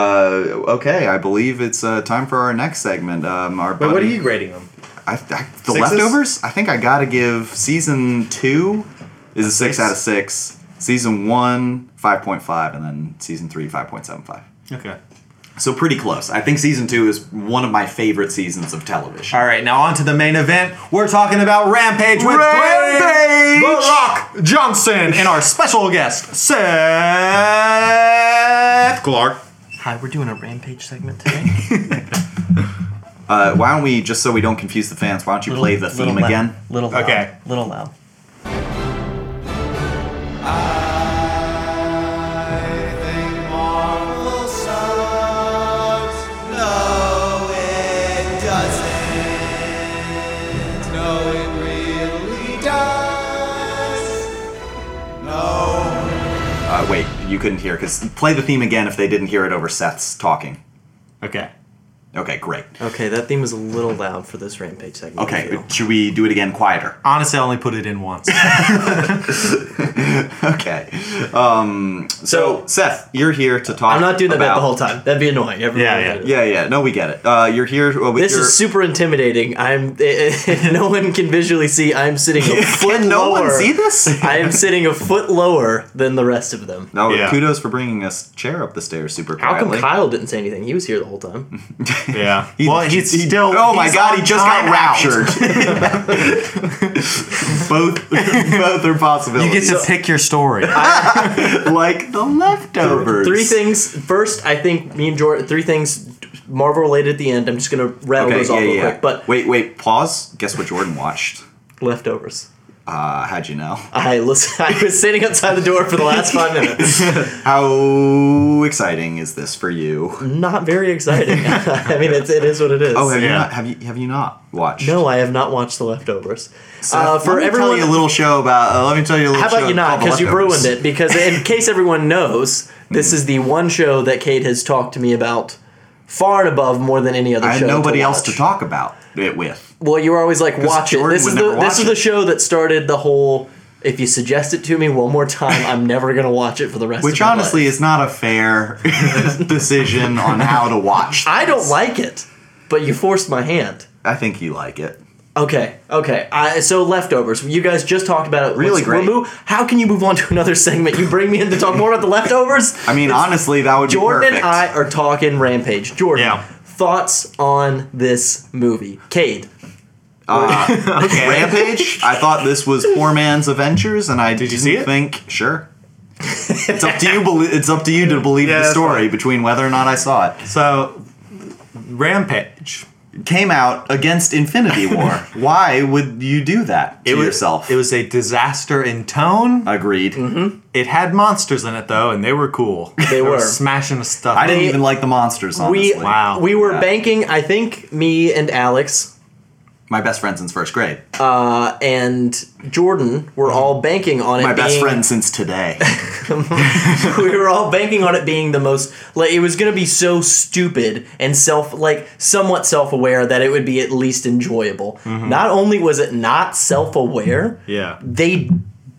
Speaker 2: Uh, okay, I believe it's uh, time for our next segment. Um, our
Speaker 1: but what are
Speaker 2: buddy-
Speaker 1: you grading them?
Speaker 2: I, I, the
Speaker 1: Sixes?
Speaker 2: leftovers. I think I gotta give season two is a six,
Speaker 1: six?
Speaker 2: out of six. Season one, five point five, and then season three, five point seven five.
Speaker 1: Okay.
Speaker 2: So pretty close. I think season two is one of my favorite seasons of television.
Speaker 1: All right. Now on to the main event. We're talking about Rampage with
Speaker 2: Rampage!
Speaker 1: Dwayne The Rock Johnson and our special guest Seth Clark.
Speaker 3: Hi, we're doing a rampage segment today.
Speaker 2: Uh, why don't we just so we don't confuse the fans? Why don't you play the theme
Speaker 3: loud,
Speaker 2: again?
Speaker 3: Little loud,
Speaker 1: Okay.
Speaker 3: Little loud.
Speaker 2: Uh, wait, you couldn't hear because play the theme again if they didn't hear it over Seth's talking.
Speaker 1: Okay.
Speaker 2: Okay, great.
Speaker 3: Okay, that theme is a little loud for this rampage segment. I
Speaker 2: Okay,
Speaker 3: feel.
Speaker 2: should we do it again quieter?
Speaker 1: Honestly, I only put it in once.
Speaker 2: Okay. Um, so, Seth, you're here to talk.
Speaker 3: I'm not doing that
Speaker 2: about
Speaker 3: the whole time. That'd be annoying. Everyone
Speaker 1: Yeah,
Speaker 3: would
Speaker 1: yeah.
Speaker 3: do that.
Speaker 2: Yeah, yeah. No, we get it. Uh, you're here. Well, with
Speaker 3: This
Speaker 2: your-
Speaker 3: is super intimidating. I'm. no one can visually see. I'm sitting a foot
Speaker 2: Can no
Speaker 3: lower.
Speaker 2: one see this?
Speaker 3: I am sitting a foot lower than the rest of them.
Speaker 2: No,
Speaker 1: Yeah.
Speaker 2: kudos for bringing us chair up the stairs super
Speaker 3: How come
Speaker 2: quietly.
Speaker 3: Kyle didn't say anything? He was here the whole time.
Speaker 2: Mm-hmm.
Speaker 1: Yeah.
Speaker 2: He-
Speaker 1: well, he's
Speaker 2: he-
Speaker 1: still.
Speaker 2: Oh my
Speaker 1: he's
Speaker 2: god,
Speaker 1: on
Speaker 2: he just got
Speaker 1: timeout.
Speaker 2: raptured. both, both are
Speaker 1: You
Speaker 2: possibilities.
Speaker 1: get to pick your story.
Speaker 2: like the leftovers.
Speaker 3: Three things. First, I think me and Jordan. Three things Marvel related at the end. I'm just gonna rattle
Speaker 2: Okay,
Speaker 3: those off
Speaker 2: yeah,
Speaker 3: real
Speaker 2: yeah.
Speaker 3: quick. But
Speaker 2: wait, wait, pause. Guess what Jordan watched?
Speaker 3: leftovers.
Speaker 2: Uh, how'd you know?
Speaker 3: I listen. I was sitting outside the door for the last five minutes.
Speaker 2: How exciting is this for you?
Speaker 3: Not very exciting. I mean, it's, it is what it is.
Speaker 2: Oh, have you
Speaker 1: Yeah.
Speaker 2: not, have you have you not watched?
Speaker 3: no, I have not watched the leftovers.
Speaker 2: Seth,
Speaker 3: uh,
Speaker 2: let
Speaker 3: for
Speaker 2: me
Speaker 3: everyone,
Speaker 2: tell you a little show about. Uh, let me tell you a little.
Speaker 3: how
Speaker 2: show
Speaker 3: about you not?
Speaker 2: called The
Speaker 3: Because you
Speaker 2: Leftovers.
Speaker 3: ruined it. Because in case everyone knows, this is the one show that Kate has talked to me about far and above more than any other
Speaker 2: I had
Speaker 3: show.
Speaker 2: nobody else
Speaker 3: watch.
Speaker 2: to talk about it with.
Speaker 3: Well, you were always like, watch it.
Speaker 2: Jordan
Speaker 3: This
Speaker 2: would
Speaker 3: is
Speaker 2: never
Speaker 3: the
Speaker 2: watch
Speaker 3: this is
Speaker 2: it.
Speaker 3: the show that started the whole. If you suggest it to me one more time, I'm never gonna watch it for the rest.
Speaker 2: Which
Speaker 3: of my
Speaker 2: honestly
Speaker 3: life.
Speaker 2: is not a fair decision on how to watch.
Speaker 3: I don't like it, but you forced my hand.
Speaker 2: I think you like it.
Speaker 3: Okay, okay. I, so leftovers. You guys just talked about it.
Speaker 2: Really
Speaker 3: Let's
Speaker 2: great.
Speaker 3: remove- how can you move on to another segment? You bring me in to talk more about the leftovers.
Speaker 2: I mean, honestly, that would
Speaker 3: Jordan
Speaker 2: be
Speaker 3: and
Speaker 2: perfect.
Speaker 3: I are talking Rampage. Jordan,
Speaker 1: Yeah.
Speaker 3: thoughts on this movie? Cade,
Speaker 2: Okay. Rampage. I thought this was poor man's Avengers, and I did
Speaker 1: you see it?
Speaker 2: Think sure. it's up to you. Believe, it's up to you to believe
Speaker 1: Yeah,
Speaker 2: the
Speaker 1: that's
Speaker 2: story between whether or not I saw it.
Speaker 1: So, Rampage.
Speaker 2: Came out against Infinity War. Why would you do that to
Speaker 1: it was,
Speaker 2: yourself?
Speaker 1: It Mm-hmm. was a disaster in tone.
Speaker 2: agreed.
Speaker 1: It had monsters in it though, and they were cool.
Speaker 3: They were.
Speaker 1: smashing stuff.
Speaker 2: I didn't
Speaker 3: We-
Speaker 2: even like the monsters. Honestly,
Speaker 3: we
Speaker 1: Wow.
Speaker 3: we were
Speaker 2: Yeah.
Speaker 3: banking. I think me and Alex
Speaker 2: my best friend since first grade.
Speaker 3: uh, and Jordan were all banking on it.
Speaker 2: Mm-hmm. my best
Speaker 3: being-
Speaker 2: friend since today.
Speaker 3: we were all banking on it being the most like it was going to be so stupid and self like somewhat self-aware that it would be at least enjoyable. Not only was it not self-aware,
Speaker 1: Yeah.
Speaker 3: they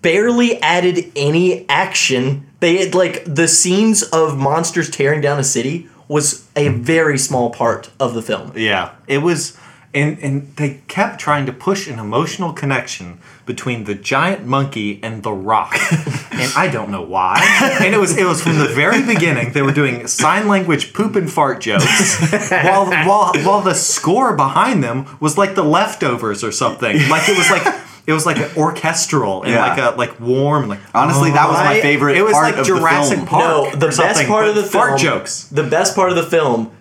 Speaker 3: barely added any action. They had like the scenes of monsters tearing down a city was a very small part of the film.
Speaker 1: Yeah, it was, and and they kept trying to push an emotional connection between the giant monkey and the rock, and I don't know why. And it was it was from the very beginning they were doing sign language poop and fart jokes, while while while the score behind them was like the leftovers or something. Like it was like. It was like orchestral and
Speaker 2: Yeah.
Speaker 1: like a like warm and like
Speaker 2: Honestly, that was my
Speaker 1: I-
Speaker 2: favorite
Speaker 1: It was
Speaker 2: part
Speaker 1: like
Speaker 2: of the
Speaker 1: Jurassic
Speaker 2: film.
Speaker 1: Park.
Speaker 3: No, the
Speaker 1: or
Speaker 3: best
Speaker 1: something,
Speaker 3: part of
Speaker 1: but
Speaker 3: the film.
Speaker 1: fart jokes.
Speaker 3: The best part of the film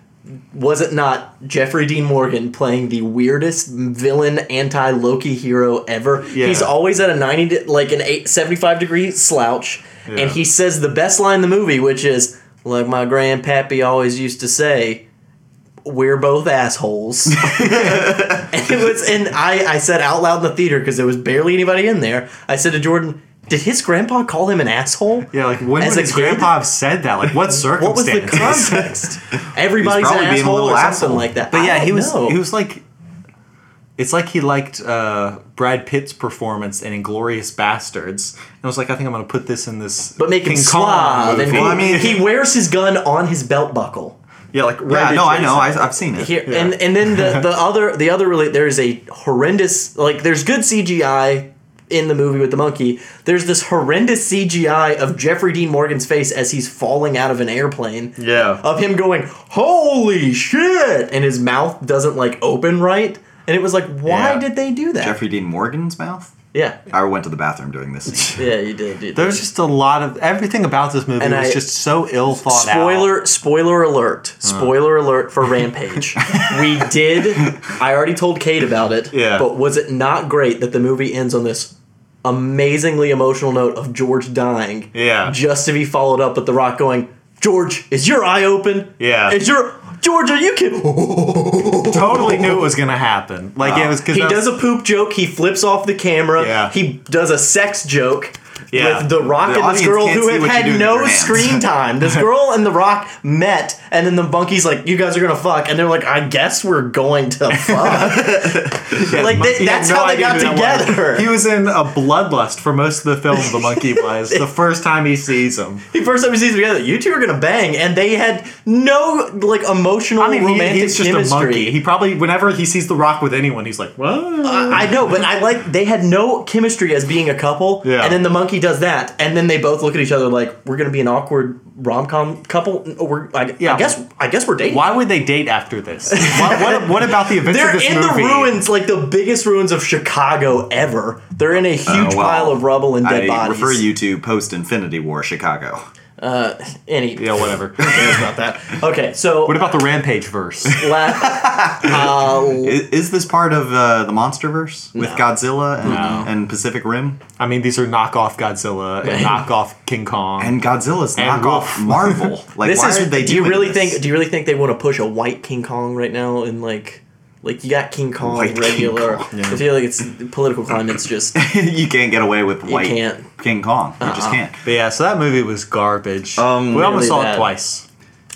Speaker 3: was it not Jeffrey Dean Morgan playing the weirdest villain anti Loki hero ever? He's always at a ninety de- like an eight, 75 degree slouch, and he says the best line in the movie, which is like my grandpappy always used to say. We're both assholes. and it was, and I, I said out loud in the theater because there was barely anybody in there. I said to Jordan, "Did his grandpa call him an asshole?"
Speaker 1: Yeah, like when
Speaker 3: As
Speaker 1: would
Speaker 3: a
Speaker 1: his
Speaker 3: kid?
Speaker 1: grandpa have said that? Like what
Speaker 3: What was
Speaker 1: circumstances?
Speaker 3: the context? Everybody's
Speaker 2: He's
Speaker 3: an
Speaker 2: probably being a
Speaker 3: asshole
Speaker 2: little
Speaker 3: or something
Speaker 2: asshole.
Speaker 3: like that.
Speaker 1: But
Speaker 3: I
Speaker 1: yeah, he
Speaker 3: don't
Speaker 1: was
Speaker 3: know.
Speaker 1: he was like it's like he liked uh, Brad Pitt's performance in Inglorious Bastards and was like, I think I'm gonna put this in this
Speaker 3: but making
Speaker 1: King Kong
Speaker 3: suave. And
Speaker 1: movie.
Speaker 3: he,
Speaker 2: Well, I mean-
Speaker 3: he wears his gun on his belt buckle.
Speaker 1: Yeah, like
Speaker 2: yeah,
Speaker 1: right
Speaker 2: no, I
Speaker 1: adjacent.
Speaker 2: know. I, I've seen it.
Speaker 3: Here and and then the, the other the other really there is a horrendous like there's good CGI in the movie with the monkey. There's this horrendous CGI of Jeffrey Dean Morgan's face as he's falling out of an airplane.
Speaker 1: Yeah.
Speaker 3: Of him going, "Holy shit!" and his mouth doesn't like open right. And it was like, why
Speaker 1: Yeah.
Speaker 3: did they do that?
Speaker 2: Jeffrey Dean Morgan's mouth.
Speaker 3: yeah.
Speaker 2: I went to the bathroom during this. Scene.
Speaker 3: Yeah, you did. You did.
Speaker 1: There was just a lot of everything about this movie
Speaker 3: And
Speaker 1: was
Speaker 3: I-
Speaker 1: just so ill thought out.
Speaker 3: spoiler spoiler alert spoiler alert for rampage we did i already told kate about it
Speaker 1: Yeah.
Speaker 3: but was it not great that the movie ends on this amazingly emotional note of george dying
Speaker 1: Yeah.
Speaker 3: just to be followed up with the rock going george is your eye open
Speaker 1: Yeah.
Speaker 3: is your george are you kidding
Speaker 1: Totally knew it was gonna happen. Like it was because
Speaker 3: he does a poop joke he flips off the camera
Speaker 1: Yeah.
Speaker 3: he does a sex joke
Speaker 1: Yeah.
Speaker 3: With The Rock
Speaker 2: The
Speaker 3: and
Speaker 2: audience
Speaker 3: this girl
Speaker 2: can't
Speaker 3: who
Speaker 2: see
Speaker 3: have
Speaker 2: what you do
Speaker 3: had
Speaker 2: with your
Speaker 3: no
Speaker 2: hands.
Speaker 3: screen time. This girl and The Rock met, and then the monkey's like, "You guys are gonna fuck," and they're like, "I guess we're going to fuck." like th-
Speaker 1: He had
Speaker 3: that's
Speaker 1: no
Speaker 3: how they
Speaker 1: idea
Speaker 3: got
Speaker 1: who that was.
Speaker 3: together.
Speaker 1: He was in a bloodlust for most of the film. The monkey was the first time he sees him.
Speaker 3: The first time he sees them together, you two are gonna bang, and they had no like emotional
Speaker 1: I mean,
Speaker 3: romantic
Speaker 1: he, he's just
Speaker 3: chemistry.
Speaker 1: a monkey. He probably, whenever he sees The Rock with anyone, he's like, "What?"
Speaker 3: I know, but I like they had no chemistry as being a couple.
Speaker 1: Yeah.
Speaker 3: And then the monkey does that, and then they both look at each other like we're gonna be an awkward rom com couple. We're I,
Speaker 1: Yeah.
Speaker 3: I guess I guess we're dating.
Speaker 1: Why would they date after this? what, what, what about the events
Speaker 3: They're
Speaker 1: of this
Speaker 3: in
Speaker 1: movie?
Speaker 3: the ruins, like the biggest ruins of Chicago ever. They're in a huge
Speaker 2: Uh, well,
Speaker 3: pile of rubble and dead
Speaker 2: I
Speaker 3: bodies.
Speaker 2: refer you to post Infinity War Chicago.
Speaker 3: Any
Speaker 1: Yeah, whatever. Who cares about that?
Speaker 3: okay? So
Speaker 1: What about the Rampage verse?
Speaker 3: la- uh,
Speaker 2: I- Is, this part of uh, the MonsterVerse with
Speaker 3: No.
Speaker 2: Godzilla and, and Pacific Rim?
Speaker 1: I mean, these are knockoff Godzilla and knockoff King Kong.
Speaker 2: And Godzilla's
Speaker 1: And
Speaker 2: knockoff
Speaker 1: Wolf.
Speaker 2: Marvel. Like,
Speaker 3: this
Speaker 2: why
Speaker 3: is
Speaker 2: are they
Speaker 3: do you
Speaker 2: doing
Speaker 3: really
Speaker 2: this?
Speaker 3: think do you really think they want to push a white King Kong right now and like like you got King Kong
Speaker 2: White King
Speaker 3: regular?
Speaker 2: Kong.
Speaker 3: I feel like it's the political climate's just
Speaker 2: you can't get away with white
Speaker 3: can't. Uh-uh.
Speaker 2: King Kong? You just can't.
Speaker 1: but yeah, so that movie was garbage.
Speaker 2: Um,
Speaker 1: we
Speaker 3: really
Speaker 1: almost saw
Speaker 3: bad.
Speaker 1: it twice.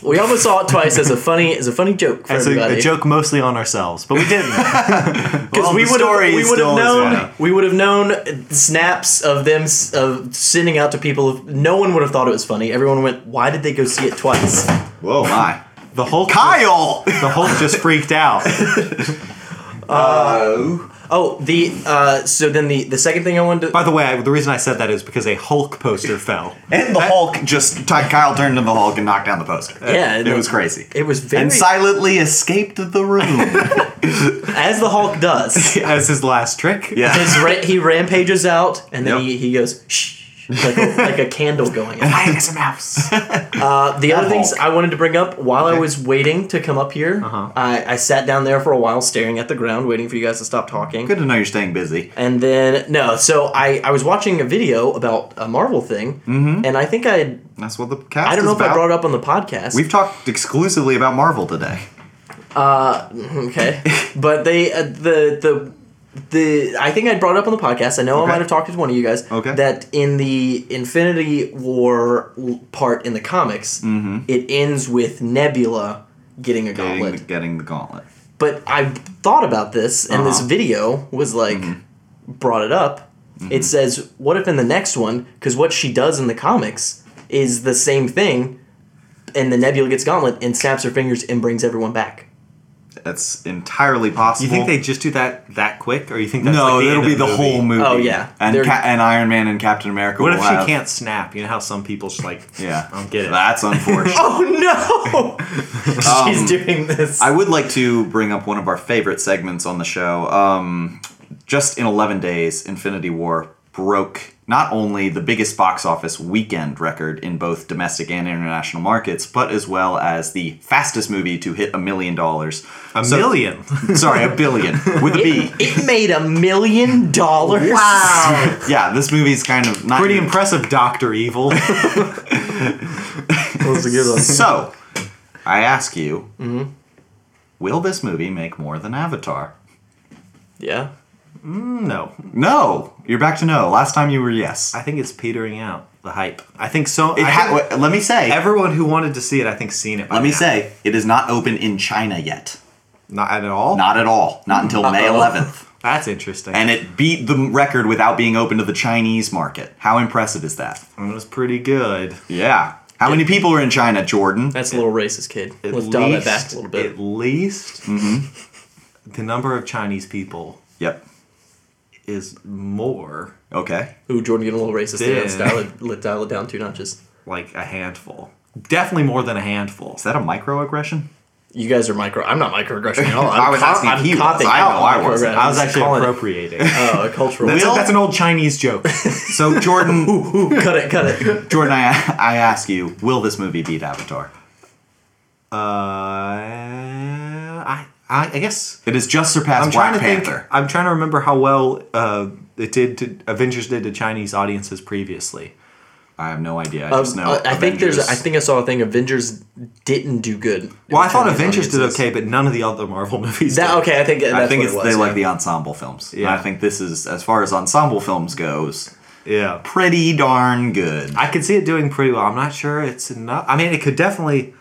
Speaker 3: we almost saw it twice as a funny as a funny joke for
Speaker 1: It's a,
Speaker 3: everybody.
Speaker 1: a joke mostly on ourselves, but we didn't.
Speaker 3: because
Speaker 2: Well,
Speaker 3: we
Speaker 2: the
Speaker 3: would have
Speaker 2: story
Speaker 3: we
Speaker 2: is
Speaker 3: would have
Speaker 2: still is
Speaker 3: known
Speaker 2: funny.
Speaker 3: we would have known snaps of them s- of sending out to people. No one would have thought it was funny. Everyone went, "Why did they go see it twice?"
Speaker 2: Whoa, my.
Speaker 1: The Hulk,
Speaker 2: Kyle!
Speaker 1: the Hulk just freaked out.
Speaker 3: Oh, the uh, so then the the second thing I wanted to
Speaker 1: By the way, I, the reason I said that is because a Hulk poster fell.
Speaker 2: And the Hulk just Todd Kyle turned into the Hulk and knocked down the poster.
Speaker 3: Yeah,
Speaker 2: it,
Speaker 3: and
Speaker 2: was
Speaker 3: it-
Speaker 2: crazy.
Speaker 3: it was very-
Speaker 2: and silently escaped the room.
Speaker 3: as the Hulk does.
Speaker 1: as his last trick.
Speaker 2: yeah.
Speaker 3: his ra- he rampages out and then
Speaker 2: Yep.
Speaker 3: he, he goes shh like a, like a candle going. out.
Speaker 2: a mouse.
Speaker 3: Uh, the other things
Speaker 2: Hulk. Uh-huh.
Speaker 3: I wanted to bring up while I was waiting to come up here, I, I sat down there for a while staring at the ground, waiting for you guys to stop talking.
Speaker 2: Good to know you're staying busy.
Speaker 3: And then no, so I, I was watching a video about a Marvel thing, and I think I had
Speaker 2: That's what the cast.
Speaker 3: I don't
Speaker 2: is
Speaker 3: know if
Speaker 2: Mm-hmm.
Speaker 3: I
Speaker 2: about.
Speaker 3: brought it up on the podcast.
Speaker 2: We've talked exclusively about Marvel today.
Speaker 3: okay, but they uh, the the the I think I brought it up on the podcast. I know
Speaker 2: Okay.
Speaker 3: I might have talked to one of you guys.
Speaker 2: Okay.
Speaker 3: that in the Infinity War l- part in the comics, it ends with Nebula getting a
Speaker 2: Mm-hmm. Getting
Speaker 3: gauntlet.
Speaker 2: the, getting the gauntlet.
Speaker 3: but I thought about this, and
Speaker 2: Uh-huh.
Speaker 3: this video was like
Speaker 2: Mm-hmm.
Speaker 3: brought it up. It says, "What if in the next one? Because what she does in the comics is the same thing, and the Nebula gets gauntlet and snaps her fingers and brings everyone back."
Speaker 2: That's entirely possible.
Speaker 1: You think they just do that that quick, or you think that's
Speaker 2: no,
Speaker 1: like the
Speaker 2: it'll
Speaker 1: end
Speaker 2: be
Speaker 1: of
Speaker 2: the whole movie.
Speaker 3: Oh, yeah.
Speaker 2: and
Speaker 3: They're-
Speaker 2: Ca- and Iron Man and Captain America.
Speaker 1: What
Speaker 2: will
Speaker 1: if
Speaker 2: have-
Speaker 1: she can't snap? You know how some people just like
Speaker 2: Yeah,
Speaker 1: I don't get it.
Speaker 2: That's unfortunate.
Speaker 3: Oh no! She's doing this.
Speaker 2: Um, I would like to bring up one of our favorite segments on the show. Um, just in 11 days, Infinity War broke not only the biggest box office weekend record in both domestic and international markets, but as well as the fastest movie to hit a million dollars.
Speaker 1: a
Speaker 2: So-
Speaker 1: million.
Speaker 2: Sorry, a billion with a B.
Speaker 3: it, it made a million dollars. Wow!
Speaker 2: Yeah, this movie's kind of not
Speaker 1: Pretty
Speaker 2: even-
Speaker 1: impressive, Doctor Evil.
Speaker 3: was a good
Speaker 2: So, I ask you, will this movie make more than Avatar?
Speaker 3: Yeah.
Speaker 1: no,
Speaker 2: No, you're back to no. Last time you were yes.
Speaker 1: I think it's petering out the hype. I think so.
Speaker 2: It
Speaker 1: I
Speaker 2: ha-
Speaker 1: think
Speaker 2: wait, let me say.
Speaker 1: everyone who wanted to see it, I think, seen it. By
Speaker 2: let me
Speaker 1: now.
Speaker 2: say, it is not open in China yet.
Speaker 1: not at all.
Speaker 2: Not at all. Not until May
Speaker 3: Uh-oh.
Speaker 2: 11th.
Speaker 1: That's interesting.
Speaker 2: And it beat the record without being open to the Chinese market. How impressive is that?
Speaker 1: it was pretty good.
Speaker 2: Yeah. How many people are in China, Jordan?
Speaker 3: That's a little racist, kid.
Speaker 1: At
Speaker 3: Let's
Speaker 1: least,
Speaker 3: dial that back a little bit.
Speaker 1: At least
Speaker 2: Mm-hmm.
Speaker 1: the number of Chinese people
Speaker 2: Yep.
Speaker 1: is more
Speaker 2: Okay.
Speaker 3: Ooh, Jordan getting a little racist there. Let's
Speaker 1: Damn.
Speaker 3: dial it, let dial it down two notches.
Speaker 1: like a handful. Definitely more than a handful.
Speaker 2: Is that a microaggression?
Speaker 3: You guys are micro. I'm not microaggression at all. I'm
Speaker 2: I was asking if
Speaker 3: I'm
Speaker 2: he was.
Speaker 3: copping
Speaker 2: I know
Speaker 3: out
Speaker 2: I wasn't.
Speaker 3: microaggressions.
Speaker 1: I was actually
Speaker 3: Calling it,
Speaker 1: appropriating. Uh,
Speaker 3: Oh, a cultural.
Speaker 1: That's,
Speaker 2: Will-
Speaker 1: that's an old Chinese joke.
Speaker 2: So, Jordan,
Speaker 3: cut it, cut it.
Speaker 2: Jordan, I, I ask you, will this movie beat Avatar?
Speaker 1: Uh, I, I, I guess
Speaker 2: It has just surpassed
Speaker 1: I'm
Speaker 2: Black
Speaker 1: trying to
Speaker 2: Panther.
Speaker 1: think. I'm trying to remember how well uh, it did to Avengers did to Chinese audiences previously.
Speaker 2: I have no idea. I
Speaker 3: Um,
Speaker 2: just know.
Speaker 3: uh, I think there's.
Speaker 2: Avengers.
Speaker 3: I think I saw a thing. Avengers didn't do good.
Speaker 1: Well, I
Speaker 3: in
Speaker 1: thought
Speaker 3: Chinese
Speaker 1: Avengers did
Speaker 3: audiences.
Speaker 1: okay, but none of the other Marvel movies.
Speaker 3: That
Speaker 1: did.
Speaker 3: okay? I think. That's
Speaker 2: I think
Speaker 3: what
Speaker 2: it's
Speaker 3: it was,
Speaker 2: they
Speaker 3: yeah.
Speaker 2: like the ensemble films. And
Speaker 1: Yeah.
Speaker 2: I think this is, as far as ensemble films goes,
Speaker 1: Yeah,
Speaker 2: pretty darn good.
Speaker 1: I could see it doing pretty well. I'm not sure it's enough. I mean, it could definitely.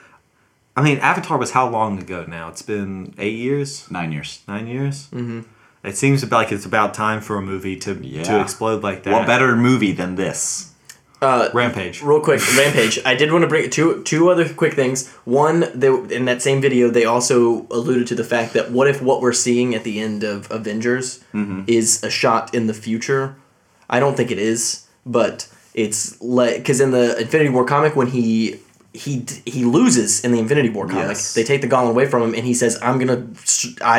Speaker 1: I mean, Avatar was how long ago now? It's been eight years,
Speaker 2: Nine years.
Speaker 1: nine years. Mm-hmm. It seems like it's about time for a movie to
Speaker 2: Yeah.
Speaker 1: to explode like that.
Speaker 2: What better movie than this?
Speaker 1: Rampage.
Speaker 3: real quick, Rampage. I did want to bring two two other quick things. One, they, in that same video, they also alluded to the fact that what if what we're seeing at the end of Avengers is a shot in the future? I don't think it is, but it's like because in the Infinity War comic, when he he d- he loses in the Infinity War comic,
Speaker 2: Yes.
Speaker 3: they take the gauntlet away from him, and he says, "I'm gonna s- I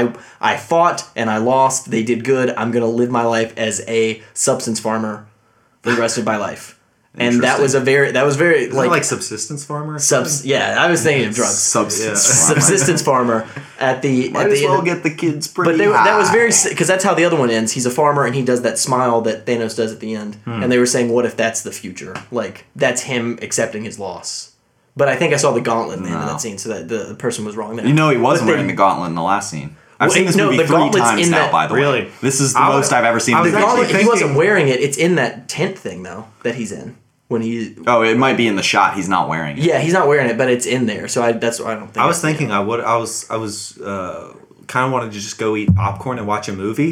Speaker 3: I fought and I lost. They did good. I'm gonna live my life as a substance farmer." for the rest of my life. And that
Speaker 2: Interesting.
Speaker 3: was a very that was very
Speaker 1: Like,
Speaker 3: like,
Speaker 1: like subsistence farmer. or
Speaker 3: subs. Yeah, I was thinking of drugs.
Speaker 2: Substance.
Speaker 3: Subsistence farmer at the
Speaker 2: Might
Speaker 3: at
Speaker 2: as
Speaker 3: the
Speaker 2: well
Speaker 3: end.
Speaker 2: get the kids pretty
Speaker 3: but they,
Speaker 2: high.
Speaker 3: that was very because that's how the other one ends. He's a farmer and he does that smile that Thanos does at the end.
Speaker 2: Hmm.
Speaker 3: And they were saying, what if that's the future? Like that's him accepting his loss. But I think I saw the gauntlet in the end of
Speaker 2: No.
Speaker 3: that scene, so that the, the person was wrong there.
Speaker 2: You know, he wasn't
Speaker 3: But
Speaker 2: wearing the
Speaker 3: then-
Speaker 2: gauntlet in the last scene. I've
Speaker 3: Well,
Speaker 2: seen this
Speaker 3: no,
Speaker 2: movie
Speaker 3: the
Speaker 2: three
Speaker 3: gauntlet's
Speaker 2: times
Speaker 3: in
Speaker 2: now,
Speaker 3: that-
Speaker 2: by the
Speaker 1: Really?
Speaker 2: way. This is the
Speaker 1: I was-
Speaker 2: most I've ever seen.
Speaker 1: I
Speaker 2: of
Speaker 1: was
Speaker 2: the
Speaker 3: The
Speaker 1: actually
Speaker 3: gauntlet,
Speaker 2: movie.
Speaker 3: he wasn't
Speaker 1: thinking-
Speaker 3: wearing it. It's in that tent thing though that he's in when he.
Speaker 2: Oh, it might be in the shot. He's not wearing it.
Speaker 3: Yeah, he's not wearing it, but it's in there. So I that's why I don't think.
Speaker 1: I was thinking I would. I was. I was. Uh, kind of wanted to just go eat popcorn and watch a movie.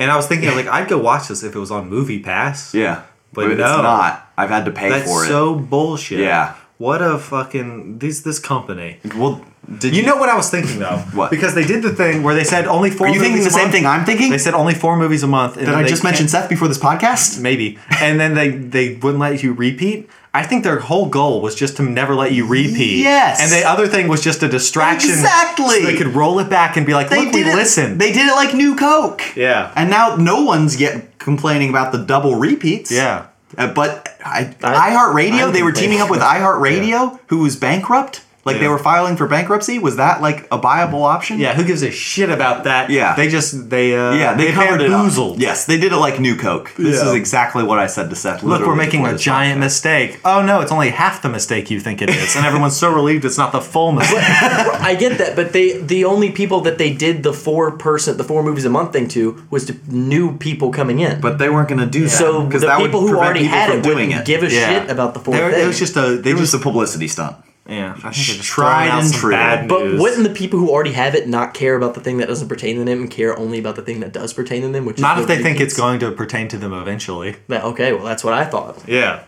Speaker 1: And I was thinking like I'd go watch this if it was on Movie Pass.
Speaker 2: Yeah.
Speaker 1: But
Speaker 2: it's
Speaker 1: no.
Speaker 2: not. I've had to pay
Speaker 1: That's
Speaker 2: for it.
Speaker 1: so bullshit.
Speaker 2: Yeah.
Speaker 1: What a fucking these this company.
Speaker 2: Well, Did
Speaker 1: you
Speaker 2: you-
Speaker 1: know what I was thinking though?
Speaker 2: What?
Speaker 1: Because they did the thing where they said only four.
Speaker 2: Are you
Speaker 1: movies
Speaker 2: thinking
Speaker 1: a
Speaker 2: the same
Speaker 1: month.
Speaker 2: thing I'm thinking?
Speaker 1: They said only four movies a month. And
Speaker 2: Did
Speaker 1: then
Speaker 2: I
Speaker 1: they
Speaker 2: just
Speaker 1: can't-
Speaker 2: mention Seth before this podcast?
Speaker 1: maybe? And then they they wouldn't let you repeat. I think their whole goal was just to never let you repeat.
Speaker 2: Yes.
Speaker 1: And the other thing was just a distraction.
Speaker 2: Exactly.
Speaker 1: So they could roll it back and be like,
Speaker 2: They
Speaker 1: "Look,
Speaker 2: did
Speaker 1: we
Speaker 2: it.
Speaker 1: listened."
Speaker 2: They did it like New Coke.
Speaker 1: Yeah.
Speaker 2: And now no one's yet complaining about the double repeats.
Speaker 1: yeah.
Speaker 2: Uh, but I,
Speaker 3: I-
Speaker 2: iHeartRadio,
Speaker 3: I
Speaker 2: they were
Speaker 3: complain.
Speaker 2: teaming up with iHeartRadio, who was bankrupt. Like they
Speaker 1: Yeah.
Speaker 2: were filing for bankruptcy. Was that like a viable option?
Speaker 1: Yeah. Who gives a shit about that?
Speaker 2: Yeah.
Speaker 1: They just they uh,
Speaker 2: Yeah, they, covered it. up.
Speaker 1: bamboozled.
Speaker 2: Yes, they did it like New Coke. This
Speaker 1: Yeah.
Speaker 2: is exactly what I said to
Speaker 1: Look,
Speaker 2: Seth.
Speaker 1: we're
Speaker 2: literally
Speaker 1: making
Speaker 2: before
Speaker 1: a
Speaker 2: this
Speaker 1: giant mistake. Oh no, it's only half the mistake you think it is, and everyone's so relieved it's not the full mistake.
Speaker 3: I get that, but they the only people that they did the four person the four movies a month thing to was to new people coming in.
Speaker 2: But they weren't going to do that
Speaker 3: so
Speaker 2: because
Speaker 3: the
Speaker 2: that
Speaker 3: people
Speaker 2: would
Speaker 3: who
Speaker 2: prevent
Speaker 3: already
Speaker 2: people
Speaker 3: had
Speaker 2: from
Speaker 3: it
Speaker 2: doing
Speaker 3: wouldn't
Speaker 2: it.
Speaker 3: give a
Speaker 1: Yeah.
Speaker 3: shit about the fourth
Speaker 1: They were-
Speaker 3: thing.
Speaker 1: It was just a they
Speaker 2: it was
Speaker 1: just
Speaker 2: a publicity stunt.
Speaker 1: yeah. I think
Speaker 2: just
Speaker 1: they just
Speaker 2: tried
Speaker 1: throwing out
Speaker 2: and
Speaker 1: some
Speaker 2: true.
Speaker 1: Bad
Speaker 3: but
Speaker 1: news.
Speaker 3: wouldn't the people who already have it not care about the thing that doesn't pertain to them and care only about the thing that does pertain to them? Which
Speaker 1: not
Speaker 3: is
Speaker 1: if
Speaker 3: the
Speaker 1: they think it's
Speaker 3: repeats?
Speaker 1: going to pertain to them eventually.
Speaker 3: Yeah, Okay, well that's what I thought.
Speaker 1: Yeah.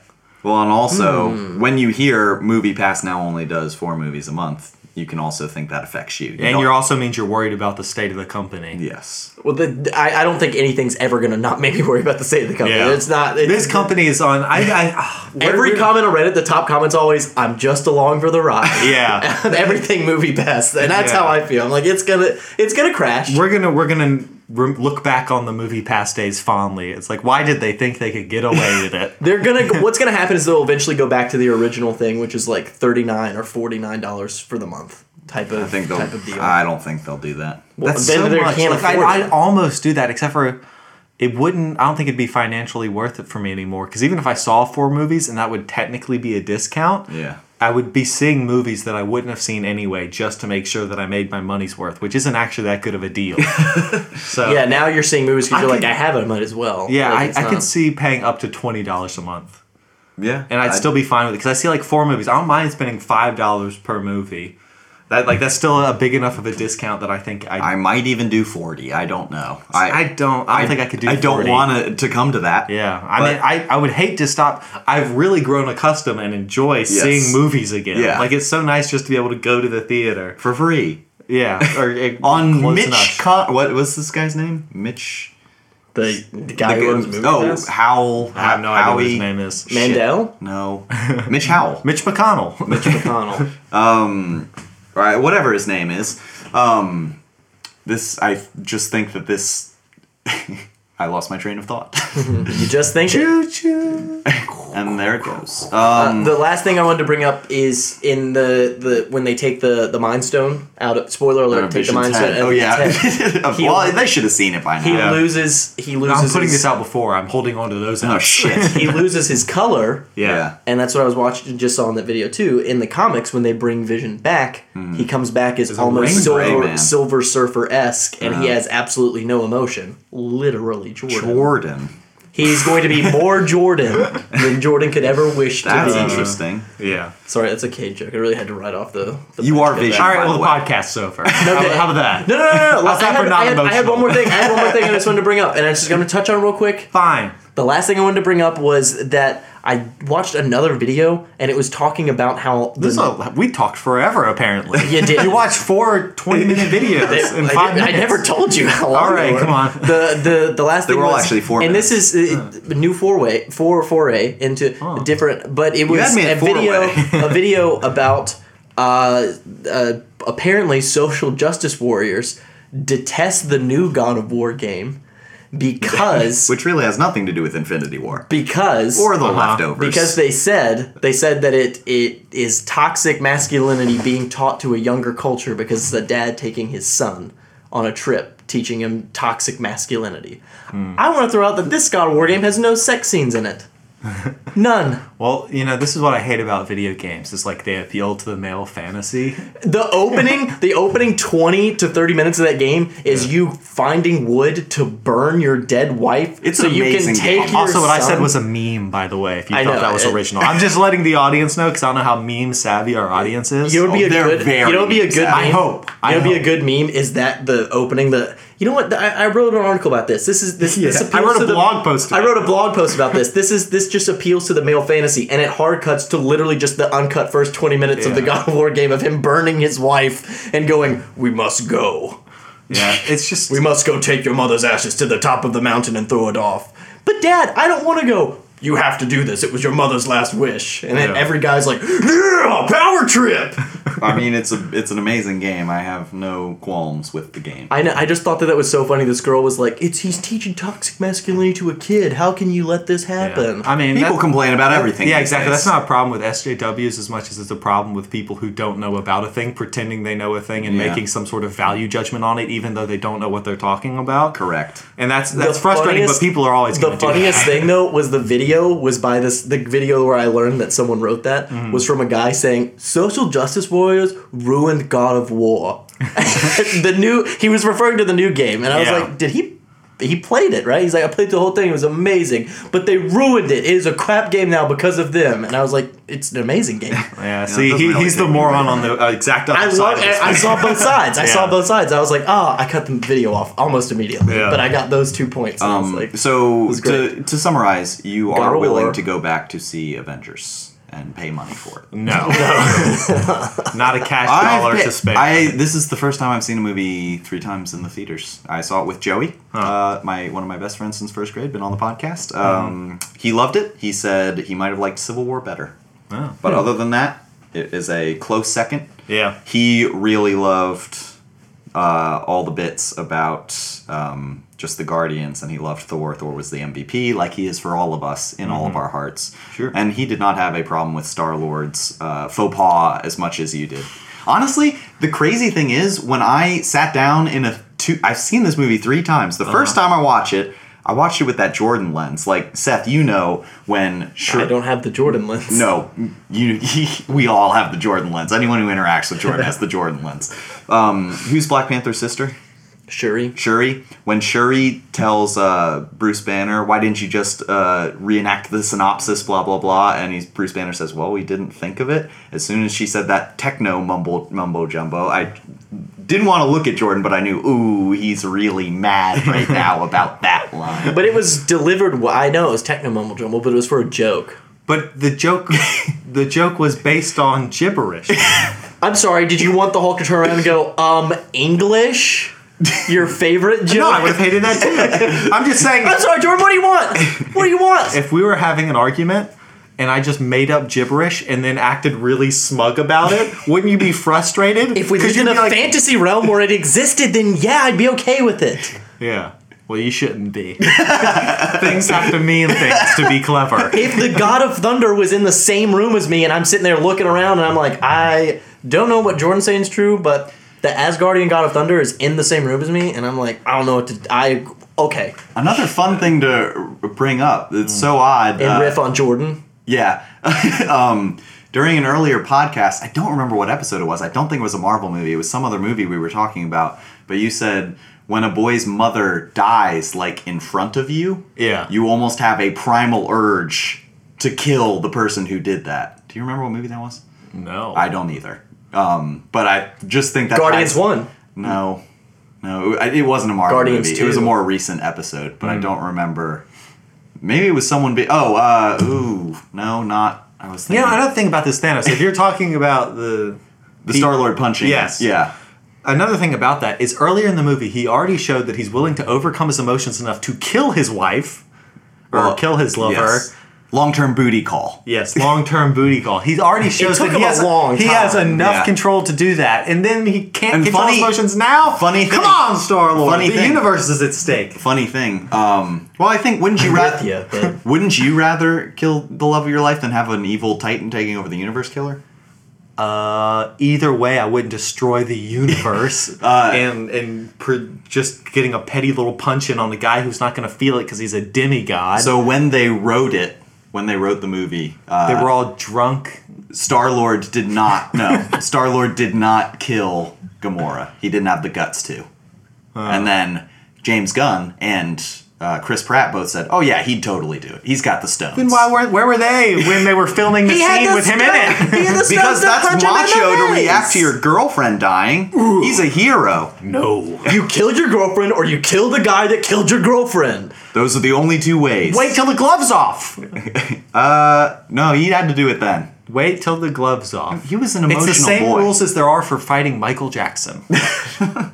Speaker 2: Well, and also
Speaker 1: Hmm.
Speaker 2: when you hear Movie Pass now only does four movies a month, you can also think that affects you. You
Speaker 1: And
Speaker 2: don't-
Speaker 1: you're also means you're worried about the state of the company.
Speaker 2: yes.
Speaker 3: Well, the, I, I don't think anything's ever going to not make me worry about the state of the company.
Speaker 1: Yeah.
Speaker 3: It's not. It's,
Speaker 1: This company is on. I. I ah, where-
Speaker 3: Every
Speaker 1: where-
Speaker 3: comment on Reddit, the top comment's always, "I'm just along for the ride."
Speaker 1: Yeah.
Speaker 3: on everything movie pass, and that's
Speaker 1: Yeah.
Speaker 3: how I feel. I'm like, it's gonna, it's gonna crash.
Speaker 1: We're gonna we're gonna re- look back on the movie past days fondly. It's like why did they think they could get away with it?
Speaker 3: They're gonna. what's gonna happen is they'll eventually go back to the original thing, which is like thirty nine or forty nine dollars for the month type of
Speaker 2: I think they'll.
Speaker 3: type of deal.
Speaker 2: I don't think they'll do that.
Speaker 1: That's
Speaker 3: then
Speaker 1: so
Speaker 3: they
Speaker 1: much.
Speaker 3: can't
Speaker 1: Like, I,
Speaker 3: afford
Speaker 1: I
Speaker 3: it.
Speaker 1: almost do that, except for it wouldn't. I don't think it'd be financially worth it for me anymore. Because even if I saw four movies, and that would technically be a discount,
Speaker 2: Yeah.
Speaker 1: I would be seeing movies that I wouldn't have seen anyway, just to make sure that I made my money's worth, which isn't actually that good of a deal. so
Speaker 3: yeah, now you're seeing movies because
Speaker 1: I
Speaker 3: you're like,
Speaker 1: could-
Speaker 3: I have it, I might as well.
Speaker 1: yeah,
Speaker 3: Like, it's
Speaker 1: I, I
Speaker 2: um,
Speaker 1: could
Speaker 3: not-
Speaker 1: see paying up to twenty dollars a month,
Speaker 2: Yeah.
Speaker 1: and I'd still be fine with it because I see like four movies. I don't mind spending five dollars per movie. That like that's still a big enough of a discount that I think I
Speaker 2: I might even do forty. I don't know. I.
Speaker 1: I don't. I, don't think I could do.
Speaker 2: I don't
Speaker 1: 40.
Speaker 2: want it to come to that.
Speaker 1: Yeah, I
Speaker 2: But-
Speaker 1: mean, I, I would hate to stop. I've really grown accustomed and enjoy seeing movies again.
Speaker 2: Yeah.
Speaker 1: like it's so nice just to be able to go to the theater.
Speaker 2: For free.
Speaker 1: Yeah, or uh,
Speaker 2: On
Speaker 1: close
Speaker 2: Mitch.
Speaker 1: enough.
Speaker 2: Con- what was this guy's name? Mitch.
Speaker 3: the, the guy who owns movie
Speaker 2: oh,
Speaker 3: pass,
Speaker 2: Howell.
Speaker 1: I have no idea what his
Speaker 2: Howie-
Speaker 1: name is.
Speaker 2: Shit.
Speaker 3: Mandel,
Speaker 2: No, Mitch Howell.
Speaker 1: Mitch McConnell.
Speaker 3: Mitch McConnell.
Speaker 2: right? Whatever his name is. Um, this I just think that this. I lost my train of thought,
Speaker 3: you just think it.
Speaker 1: Choo choo.
Speaker 2: and there it goes. Um,
Speaker 3: Uh, the last thing I wanted to bring up is in the, the when they take the the Mind Stone out of spoiler
Speaker 1: Uh,
Speaker 3: alert, take the Mind
Speaker 2: Vision's head.
Speaker 3: Stone. out of
Speaker 2: Oh yeah.
Speaker 3: his head. He-
Speaker 2: well, they should have seen it by
Speaker 3: He
Speaker 2: now.
Speaker 3: loses. He loses.
Speaker 1: I'm putting
Speaker 3: his,
Speaker 1: this out before. I'm holding on to those.
Speaker 2: Oh
Speaker 1: out.
Speaker 2: shit.
Speaker 3: He loses his color.
Speaker 2: yeah.
Speaker 3: And that's what I was watching, just saw in that video too. In the comics, when they bring Vision back, he comes back as almost
Speaker 2: Rain Man. Gray
Speaker 3: silver,
Speaker 2: Man.
Speaker 3: silver Surfer esque, and he has absolutely no emotion. Literally, Jordan.
Speaker 2: Jordan.
Speaker 3: He's going to be more Jordan than Jordan could ever wish to
Speaker 2: That's
Speaker 3: be.
Speaker 2: interesting.
Speaker 1: yeah.
Speaker 3: Sorry, that's a Cade joke. I really had to write off the. the
Speaker 2: You are Vision.
Speaker 1: All right.
Speaker 2: by
Speaker 1: Well,
Speaker 2: the
Speaker 1: the
Speaker 2: way.
Speaker 1: podcast's over. how, about- how about that?
Speaker 3: No, no, no, no. no.
Speaker 1: How's
Speaker 3: I,
Speaker 1: that
Speaker 3: had,
Speaker 1: for
Speaker 3: I, had, I had
Speaker 1: non-emotional?
Speaker 3: one more thing. I had one more thing I just wanted to bring up, and I was just going to touch on real quick.
Speaker 1: Fine.
Speaker 3: The last thing I wanted to bring up was that I watched another video, and it was talking about how the,
Speaker 1: This is a, we talked forever. Apparently,
Speaker 3: You did.
Speaker 1: You watched four 20 minute videos in
Speaker 3: I
Speaker 1: five
Speaker 3: didn't- I,
Speaker 1: minutes.
Speaker 3: never told you how long.
Speaker 1: All
Speaker 3: they
Speaker 1: right,
Speaker 3: were.
Speaker 1: come on.
Speaker 3: The the the last thing
Speaker 2: were all
Speaker 3: was-
Speaker 2: actually four
Speaker 3: And
Speaker 2: minutes.
Speaker 3: this is a new four-way, four foray into different. But it was
Speaker 2: had me
Speaker 3: a
Speaker 2: at
Speaker 3: video,
Speaker 2: four-way.
Speaker 3: a video about uh, uh, apparently social justice warriors detest the new God of War game because
Speaker 2: Which really has nothing to do with Infinity War
Speaker 3: because
Speaker 2: or the
Speaker 1: Uh-huh.
Speaker 2: leftovers.
Speaker 3: because they said they said that it it is toxic masculinity being taught to a younger culture because it's a dad taking his son on a trip teaching him toxic masculinity.
Speaker 1: Hmm.
Speaker 3: I want to throw out that this God of War game has no sex scenes in it. None.
Speaker 1: Well, you know, this is what I hate about video games. It's like they appeal to the male fantasy.
Speaker 3: The opening, the opening twenty to thirty minutes of that game is you finding wood to burn your dead wife,
Speaker 2: It's
Speaker 3: so
Speaker 2: an
Speaker 3: you
Speaker 2: amazing
Speaker 3: can take
Speaker 2: game.
Speaker 3: your
Speaker 1: Also, what I said
Speaker 3: son-
Speaker 1: was a meme, by the way. If you
Speaker 3: I
Speaker 1: thought
Speaker 3: know,
Speaker 1: that was
Speaker 3: it-
Speaker 1: original, I'm just letting the audience know because I don't know how meme savvy our audience is.
Speaker 3: You know what'd be
Speaker 2: Oh,
Speaker 3: a
Speaker 2: they're
Speaker 3: good.
Speaker 2: very
Speaker 3: You know what'd be a good. Meme?
Speaker 2: exact. I
Speaker 1: hope.
Speaker 3: You know
Speaker 1: I
Speaker 3: what'd be a
Speaker 1: hope.
Speaker 3: good meme is that the opening. The you know what I, I wrote an article about this. This is this. this
Speaker 1: Yeah. I
Speaker 3: appeals
Speaker 1: wrote a
Speaker 3: to the-
Speaker 1: blog post
Speaker 3: I
Speaker 1: about
Speaker 3: wrote a blog post about this. This is this just appeals to the male fantasy, and it hard cuts to literally just the uncut first twenty minutes of the
Speaker 2: Yeah.
Speaker 3: God of War game of him burning his wife and going, "We must go."
Speaker 2: Yeah, it's just
Speaker 3: We must go take your mother's ashes to the top of the mountain and throw it off. But dad, I don't want to go. You have to do this. It was your mother's last wish. And then
Speaker 1: Yeah.
Speaker 3: every guy's like, yeah, power trip.
Speaker 2: I mean, it's a it's an amazing game. I have no qualms with the game.
Speaker 3: I know, I just thought that that was so funny. This girl was like, it's he's teaching toxic masculinity to a kid. How can you let this happen?
Speaker 1: I mean,
Speaker 2: People
Speaker 1: that-
Speaker 2: complain about everything.
Speaker 1: Yeah,
Speaker 2: these
Speaker 1: exactly.
Speaker 2: days.
Speaker 1: That's not a problem with SJWs as much as it's a problem with people who don't know about a thing, pretending they know a thing and
Speaker 2: Yeah.
Speaker 1: making some sort of value judgment on it, even though they don't know what they're talking about.
Speaker 2: correct.
Speaker 1: And that's
Speaker 3: The
Speaker 1: that's frustrating,
Speaker 3: funniest-
Speaker 1: but people are always
Speaker 3: the
Speaker 1: going to do that.
Speaker 3: funniest thing though was the video was by this the video where I learned that someone wrote that
Speaker 1: Mm-hmm.
Speaker 3: was from a guy saying social justice warriors ruined God of War. the new he was referring to the new game, and I was
Speaker 1: Yeah.
Speaker 3: like, did he? He played it right. He's like, I played the whole thing. It was amazing, but they ruined it. It is a crap game now because of them. And I was like, it's an amazing game.
Speaker 1: Yeah,
Speaker 2: it
Speaker 1: see,
Speaker 2: doesn't
Speaker 1: he,
Speaker 2: really
Speaker 1: he's
Speaker 2: take
Speaker 1: the
Speaker 2: me
Speaker 1: moron on the uh, exact
Speaker 3: I
Speaker 1: opposite.
Speaker 3: love.
Speaker 1: of this
Speaker 3: I
Speaker 1: thing.
Speaker 3: saw both sides. I saw
Speaker 1: Yeah.
Speaker 3: both sides. I was like, oh, I cut the video off almost immediately,
Speaker 1: Yeah.
Speaker 3: but I got those two points. And I was
Speaker 2: Um,
Speaker 3: like,
Speaker 2: so
Speaker 3: was
Speaker 2: to, to summarize, you
Speaker 3: God
Speaker 2: are
Speaker 3: of
Speaker 2: willing
Speaker 3: War.
Speaker 2: to go back to see Avengers and pay money for it.
Speaker 1: No, not a cash
Speaker 2: I've
Speaker 1: dollar
Speaker 2: pa-
Speaker 1: to spend.
Speaker 2: I this is the first time I've seen a movie three times in the theaters. I saw it with Joey, uh, my one of my best friends since first grade, been on the podcast. Um, He loved it. He said he might have liked Civil War better,
Speaker 1: Oh.
Speaker 3: Hmm.
Speaker 2: but other than that, it is a close second.
Speaker 1: yeah,
Speaker 2: He really loved uh, all the bits about um, just the Guardians, and he loved Thor. Thor was the MVP, like he is for all of us in all
Speaker 3: Mm-hmm.
Speaker 2: of our hearts.
Speaker 1: Sure.
Speaker 2: And he did not have a problem with Star Lord's uh, faux pas as much as you did. Honestly, the crazy thing is when I sat down in a two, I've seen this movie three times. The first
Speaker 3: Uh-huh.
Speaker 2: time I watch it. I watched it with that Jordan lens. Like Seth, you know when sure,
Speaker 3: I don't have the Jordan lens.
Speaker 2: no, you. we all have the Jordan lens. Anyone who interacts with Jordan has the Jordan lens. Um, who's Black Panther's sister?
Speaker 3: Shuri.
Speaker 2: Shuri. When Shuri tells uh, Bruce Banner, "Why didn't you just uh, reenact the synopsis?" Blah blah blah, and he's, Bruce Banner says, "Well, we didn't think of it." As soon as she said that techno mumble mumbo jumbo, I didn't want to look at Jordan, but I knew, ooh, he's really mad right now about that line.
Speaker 3: But it was delivered. wa- I know it was techno mumble jumble, but it was for a joke.
Speaker 1: but the joke, the joke was based on gibberish.
Speaker 3: I'm sorry. Did you want the Hulk to turn around and go, um, English? Your favorite joke?
Speaker 1: no, I would have hated that too. I'm just saying,
Speaker 3: am sorry, Jordan. What do you want? What do you want?
Speaker 1: if we were having an argument and I just made up gibberish and then acted really smug about it, wouldn't you be frustrated?
Speaker 3: If we
Speaker 1: 'Cause
Speaker 3: lived in
Speaker 1: you'd
Speaker 3: a
Speaker 1: be like,
Speaker 3: fantasy realm where it existed, then yeah, I'd be okay with it.
Speaker 1: yeah. Well, you shouldn't be. things have to mean things to be clever.
Speaker 3: If the God of Thunder was in the same room as me and I'm sitting there looking around and I'm like, I don't know what Jordan's saying is true, but the Asgardian God of Thunder is in the same room as me, and I'm like, I don't know what to. I okay,
Speaker 2: Another fun thing to bring up. It's so odd.
Speaker 3: and
Speaker 2: uh,
Speaker 3: riff on Jordan.
Speaker 2: Yeah. um, during an earlier podcast, I don't remember what episode it was. I don't think it was a Marvel movie. It was some other movie we were talking about. But you said when a boy's mother dies, like in front of you,
Speaker 1: Yeah.
Speaker 2: you almost have a primal urge to kill the person who did that. Do you remember what movie that was?
Speaker 1: No.
Speaker 2: I don't either. Um, but I just think that
Speaker 3: Guardians
Speaker 2: ties-
Speaker 3: one.
Speaker 2: No, no, it it wasn't a Marvel
Speaker 3: Guardians
Speaker 2: movie. It was a
Speaker 3: 2.
Speaker 2: more recent episode, but I don't remember. Maybe it was someone. Be- oh, uh, ooh, no, not. I was
Speaker 1: you
Speaker 2: thinking.
Speaker 1: know, another thing about this Thanos, if you're talking about the
Speaker 2: the Star Lord punching.
Speaker 1: Yes.
Speaker 2: Yeah.
Speaker 1: Another thing about that is earlier in the movie, he already showed that he's willing to overcome his emotions enough to kill his wife or
Speaker 2: Well,
Speaker 1: kill his lover.
Speaker 2: Long term booty call.
Speaker 1: Yes, long term booty call. He's already shows
Speaker 3: took
Speaker 1: that
Speaker 3: him
Speaker 1: he
Speaker 3: a
Speaker 1: has
Speaker 3: long
Speaker 1: he
Speaker 3: time.
Speaker 1: has enough
Speaker 2: Yeah.
Speaker 1: control to do that, and then he can't
Speaker 2: And
Speaker 1: control
Speaker 2: funny-
Speaker 1: his emotions now.
Speaker 2: funny
Speaker 1: come
Speaker 2: thing-
Speaker 1: on, Star Lord.
Speaker 2: funny
Speaker 1: The
Speaker 2: thing-
Speaker 1: universe is at stake.
Speaker 2: Funny thing. Um, well, I think wouldn't you
Speaker 3: With
Speaker 2: rather
Speaker 3: you, but
Speaker 2: wouldn't you rather kill the love of your life than have an evil Titan taking over the universe killer?
Speaker 1: Uh, either way, I wouldn't destroy the universe,
Speaker 2: Uh,
Speaker 1: and and pr- just getting a petty little punch in on the guy who's not going to feel it because he's a demigod.
Speaker 2: So when they wrote it, when they wrote the movie, uh,
Speaker 1: they were all drunk.
Speaker 2: Star Lord did not. No, Star Lord did not kill Gamora. He didn't have the guts to. and then James Gunn and uh, Chris Pratt both said, "Oh yeah, he'd totally do it. He's got the stones."
Speaker 4: Then why were where were they when they were filming the
Speaker 3: He had
Speaker 4: scene
Speaker 3: the
Speaker 4: with him
Speaker 3: stone-
Speaker 4: in
Speaker 3: he
Speaker 4: it?
Speaker 3: had the
Speaker 2: because
Speaker 3: stones to
Speaker 2: that's
Speaker 3: punch him in
Speaker 2: macho
Speaker 3: the
Speaker 2: to react to
Speaker 3: face.
Speaker 2: your girlfriend dying. He's a hero.
Speaker 4: No.
Speaker 3: You killed your girlfriend, or you kill the guy that killed your girlfriend.
Speaker 2: Those are the only two ways.
Speaker 4: Wait till the gloves off.
Speaker 2: no, he had to do it then.
Speaker 1: Wait till the gloves off.
Speaker 2: He was an
Speaker 1: It's
Speaker 2: emotional
Speaker 1: the same
Speaker 2: boy.
Speaker 1: rules as there are for fighting Michael Jackson. I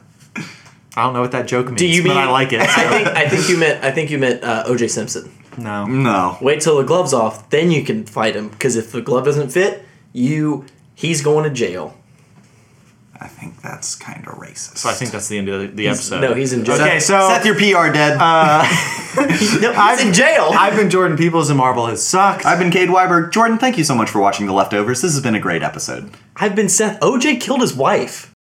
Speaker 1: don't know what that joke means,
Speaker 3: you
Speaker 1: but
Speaker 3: mean-
Speaker 1: I like it.
Speaker 3: I think I think you meant I think you meant uh, O.J. Simpson.
Speaker 1: no.
Speaker 2: No.
Speaker 3: Wait till the gloves off, then you can fight him. Because if the glove doesn't fit, you he's going to jail.
Speaker 2: I think that's kind of racist. Uh,
Speaker 1: So I think that's the end of the- the episode.
Speaker 3: no, he's in jail.
Speaker 4: Okay, so
Speaker 2: Seth, your PR dead.
Speaker 1: Uh,
Speaker 3: no, he's
Speaker 4: I've-
Speaker 3: in jail.
Speaker 1: I've been Jordan Peoples and Marvel has sucked.
Speaker 2: I've been Cade Weiberg. Jordan, thank you so much for watching The Leftovers. This has been a great episode.
Speaker 3: I've been Seth. O.J. killed his wife.